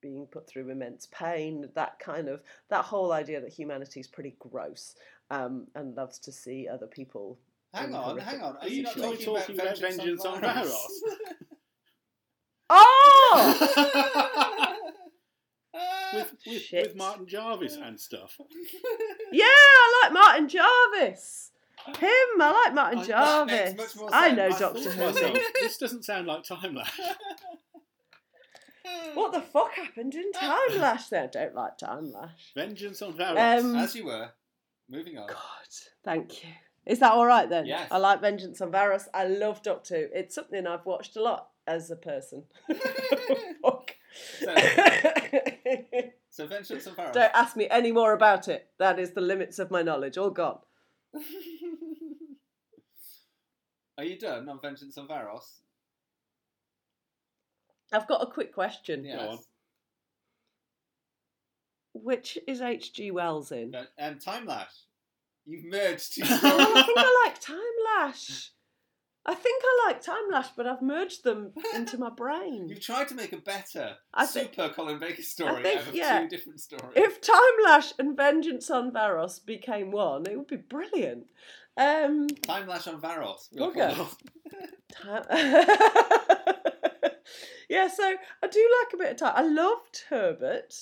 Speaker 8: being put through immense pain that kind of that whole idea that humanity is pretty gross um, and loves to see other people
Speaker 7: Hang
Speaker 8: in
Speaker 7: on,
Speaker 8: horrific
Speaker 7: hang on. Are
Speaker 9: Are
Speaker 7: you
Speaker 9: you
Speaker 7: not
Speaker 9: sure
Speaker 7: talking,
Speaker 9: you're talking
Speaker 7: about
Speaker 9: about
Speaker 7: vengeance, on
Speaker 9: Vengeance on
Speaker 7: Varos?
Speaker 8: Oh!
Speaker 9: with, with, with Martin Jarvis and stuff.
Speaker 8: yeah, I like Martin Jarvis. Him, I like Martin
Speaker 9: I- that makes
Speaker 8: Jarvis.
Speaker 9: much more
Speaker 8: I
Speaker 9: sense.
Speaker 8: know
Speaker 9: thought
Speaker 8: Doctor
Speaker 9: to
Speaker 8: Who.
Speaker 9: myself, this doesn't sound like Time Lapse.
Speaker 8: What the fuck happened in Time Lash? There, don't like Time Lash.
Speaker 9: Vengeance on
Speaker 8: Varos. Um,
Speaker 7: As you were. Moving on. God.
Speaker 8: Thank you. Is that all right then?
Speaker 7: Yes.
Speaker 8: I like Vengeance on Varus. I love Doctor Who. It's something I've watched a lot as a person. Fuck.
Speaker 7: So Vengeance on Varos.
Speaker 8: Don't ask me any more about it. That is the limits of my knowledge. All gone.
Speaker 7: Are you done on Vengeance on Varos?
Speaker 8: I've got a quick question.
Speaker 7: Yes.
Speaker 8: Which is H.G. Wells in?
Speaker 7: Um, Time Lash. You've merged two.
Speaker 8: Oh, I think I like Time Lash. I think I like Time Lash, but I've merged them into my brain.
Speaker 7: You've tried to make a better
Speaker 8: I
Speaker 7: super
Speaker 8: think-
Speaker 7: Colin Baker
Speaker 8: I
Speaker 7: story
Speaker 8: think,
Speaker 7: out of
Speaker 8: yeah.
Speaker 7: two different stories.
Speaker 8: If Time Lash and Vengeance on Varos became one, it would be brilliant. Um,
Speaker 7: Time Lash on Varos. We'll
Speaker 8: Bugger.
Speaker 7: call it.
Speaker 8: Ti- yeah, so I do like a bit of time. I loved Herbert.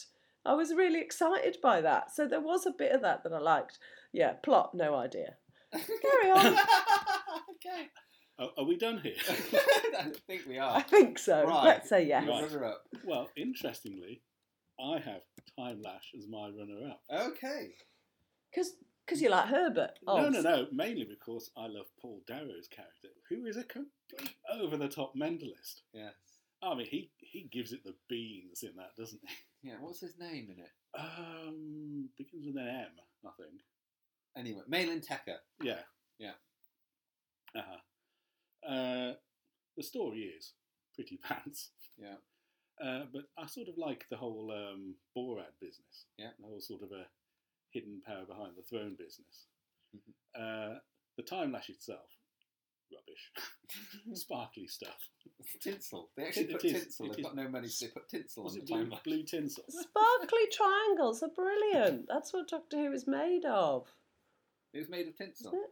Speaker 8: I was really excited by that. So there was a bit of that that I liked. Yeah, plot, no idea. Carry on.
Speaker 7: okay.
Speaker 9: Are, are we done here?
Speaker 7: I think we are.
Speaker 8: I think so. Let's say yes.
Speaker 7: up.
Speaker 9: Well, interestingly, I have Time Lash as my runner up.
Speaker 7: Okay.
Speaker 8: Because you like Herbert. Oh,
Speaker 9: No,
Speaker 8: Oz.
Speaker 9: no, no. Mainly because I love Paul Darrow's character, who is a complete over the top mentalist.
Speaker 7: Yes.
Speaker 9: I mean, he, he gives it the beans in that, doesn't he?
Speaker 7: Yeah, what's his name in it?
Speaker 9: Um, begins with an M, I think.
Speaker 7: Anyway, Malin Tecker.
Speaker 9: Yeah.
Speaker 7: Yeah.
Speaker 9: Uh-huh. Uh, the story is pretty pants.
Speaker 7: Yeah.
Speaker 9: Uh, but I sort of like the whole um, Borat business.
Speaker 7: Yeah.
Speaker 9: The whole sort of a hidden power behind the throne business.
Speaker 7: Mm-hmm.
Speaker 9: Uh, the time lash itself, rubbish. Sparkly stuff.
Speaker 7: It's tinsel. They actually
Speaker 9: It-
Speaker 7: put
Speaker 9: it is,
Speaker 7: tinsel.
Speaker 9: it
Speaker 7: They've
Speaker 9: is.
Speaker 7: got no money, so they put tinsel on
Speaker 9: Was
Speaker 7: the
Speaker 9: it blue,
Speaker 7: Time Lash.
Speaker 9: blue tinsel?
Speaker 8: Sparkly triangles are brilliant. That's what Doctor Who is made of.
Speaker 7: It was made of tinsel.
Speaker 8: Isn't it?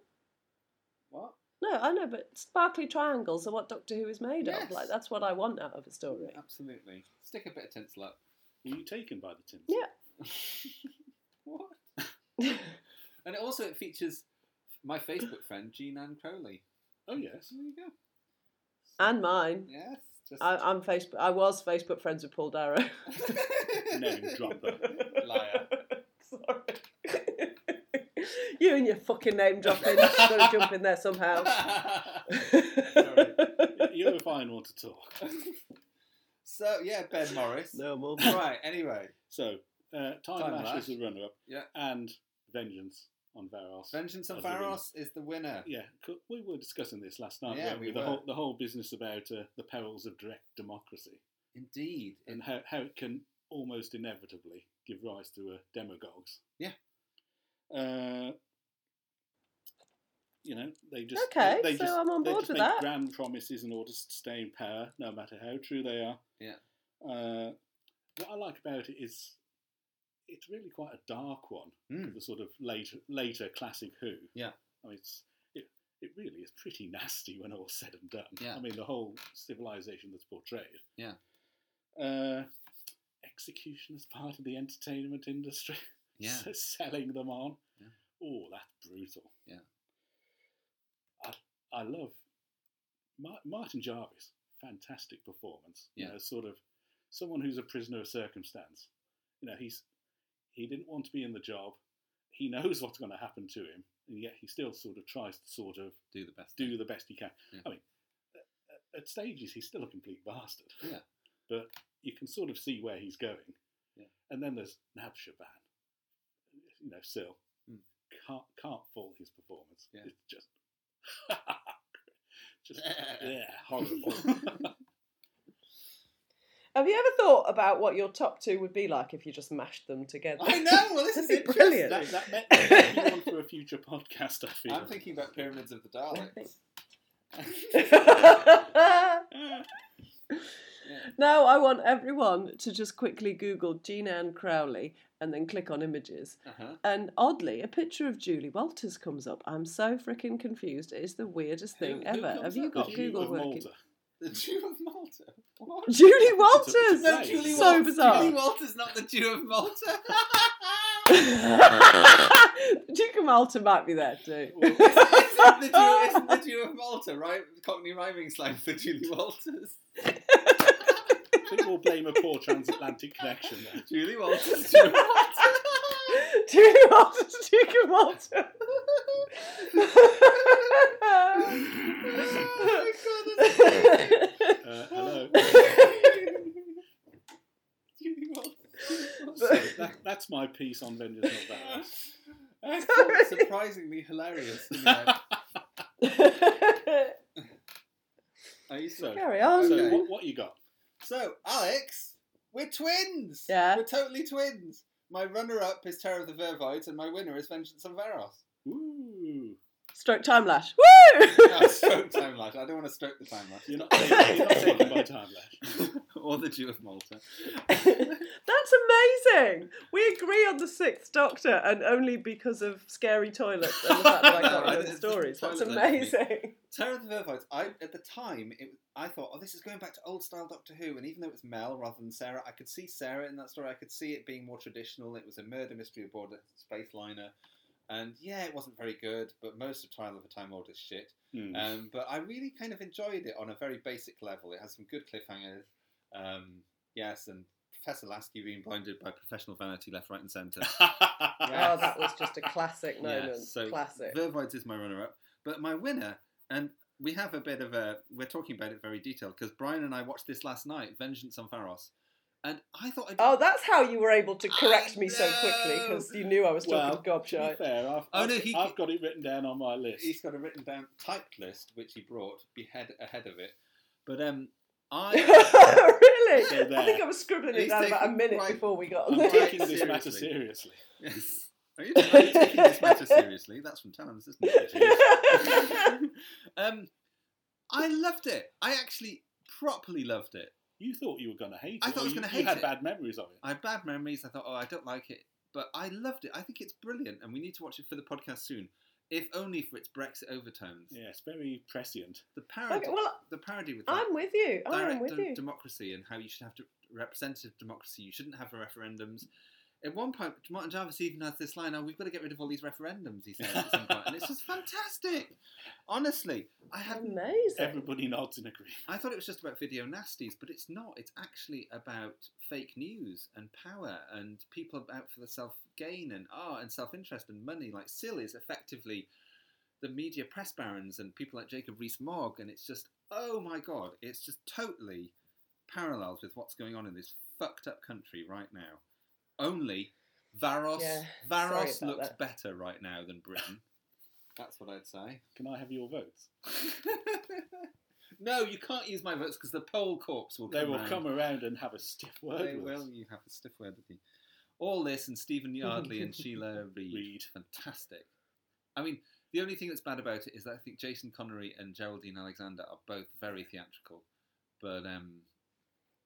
Speaker 7: What?
Speaker 8: No, I know, but sparkly triangles are what Doctor Who is made
Speaker 7: Yes.
Speaker 8: of. Like that's what I want out of a story.
Speaker 7: Absolutely. Stick a bit of tinsel up.
Speaker 9: Were you taken by the tinsel?
Speaker 8: Yeah.
Speaker 7: What? and it also it features my Facebook friend Jean Ann Crowley.
Speaker 9: Oh yes.
Speaker 7: There you go.
Speaker 8: And mine.
Speaker 7: Yes. Just
Speaker 8: I, I'm Facebook. I was Facebook friends with Paul Darrow.
Speaker 9: name dropper.
Speaker 7: liar.
Speaker 8: you and your fucking name dropping. Just got to jump in there somehow.
Speaker 9: You're a fine one to talk.
Speaker 7: So yeah, Ben Morris.
Speaker 9: No more.
Speaker 7: right. Anyway,
Speaker 9: So, uh, Time,
Speaker 7: Time
Speaker 9: Lash,
Speaker 7: Lash.
Speaker 9: is the runner up.
Speaker 7: Yeah.
Speaker 9: And Vengeance on Varos.
Speaker 7: Vengeance on
Speaker 9: as the winner.
Speaker 7: Varos is the winner.
Speaker 9: Yeah, co- we were discussing this last night.
Speaker 7: Yeah,
Speaker 9: weren't we
Speaker 7: we
Speaker 9: The,
Speaker 7: were.
Speaker 9: whole, the whole business about uh, the perils of direct democracy
Speaker 7: Indeed.
Speaker 9: and how, how it can almost inevitably give rise to uh, demagogues.
Speaker 7: Yeah.
Speaker 9: Uh, you know, they just
Speaker 8: Okay,
Speaker 9: they, they
Speaker 8: so
Speaker 9: just,
Speaker 8: I'm on
Speaker 9: they
Speaker 8: board
Speaker 9: just
Speaker 8: with
Speaker 9: make
Speaker 8: that.
Speaker 9: grand promises in order to stay in power, no matter how true they are.
Speaker 7: Yeah.
Speaker 9: Uh, what I like about it is it's really quite a dark one,
Speaker 7: Mm.
Speaker 9: for the sort of later later classic Who.
Speaker 7: Yeah.
Speaker 9: I mean, it's it, it really is pretty nasty when all said and done.
Speaker 7: Yeah.
Speaker 9: I mean, the whole civilization that's portrayed.
Speaker 7: Yeah.
Speaker 9: Uh, execution as part of the entertainment industry.
Speaker 7: Yeah.
Speaker 9: So selling them on.
Speaker 7: Yeah.
Speaker 9: Oh, that's brutal.
Speaker 7: Yeah.
Speaker 9: I, I love Mar- Martin Jarvis. Fantastic performance.
Speaker 7: Yeah.
Speaker 9: You know, sort of someone who's a prisoner of circumstance. You know, he's he didn't want to be in the job. He knows what's going to happen to him, and yet he still sort of tries to sort of
Speaker 7: Do the best.
Speaker 9: do the best he can.
Speaker 7: Yeah.
Speaker 9: I mean, at, at stages he's still a complete bastard.
Speaker 7: Yeah.
Speaker 9: But you can sort of see where he's going.
Speaker 7: Yeah.
Speaker 9: And then there's Nab Shaban. You know, Sil.
Speaker 7: Mm.
Speaker 9: Can't can't fault his performance.
Speaker 7: Yeah.
Speaker 9: It's just just yeah, horrible.
Speaker 8: Have you ever thought about what your top two would be like if you just mashed them together?
Speaker 7: I know. Well, this is
Speaker 8: That'd be
Speaker 7: interesting.
Speaker 8: brilliant.
Speaker 9: that, that meant that would be one for a future podcast, I feel.
Speaker 7: I'm thinking about pyramids of the Daleks.
Speaker 8: now I want everyone to just quickly Google Jean Ann Crowley and then click on images.
Speaker 7: Uh-huh.
Speaker 8: And oddly, a picture of Julie Walters comes up. I'm so freaking confused. It is the weirdest thing
Speaker 7: who
Speaker 8: ever.
Speaker 7: comes
Speaker 8: Have
Speaker 7: up
Speaker 8: you
Speaker 7: with
Speaker 8: got
Speaker 9: The Duke
Speaker 8: Google
Speaker 9: of
Speaker 8: working?
Speaker 9: Malta.
Speaker 7: The Jew of Malta. What?
Speaker 8: Julie Walters.
Speaker 9: No,
Speaker 7: Julie
Speaker 8: so
Speaker 7: Walters-
Speaker 8: bizarre.
Speaker 7: Julie Walters, not the Jew of Malta.
Speaker 8: Duke of Malta might be there too.
Speaker 7: isn't, the Jew, isn't the Jew of Malta, right? Cockney rhyming slang for Julie Walters.
Speaker 9: I think we'll blame a poor transatlantic connection there.
Speaker 7: Julie Walters, Jew of
Speaker 8: Duke of Malta. Duke of Malta.
Speaker 7: oh my god, that's
Speaker 9: Uh, hello.
Speaker 7: Julie Walters.
Speaker 9: So that, that's my piece on Vengeance of Varos.
Speaker 7: That's quite surprisingly hilarious. isn't it? Are you so?
Speaker 8: Carry on.
Speaker 9: So
Speaker 7: Okay.
Speaker 9: what, what you got?
Speaker 7: So, Alex, we're twins.
Speaker 8: Yeah.
Speaker 7: We're totally twins. My runner-up is Terror of the Vervites, and my winner is Vengeance of Veros.
Speaker 9: Ooh.
Speaker 8: Stroke time lash. Woo!
Speaker 7: No, stroke time lash. I don't want to stroke the time lash.
Speaker 9: You're not taken, you're not taken by time lash.
Speaker 7: or the Jew of Malta.
Speaker 8: That's amazing. We agree on the sixth Doctor, and only because of scary toilets and the fact that I can't remember the stories. That's
Speaker 7: Toilet left me.
Speaker 8: amazing.
Speaker 7: Terror of the Vervites. I at the time, it, I thought, oh, this is going back to old style Doctor Who, and even though it's Mel rather than Sarah, I could see Sarah in that story. I could see it being more traditional. It was a murder mystery aboard a space liner, and yeah, it wasn't very good, but most of Trial of a Time Lord is shit.
Speaker 9: Hmm.
Speaker 7: Um, but I really kind of enjoyed it on a very basic level. It has some good cliffhangers. Um, yes, and Professor Lasky being blinded by professional vanity left, right, and centre.
Speaker 8: Oh, that was just a classic moment.
Speaker 7: Yeah, so
Speaker 8: classic.
Speaker 7: Vervides is my runner-up, but my winner, and we have a bit of a. We're talking about it very detailed because Brian and I watched this last night, Vengeance on Pharos, and I thought I.
Speaker 8: Oh, that's how you were able to correct me so quickly because you knew I was
Speaker 9: Well,
Speaker 8: talking
Speaker 9: to be
Speaker 8: gobshite.
Speaker 9: fair, I've,
Speaker 7: Oh,
Speaker 9: I've,
Speaker 7: no, he-
Speaker 9: I've got it written down on my list.
Speaker 7: He's got a written down typed list which he brought behead ahead of it, but um, I.
Speaker 8: really?
Speaker 7: So there.
Speaker 8: I think I was scribbling it
Speaker 7: He's
Speaker 8: down about a
Speaker 7: taking
Speaker 8: minute
Speaker 7: quite-
Speaker 8: before we got on
Speaker 7: I'm
Speaker 8: this.
Speaker 7: taking
Speaker 9: this matter
Speaker 7: seriously.
Speaker 9: seriously.
Speaker 7: Yes. Are you, are you taking this matter seriously? That's from Talons, isn't it? um, I loved it. I actually properly loved it.
Speaker 9: You thought you were going to hate it.
Speaker 7: I thought I
Speaker 9: or
Speaker 7: was
Speaker 9: you-
Speaker 7: going to
Speaker 9: You
Speaker 7: hate
Speaker 9: had
Speaker 7: it.
Speaker 9: bad memories of it.
Speaker 7: I had bad memories. I thought, oh, I don't like it, but I loved it. I think it's brilliant, and we need to watch it for the podcast soon, if only for its Brexit overtones.
Speaker 9: Yes, very prescient.
Speaker 7: The parody,
Speaker 8: Okay, well,
Speaker 7: the parody with that
Speaker 8: I'm with you. I am
Speaker 7: direct
Speaker 8: with
Speaker 7: de-
Speaker 8: you.
Speaker 7: democracy and how you should have to representative democracy. You shouldn't have referendums. At one point, Martin Jarvis even has this line: "Oh, we've got to get rid of all these referendums." He says at some point, and it's just fantastic. Honestly, I had
Speaker 8: Amazing.
Speaker 9: Everybody nods in agreement.
Speaker 7: I thought it was just about video nasties, but it's not. It's actually about fake news and power and people out for the self gain and art and self interest and money. Like Sill is effectively the media press barons and people like Jacob Rees Mogg, and it's just, oh my god, it's just totally parallels with what's going on in this fucked up country right now. Only Varos,
Speaker 8: Yeah, sorry
Speaker 7: Varos
Speaker 8: about
Speaker 7: looks
Speaker 8: that.
Speaker 7: better right now than Britain. That's what I'd say.
Speaker 9: Can I have your votes?
Speaker 7: No, you can't use my votes because the poll corpse will Oh, come
Speaker 9: They will
Speaker 7: round.
Speaker 9: come around and have a stiff word
Speaker 7: They
Speaker 9: with
Speaker 7: will.
Speaker 9: us.
Speaker 7: You have a stiff word with you. All this and Stephen Yardley and Sheila Reed. Fantastic. I mean, the only thing that's bad about it is that I think Jason Connery and Geraldine Alexander are both very theatrical. But um,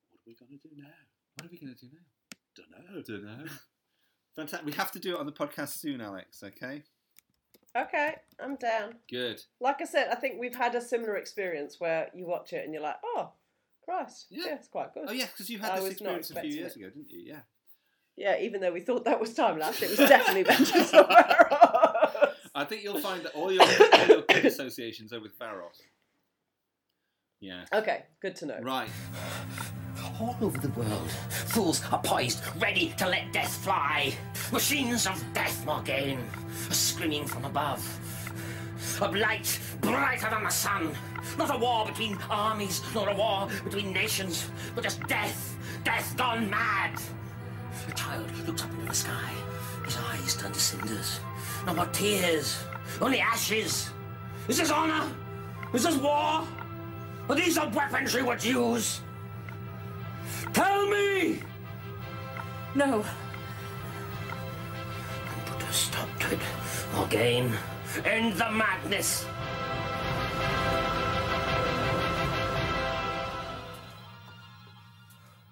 Speaker 9: What are we going to do now?
Speaker 7: what are we going to do now?
Speaker 9: Dunno.
Speaker 7: Don't know. Fantastic. We have to do it on the podcast soon, Alex. Okay.
Speaker 8: Okay, I'm down.
Speaker 7: Good.
Speaker 8: Like I said, I think we've had a similar experience where you watch it and you're like, oh, Christ,
Speaker 7: Yeah.
Speaker 8: yeah, it's quite good.
Speaker 7: Oh yeah, because you had
Speaker 8: I
Speaker 7: this
Speaker 8: was not
Speaker 7: experience a few
Speaker 8: expecting
Speaker 7: years
Speaker 8: it.
Speaker 7: ago, didn't you? Yeah.
Speaker 8: Yeah, even though we thought that was time lapse, it was definitely Vengeance of Varos.
Speaker 7: I think you'll find that all your, all your good associations are with Varos. Yeah.
Speaker 8: Okay, good to know.
Speaker 7: Right.
Speaker 12: All over the world, fools are poised, ready to let death fly. Machines of death, Morgaine, screaming from above. Of light brighter than the sun. Not a war between armies, nor a war between nations, but just death, death gone mad. The child looks up into the sky. His eyes turn to cinders. No more tears, only ashes. Is this honor? Is this war? Are these the weapons she would use? Tell me! No. Put a stop to it, Morgaine. End the madness.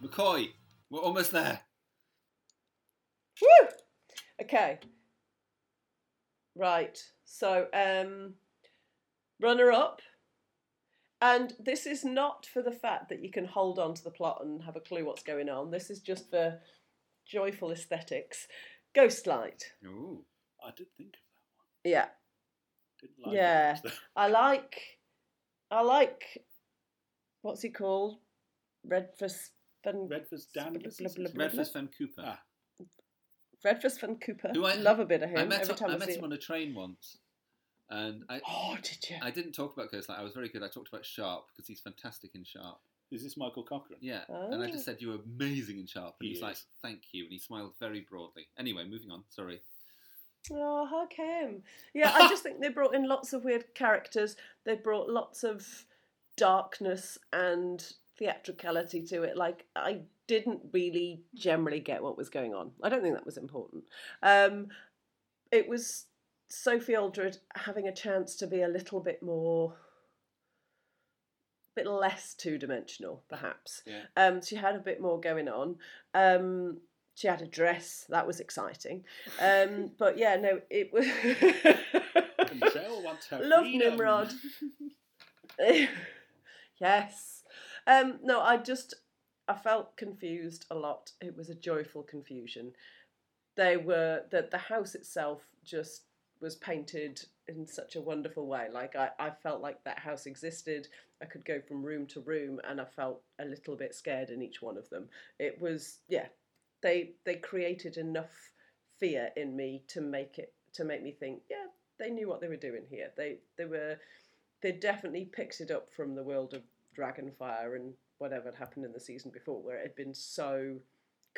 Speaker 7: McCoy, we're almost there.
Speaker 8: Woo! Okay. Right. So, um, runner up. And this is not for the fact that you can hold on to the plot and have a clue what's going on. This is just for joyful aesthetics. Ghostlight.
Speaker 7: Ooh.
Speaker 9: I did think of
Speaker 8: Yeah.
Speaker 9: Didn't like
Speaker 8: yeah.
Speaker 9: it much,
Speaker 8: I like I like what's he called? Redfus Van
Speaker 9: Redfus Danibus,
Speaker 8: blah,
Speaker 9: is it?
Speaker 8: blah, blah, blah.
Speaker 7: Redfus Van Cooper.
Speaker 8: Redfus Van Cooper. love a bit of him
Speaker 7: I met,
Speaker 8: every
Speaker 7: him,
Speaker 8: time I,
Speaker 7: I met
Speaker 8: see
Speaker 7: him on a train once. And I,
Speaker 8: oh, did you?
Speaker 7: I didn't talk about Ghostlight. I was very good. I talked about Sharp because he's fantastic in Sharp.
Speaker 9: Is this Michael Cochran?
Speaker 7: Yeah. And I
Speaker 9: Oh.
Speaker 7: just said, You were amazing in Sharp. And
Speaker 9: He
Speaker 7: he's like,
Speaker 9: is.
Speaker 7: Thank you. And he smiled very broadly. Anyway, moving on. Sorry.
Speaker 8: Oh, hug him. Yeah, I just think they brought in lots of weird characters. They brought lots of darkness and theatricality to it. Like I didn't really generally get what was going on. I don't think that was important. Um, it was Sophie Aldred having a chance to be a little bit more, bit less two dimensional, perhaps.
Speaker 11: Yeah.
Speaker 8: Um, she had a bit more going on. Um, she had a dress that was exciting, um, but yeah, no, it was. Love Nimrod. yes. Um, no, I just I felt confused a lot. It was a joyful confusion. They were that the house itself just was painted in such a wonderful way. Like I, I felt like that house existed. I could go from room to room and I felt a little bit scared in each one of them. It was yeah. They they created enough fear in me to make it to make me think, yeah, they knew what they were doing here. They they were they definitely picked it up from the world of Dragonfire and whatever had happened in the season before, where it had been so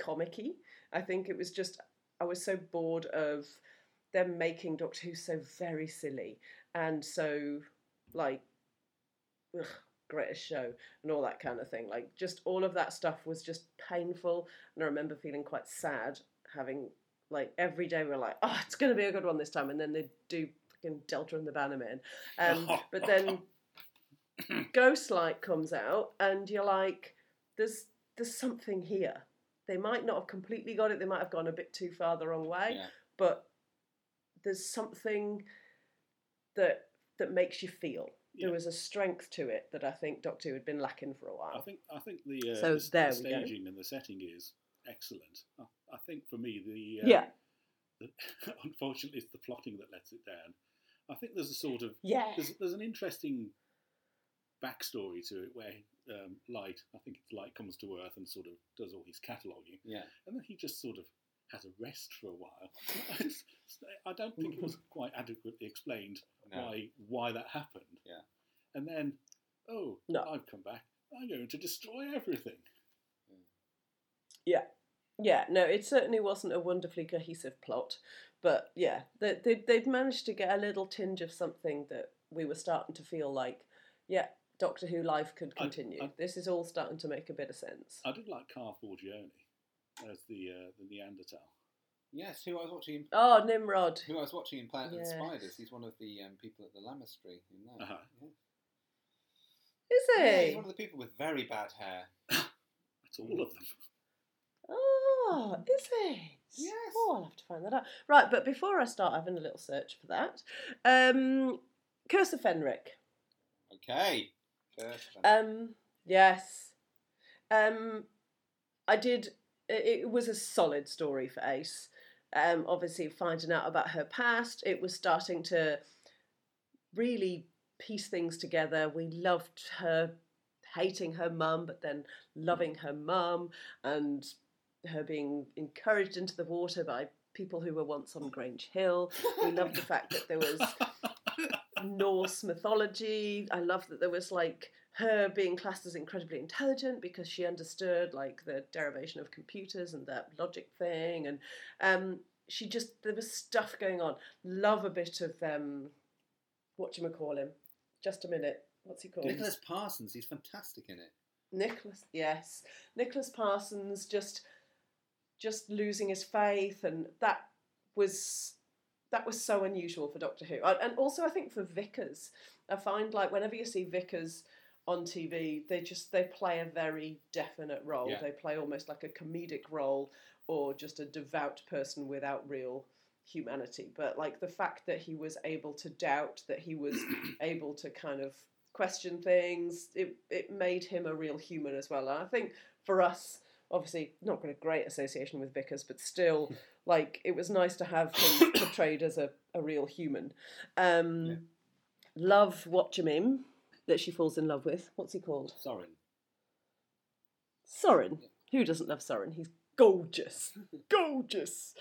Speaker 8: comicky. I think it was just I was so bored of them making Doctor Who so very silly and so like ugh, greatest show and all that kind of thing. Like just all of that stuff was just painful, and I remember feeling quite sad having like every day we we're like, oh, it's going to be a good one this time, and then they do fucking Delta and the Bannerman. Um, but then Ghostlight comes out, and you're like, there's there's something here. They might not have completely got it. They might have gone a bit too far the wrong way,
Speaker 11: Yeah.
Speaker 8: but there's something that that makes you feel. There was a strength to it that I think Doctor Who had been lacking for a while.
Speaker 9: I think I think the, uh,
Speaker 8: So
Speaker 9: the,
Speaker 8: there
Speaker 9: the
Speaker 8: we go.
Speaker 9: staging and the setting is excellent. I, I think for me the uh,
Speaker 8: Yeah.
Speaker 9: the, unfortunately it's the plotting that lets it down. I think there's a sort of
Speaker 8: Yeah.
Speaker 9: There's, there's an interesting backstory to it where um, Light, I think it's Light comes to Earth and sort of does all his cataloguing.
Speaker 7: Yeah.
Speaker 9: and then he just sort of has a rest for a while. I don't think it was quite adequately explained
Speaker 7: No.
Speaker 9: why why that happened.
Speaker 7: Yeah.
Speaker 9: and then oh, I've come back. I'm going to destroy everything.
Speaker 8: Yeah. Yeah, no, it certainly wasn't a wonderfully cohesive plot, but yeah, they, they, they'd managed to get a little tinge of something that we were starting to feel like, yeah, Doctor Who life could continue. this is all starting to make a bit of sense.
Speaker 9: I did like Carl Forgione as the uh, the Neanderthal.
Speaker 7: Yes, who I was watching.
Speaker 8: Oh, Nimrod.
Speaker 7: Who I was watching in Planet of
Speaker 8: Yes.
Speaker 7: the Spiders. He's one of the um, people at the Lamestry in there.
Speaker 9: Uh-huh.
Speaker 7: Yeah.
Speaker 8: Is he?
Speaker 7: Yeah, he's one of the people with very bad hair.
Speaker 9: That's
Speaker 7: Hmm.
Speaker 9: all of them.
Speaker 8: Oh, is it? Yes. Oh, I'll have to find that out. Right, but before I start having a little search for that, um, Curse of Fenric.
Speaker 7: Okay. First one.
Speaker 8: Um, yes. Um, I did. It, it was a solid story for Ace. Um, obviously, finding out about her past, it was starting to really piece things together. We loved her hating her mum, but then loving her mum, and her being encouraged into the water by people who were once on Grange Hill. We loved the fact that there was Norse mythology. I love that there was like her being classed as incredibly intelligent because she understood like the derivation of computers and that logic thing, and um, she just there was stuff going on. Love a bit of um, what do you call him? Just a minute. What's he called?
Speaker 7: Nicholas Parsons, he's fantastic in it.
Speaker 8: Nicholas, yes, Nicholas Parsons just just losing his faith, and that was that was so unusual for Doctor Who, and and also I think for Vickers. I find like whenever you see Vickers on TV, they just they play a very definite role.
Speaker 15: Yeah.
Speaker 8: They play almost like a comedic role, or just a devout person without real humanity. But like the fact that he was able to doubt, that he was able to kind of question things, it, it made him a real human as well. And I think for us, obviously, not got a great association with Vickers, but still, like, it was nice to have him portrayed as a, a real human. Um, Love Watch Him that she falls in love with. What's he called?
Speaker 7: Soren.
Speaker 8: Soren. Who doesn't love Soren? He's gorgeous. gorgeous.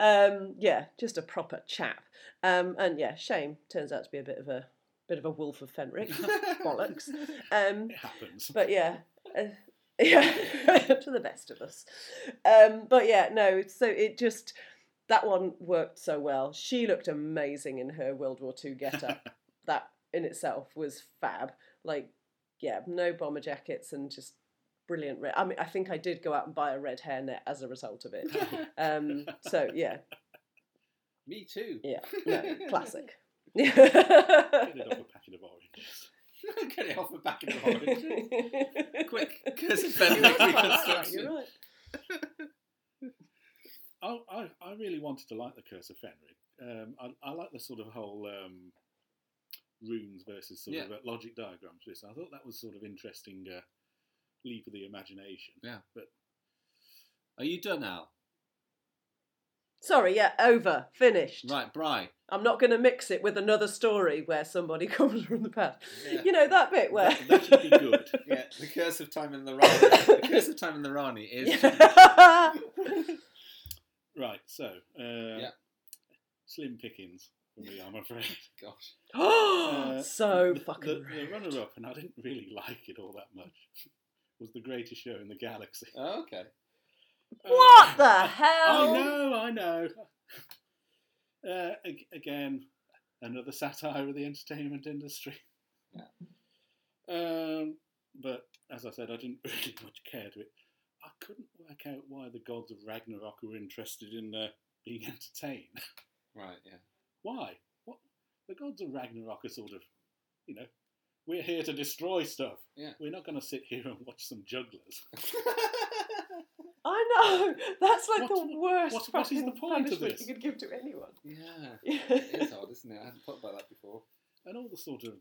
Speaker 8: Um, yeah, just a proper chap. Um, and yeah, shame turns out to be a bit of a bit of a wolf of Fenric. Bollocks. Um,
Speaker 9: happens.
Speaker 8: but yeah, uh, yeah, to the best of us. Um, but yeah, no. So it just that one worked so well. She looked amazing in her World War Two getup. that in itself was fab. Like, yeah, no bomber jackets and just brilliant red. I mean, I think I did go out and buy a red hairnet as a result of it. um, so yeah,
Speaker 7: Me too.
Speaker 8: yeah, no, classic.
Speaker 9: Get it off a packet of oranges.
Speaker 7: Get it off the back of the orange. Quick, because it's
Speaker 9: You're right,
Speaker 7: reconstruction.
Speaker 9: you're right. I, I, I really wanted to like the Curse of Fenric. Um, I, I like the sort of whole um, runes versus sort of uh, logic diagrams. This I thought that was sort of interesting uh, leap of the imagination.
Speaker 7: Yeah,
Speaker 9: but
Speaker 7: are you done now?
Speaker 8: Sorry, yeah, over, finished.
Speaker 7: Right, Bry.
Speaker 8: I'm not going to mix it with another story where somebody comes from the past. You know that bit where
Speaker 9: That should be good.
Speaker 7: yeah, the curse of time in the Rani. the curse of time in the Rani is.
Speaker 9: Right, so uh, slim pickings for me, I'm afraid.
Speaker 7: Gosh.
Speaker 8: So
Speaker 9: Uh, the,
Speaker 8: fucking
Speaker 9: the, the runner-up, and I didn't really like it all that much. Was the greatest show in the galaxy.
Speaker 7: Oh, okay.
Speaker 8: Uh, What the hell?
Speaker 9: uh, I know, I know. Uh, ag- again, another satire of the entertainment industry. Um, but as I said, I didn't really much care to it. I couldn't work out why the gods of Ragnarok were interested in uh, being entertained.
Speaker 7: Right, yeah.
Speaker 9: Why? What? The gods of Ragnarok are sort of, you know, we're here to destroy stuff.
Speaker 7: Yeah.
Speaker 9: We're not going to sit here and watch some jugglers.
Speaker 8: I know. That's like the worst
Speaker 9: what- what is the
Speaker 8: fucking
Speaker 9: point of
Speaker 8: punishment
Speaker 9: this?
Speaker 8: you could give to anyone.
Speaker 7: Yeah. it is odd, isn't it? I hadn't thought about that before.
Speaker 9: and all the sort of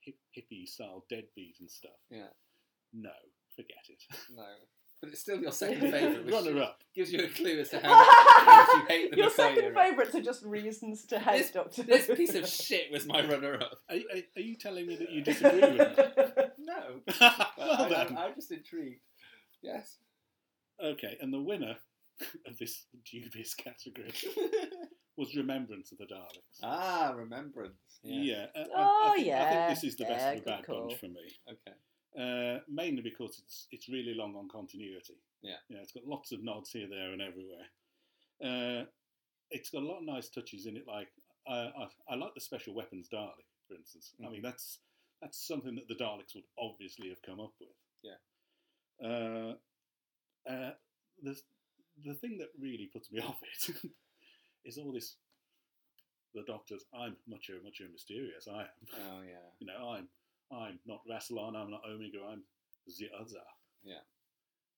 Speaker 9: hip, hippie style deadbeat and stuff.
Speaker 7: Yeah.
Speaker 9: No, forget it.
Speaker 7: No. But it's still your second favourite. which
Speaker 9: Runner up.
Speaker 7: Gives you a clue as to how much you hate the
Speaker 8: Your
Speaker 7: Messiah.
Speaker 8: second favourites are just reasons to hate Doctor
Speaker 7: This
Speaker 8: Who.
Speaker 7: piece of shit was my runner up.
Speaker 9: Are, are, are you telling me that you disagree with me?
Speaker 7: No.
Speaker 9: Well
Speaker 7: I,
Speaker 9: done.
Speaker 7: am I'm just intrigued. Yes.
Speaker 9: Okay, and the winner of this dubious category was Remembrance of the Daleks.
Speaker 7: Ah, remembrance.
Speaker 9: Yeah.
Speaker 7: Yes.
Speaker 9: I- I-
Speaker 8: Oh,
Speaker 9: I, think,
Speaker 8: yeah.
Speaker 9: I think this is the best
Speaker 8: Yeah,
Speaker 9: of the
Speaker 8: good
Speaker 9: bad
Speaker 8: call.
Speaker 9: bunch for me.
Speaker 7: Okay.
Speaker 9: Uh, mainly because it's it's really long on continuity.
Speaker 7: Yeah.
Speaker 9: Yeah, it's got lots of nods here, there, and everywhere. Uh, it's got a lot of nice touches in it. Like uh, I, I like the special weapons Dalek, for instance. I
Speaker 7: Mm.
Speaker 9: mean, that's that's something that the Daleks would obviously have come up with.
Speaker 7: Yeah.
Speaker 9: Uh, uh, the the thing that really puts me off it is all this. The doctors. I'm much much mysterious. I am.
Speaker 7: Oh, yeah.
Speaker 9: You know, I'm I'm not Rassilon, I'm not Omega, I'm the other.
Speaker 7: Yeah.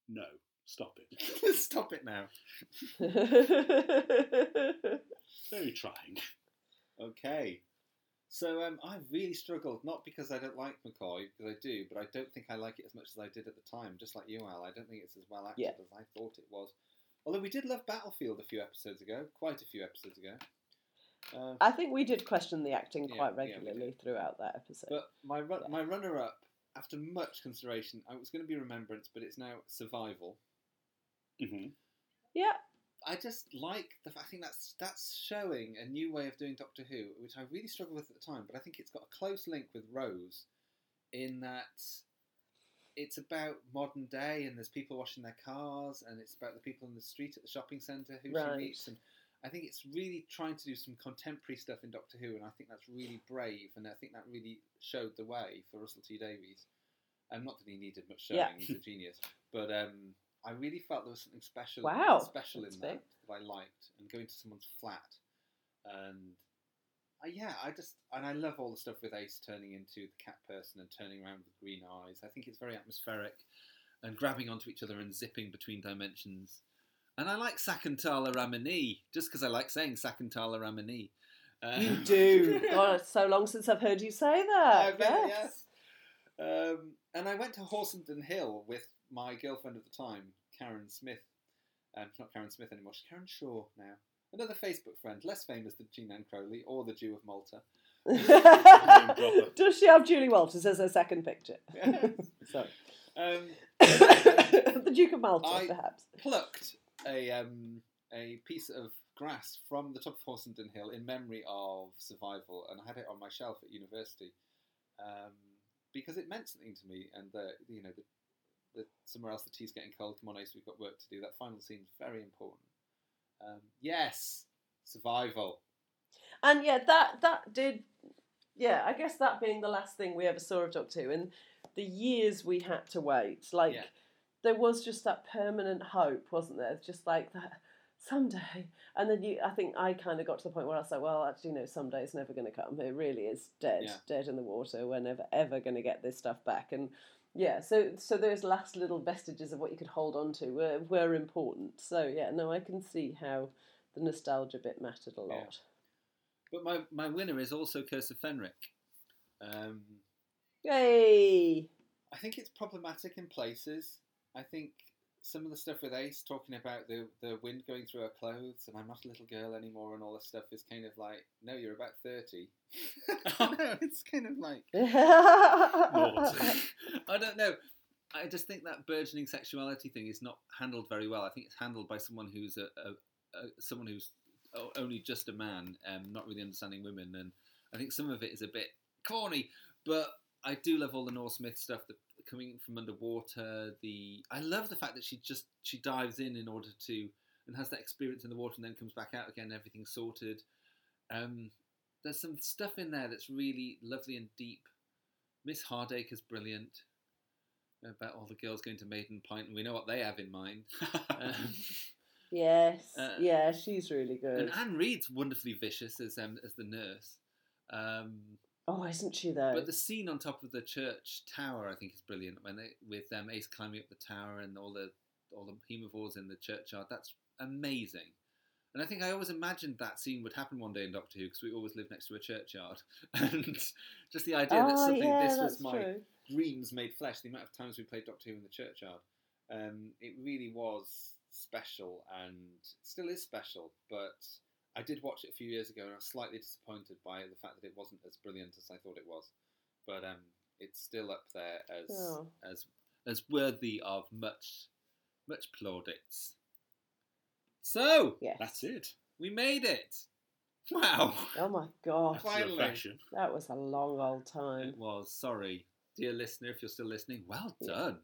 Speaker 9: No, stop it.
Speaker 7: Stop it now.
Speaker 9: Very trying.
Speaker 7: Okay. So um, I really struggled, not because I don't like McCoy, because I do, but I don't think I like it as much as I did at the time. Just like you, Al, I don't think it's as well acted
Speaker 8: Yeah.
Speaker 7: as I thought it was. Although we did love Battlefield a few episodes ago, quite a few episodes ago. Uh,
Speaker 8: I think we did question the acting
Speaker 7: Yeah,
Speaker 8: quite
Speaker 7: yeah, we
Speaker 8: regularly throughout that episode.
Speaker 7: but my run- my runner up, after much consideration, I was going to be Remembrance, but it's now Survival. Mm-hmm.
Speaker 9: hmm
Speaker 8: yeah,
Speaker 7: I just like the. I think that's that's showing a new way of doing Doctor Who, which I really struggled with at the time. But I think it's got a close link with Rose, in that it's about modern day, and there's people washing their cars, and it's about the people on the street at the shopping centre who
Speaker 8: Right.
Speaker 7: she meets, and I think it's really trying to do some contemporary stuff in Doctor Who, and I think that's really brave, and I think that really showed the way for Russell T Davies. Um, not that he needed much showing;
Speaker 8: Yeah.
Speaker 7: he's a genius, but. um I really felt there was something special,
Speaker 8: Wow,
Speaker 7: special in
Speaker 8: that's
Speaker 7: that
Speaker 8: big.
Speaker 7: that I liked, and going to someone's flat, and uh, yeah, I just and I love all the stuff with Ace turning into the cat person and turning around with green eyes. I think it's very atmospheric, and grabbing onto each other and zipping between dimensions. And I like Sakantala Ramani just because I like saying Sakantala Ramani. Um,
Speaker 8: you do. God, it's so long since I've heard you say
Speaker 7: I
Speaker 8: that.
Speaker 7: bet,
Speaker 8: yes.
Speaker 7: yes. Um, and I went to Horsenden Hill with my girlfriend at the time, Karen Smith. Um, it's not Karen Smith anymore, she's Karen Shaw now. Another Facebook friend, less famous than Jean Ann Crowley or the Jew of Malta.
Speaker 9: proper.
Speaker 8: Does she have Julie Walters as her second picture?
Speaker 7: so, um,
Speaker 8: the Duke of Malta,
Speaker 7: I-
Speaker 8: perhaps.
Speaker 7: plucked a, um, a piece of grass from the top of Horsenden Hill in memory of survival, and I had it on my shelf at university um, because it meant something to me. And the you know the, the somewhere else the tea's getting cold. Come on, Ace, we've got work to do. That final scene's very important. Um, yes, survival.
Speaker 8: And yeah, that that did. Yeah, I guess that being the last thing we ever saw of Doctor Who, and the years we had to wait, like
Speaker 7: Yeah.
Speaker 8: there was just that permanent hope, wasn't there? It's Just like that someday. And then you, I think I kind of got to the point where I was like, well, actually, no, someday it's never going to come. It really is dead,
Speaker 15: Yeah.
Speaker 8: dead in the water. We're never ever going to get this stuff back. And yeah, so so those last little vestiges of what you could hold on to were were important. So yeah, no, I can see how the nostalgia bit mattered a lot.
Speaker 7: But my, my winner is also Curse of Fenric. Um,
Speaker 8: Yay!
Speaker 7: I think it's problematic in places. I think some of the stuff with Ace talking about the, the wind going through her clothes and I'm not a little girl anymore and all this stuff is kind of like, no, you're about 30. no, it's kind of like. I don't know. I just think that burgeoning sexuality thing is not handled very well. I think it's handled by someone who's a, a, a someone who's o- only just a man, um, not really understanding women, and I think some of it is a bit corny. But I do love all the Norse myth stuff, the coming from underwater. The I love the fact that she just she dives in in order to and has that experience in the water, and then comes back out again. and Everything's sorted. Um, there's some stuff in there that's really lovely and deep. Miss Hardacre's brilliant about all the girls going to Maiden Pint, and we know what they have in mind. Um,
Speaker 8: Yes,
Speaker 7: Uh,
Speaker 8: yeah, she's really
Speaker 7: and
Speaker 8: good.
Speaker 7: Anne Reed's wonderfully vicious as um, as the nurse. Um,
Speaker 8: oh, isn't she though?
Speaker 7: But the scene on top of the church tower, I think, is brilliant. When they with um, Ace climbing up the tower and all the all the hemovores in the churchyard, that's amazing. And I think I always imagined that scene would happen one day in Doctor Who because we always lived next to a churchyard, and just the idea
Speaker 8: Oh,
Speaker 7: that suddenly
Speaker 8: yeah,
Speaker 7: this was
Speaker 8: that's
Speaker 7: my
Speaker 8: true.
Speaker 7: dreams made flesh. The amount of times we played Doctor Who in the churchyard, um, it really was special and still is special. But I did watch it a few years ago and I was slightly disappointed by the fact that it wasn't as brilliant as I thought it was. But um, it's still up there as
Speaker 8: Oh.
Speaker 7: as as worthy of much much plaudits. So
Speaker 9: that's it.
Speaker 7: We made it. Wow.
Speaker 8: Oh my god!
Speaker 7: That's your fashion.
Speaker 8: that was a long old time.
Speaker 7: It was. Sorry, dear listener, if you're still listening, well done.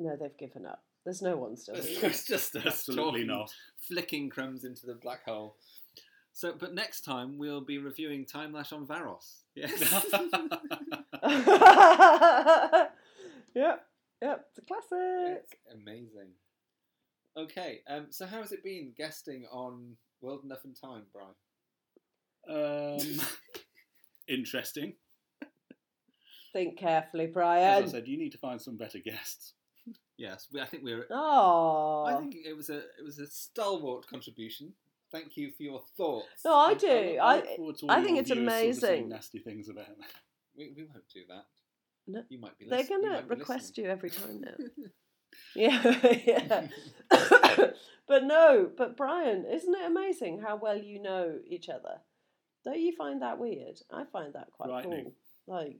Speaker 8: No, they've given up. There's no one still
Speaker 7: It's
Speaker 8: here.
Speaker 7: it's just us
Speaker 9: Absolutely
Speaker 7: talking,
Speaker 9: not.
Speaker 7: flicking crumbs into the black hole. So, but next time we'll be reviewing Time Lash on Varos. Yes.
Speaker 8: yep, yep, it's a classic.
Speaker 7: Amazing. Okay, um, so how has it been guesting on World Enough and Time, Brian?
Speaker 8: Uh,
Speaker 9: Um, interesting.
Speaker 8: Think carefully,
Speaker 9: As I
Speaker 8: Brian.
Speaker 9: said, you need to find some better guests.
Speaker 7: Yes, we, I think we were.
Speaker 8: Oh.
Speaker 7: I think it was a it was a stalwart contribution. Thank you for your thoughts.
Speaker 8: No, I
Speaker 7: And
Speaker 8: do.
Speaker 7: look
Speaker 8: I-
Speaker 7: forward to all
Speaker 8: I
Speaker 7: your
Speaker 8: think it's
Speaker 7: viewers sort of saying
Speaker 8: amazing.
Speaker 9: Nasty things about them.
Speaker 7: We, we won't do that.
Speaker 8: No,
Speaker 7: you might be.
Speaker 8: They're
Speaker 7: listen- you
Speaker 8: gonna
Speaker 7: might be
Speaker 8: request
Speaker 7: listening.
Speaker 8: you every time now. yeah, yeah. but no, but Brian, isn't it amazing how well you know each other? Don't you find that weird? I find that quite
Speaker 7: Frightening.
Speaker 8: cool. Like,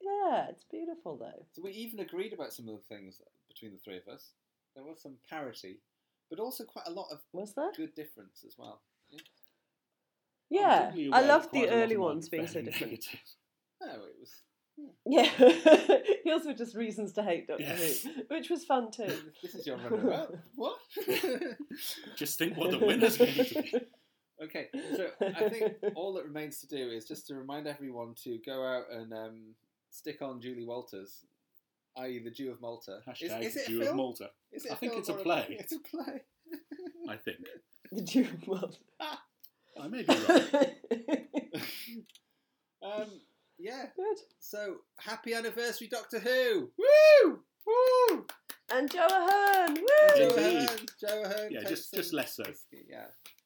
Speaker 8: yeah, it's beautiful though.
Speaker 7: So we even agreed about some of the things between the three of us. There was some parity, but also quite a lot of
Speaker 8: was there?
Speaker 7: good difference as well.
Speaker 8: Yeah,
Speaker 7: particularly
Speaker 8: I
Speaker 7: aware of
Speaker 8: loved
Speaker 7: quite a
Speaker 8: the
Speaker 7: lot
Speaker 8: early
Speaker 7: of mine
Speaker 8: ones being so
Speaker 7: being
Speaker 8: different.
Speaker 7: negative. No, Oh, it was.
Speaker 8: Yeah, yours were just reasons to hate Doctor
Speaker 9: Yes.
Speaker 8: Who, which was fun too.
Speaker 7: This is your runner-up. What?
Speaker 9: Just think what the winner's going to be.
Speaker 7: Okay, so I think all that remains to do is just to remind everyone to go out and um, stick on Julie Walters, i.e., the Jew of Malta. Is-
Speaker 9: Hashtag
Speaker 7: is it a
Speaker 9: Jew of
Speaker 7: film?
Speaker 9: Malta.
Speaker 7: Is it
Speaker 9: I think
Speaker 7: film
Speaker 9: it's a
Speaker 7: or
Speaker 9: play.
Speaker 7: It's a play.
Speaker 9: I think.
Speaker 8: The Jew of Malta.
Speaker 9: I may be wrong.
Speaker 7: Um, yeah.
Speaker 8: Good.
Speaker 7: So happy anniversary, Doctor Who! Woo! Woo!
Speaker 8: And Joe Ahern, woo!
Speaker 7: Joe
Speaker 9: Indeed.
Speaker 7: Ahern, Joe Ahern
Speaker 9: Yeah,
Speaker 7: takes
Speaker 9: just just
Speaker 7: some-
Speaker 9: less so.
Speaker 7: Yeah.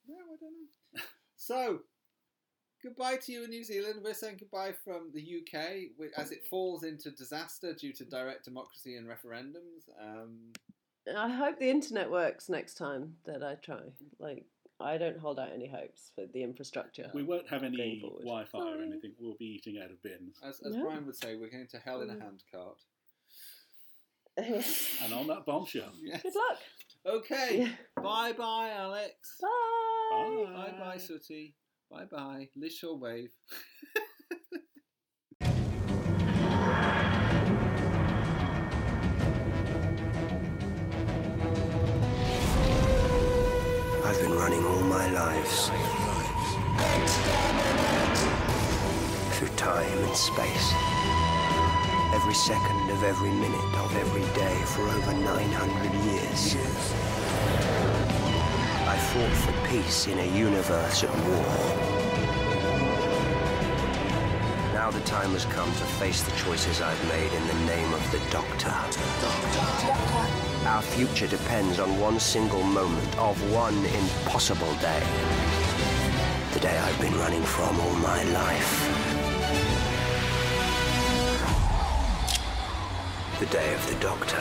Speaker 7: No, I don't know. So, goodbye to you in New Zealand. We're saying goodbye from the UK wi- as it falls into disaster due to direct democracy and referendums. Um,
Speaker 8: I hope the internet works next time that I try. Like, I don't hold out any hopes for the infrastructure.
Speaker 9: We won't have any
Speaker 8: forward.
Speaker 9: Wi-Fi or
Speaker 8: Sorry.
Speaker 9: anything. We'll be eating out of bins.
Speaker 7: as as
Speaker 8: No.
Speaker 7: Brian would say, we're going to hell in a handcart.
Speaker 9: And on that bombshell.
Speaker 7: Good
Speaker 8: luck.
Speaker 7: Okay. bye bye, Alex.
Speaker 8: Bye.
Speaker 7: Bye bye, Sooty. Bye bye. Lish or wave.
Speaker 16: I've been running all my lives through time and space.
Speaker 12: every second of every minute of every day for over 900 years. I fought for peace in a universe at war. Now the time has come to face the choices I've made in the name of the Doctor. Doctor. Our future depends on one single moment of one impossible day. The day I've been running from all my life. the day of the doctor.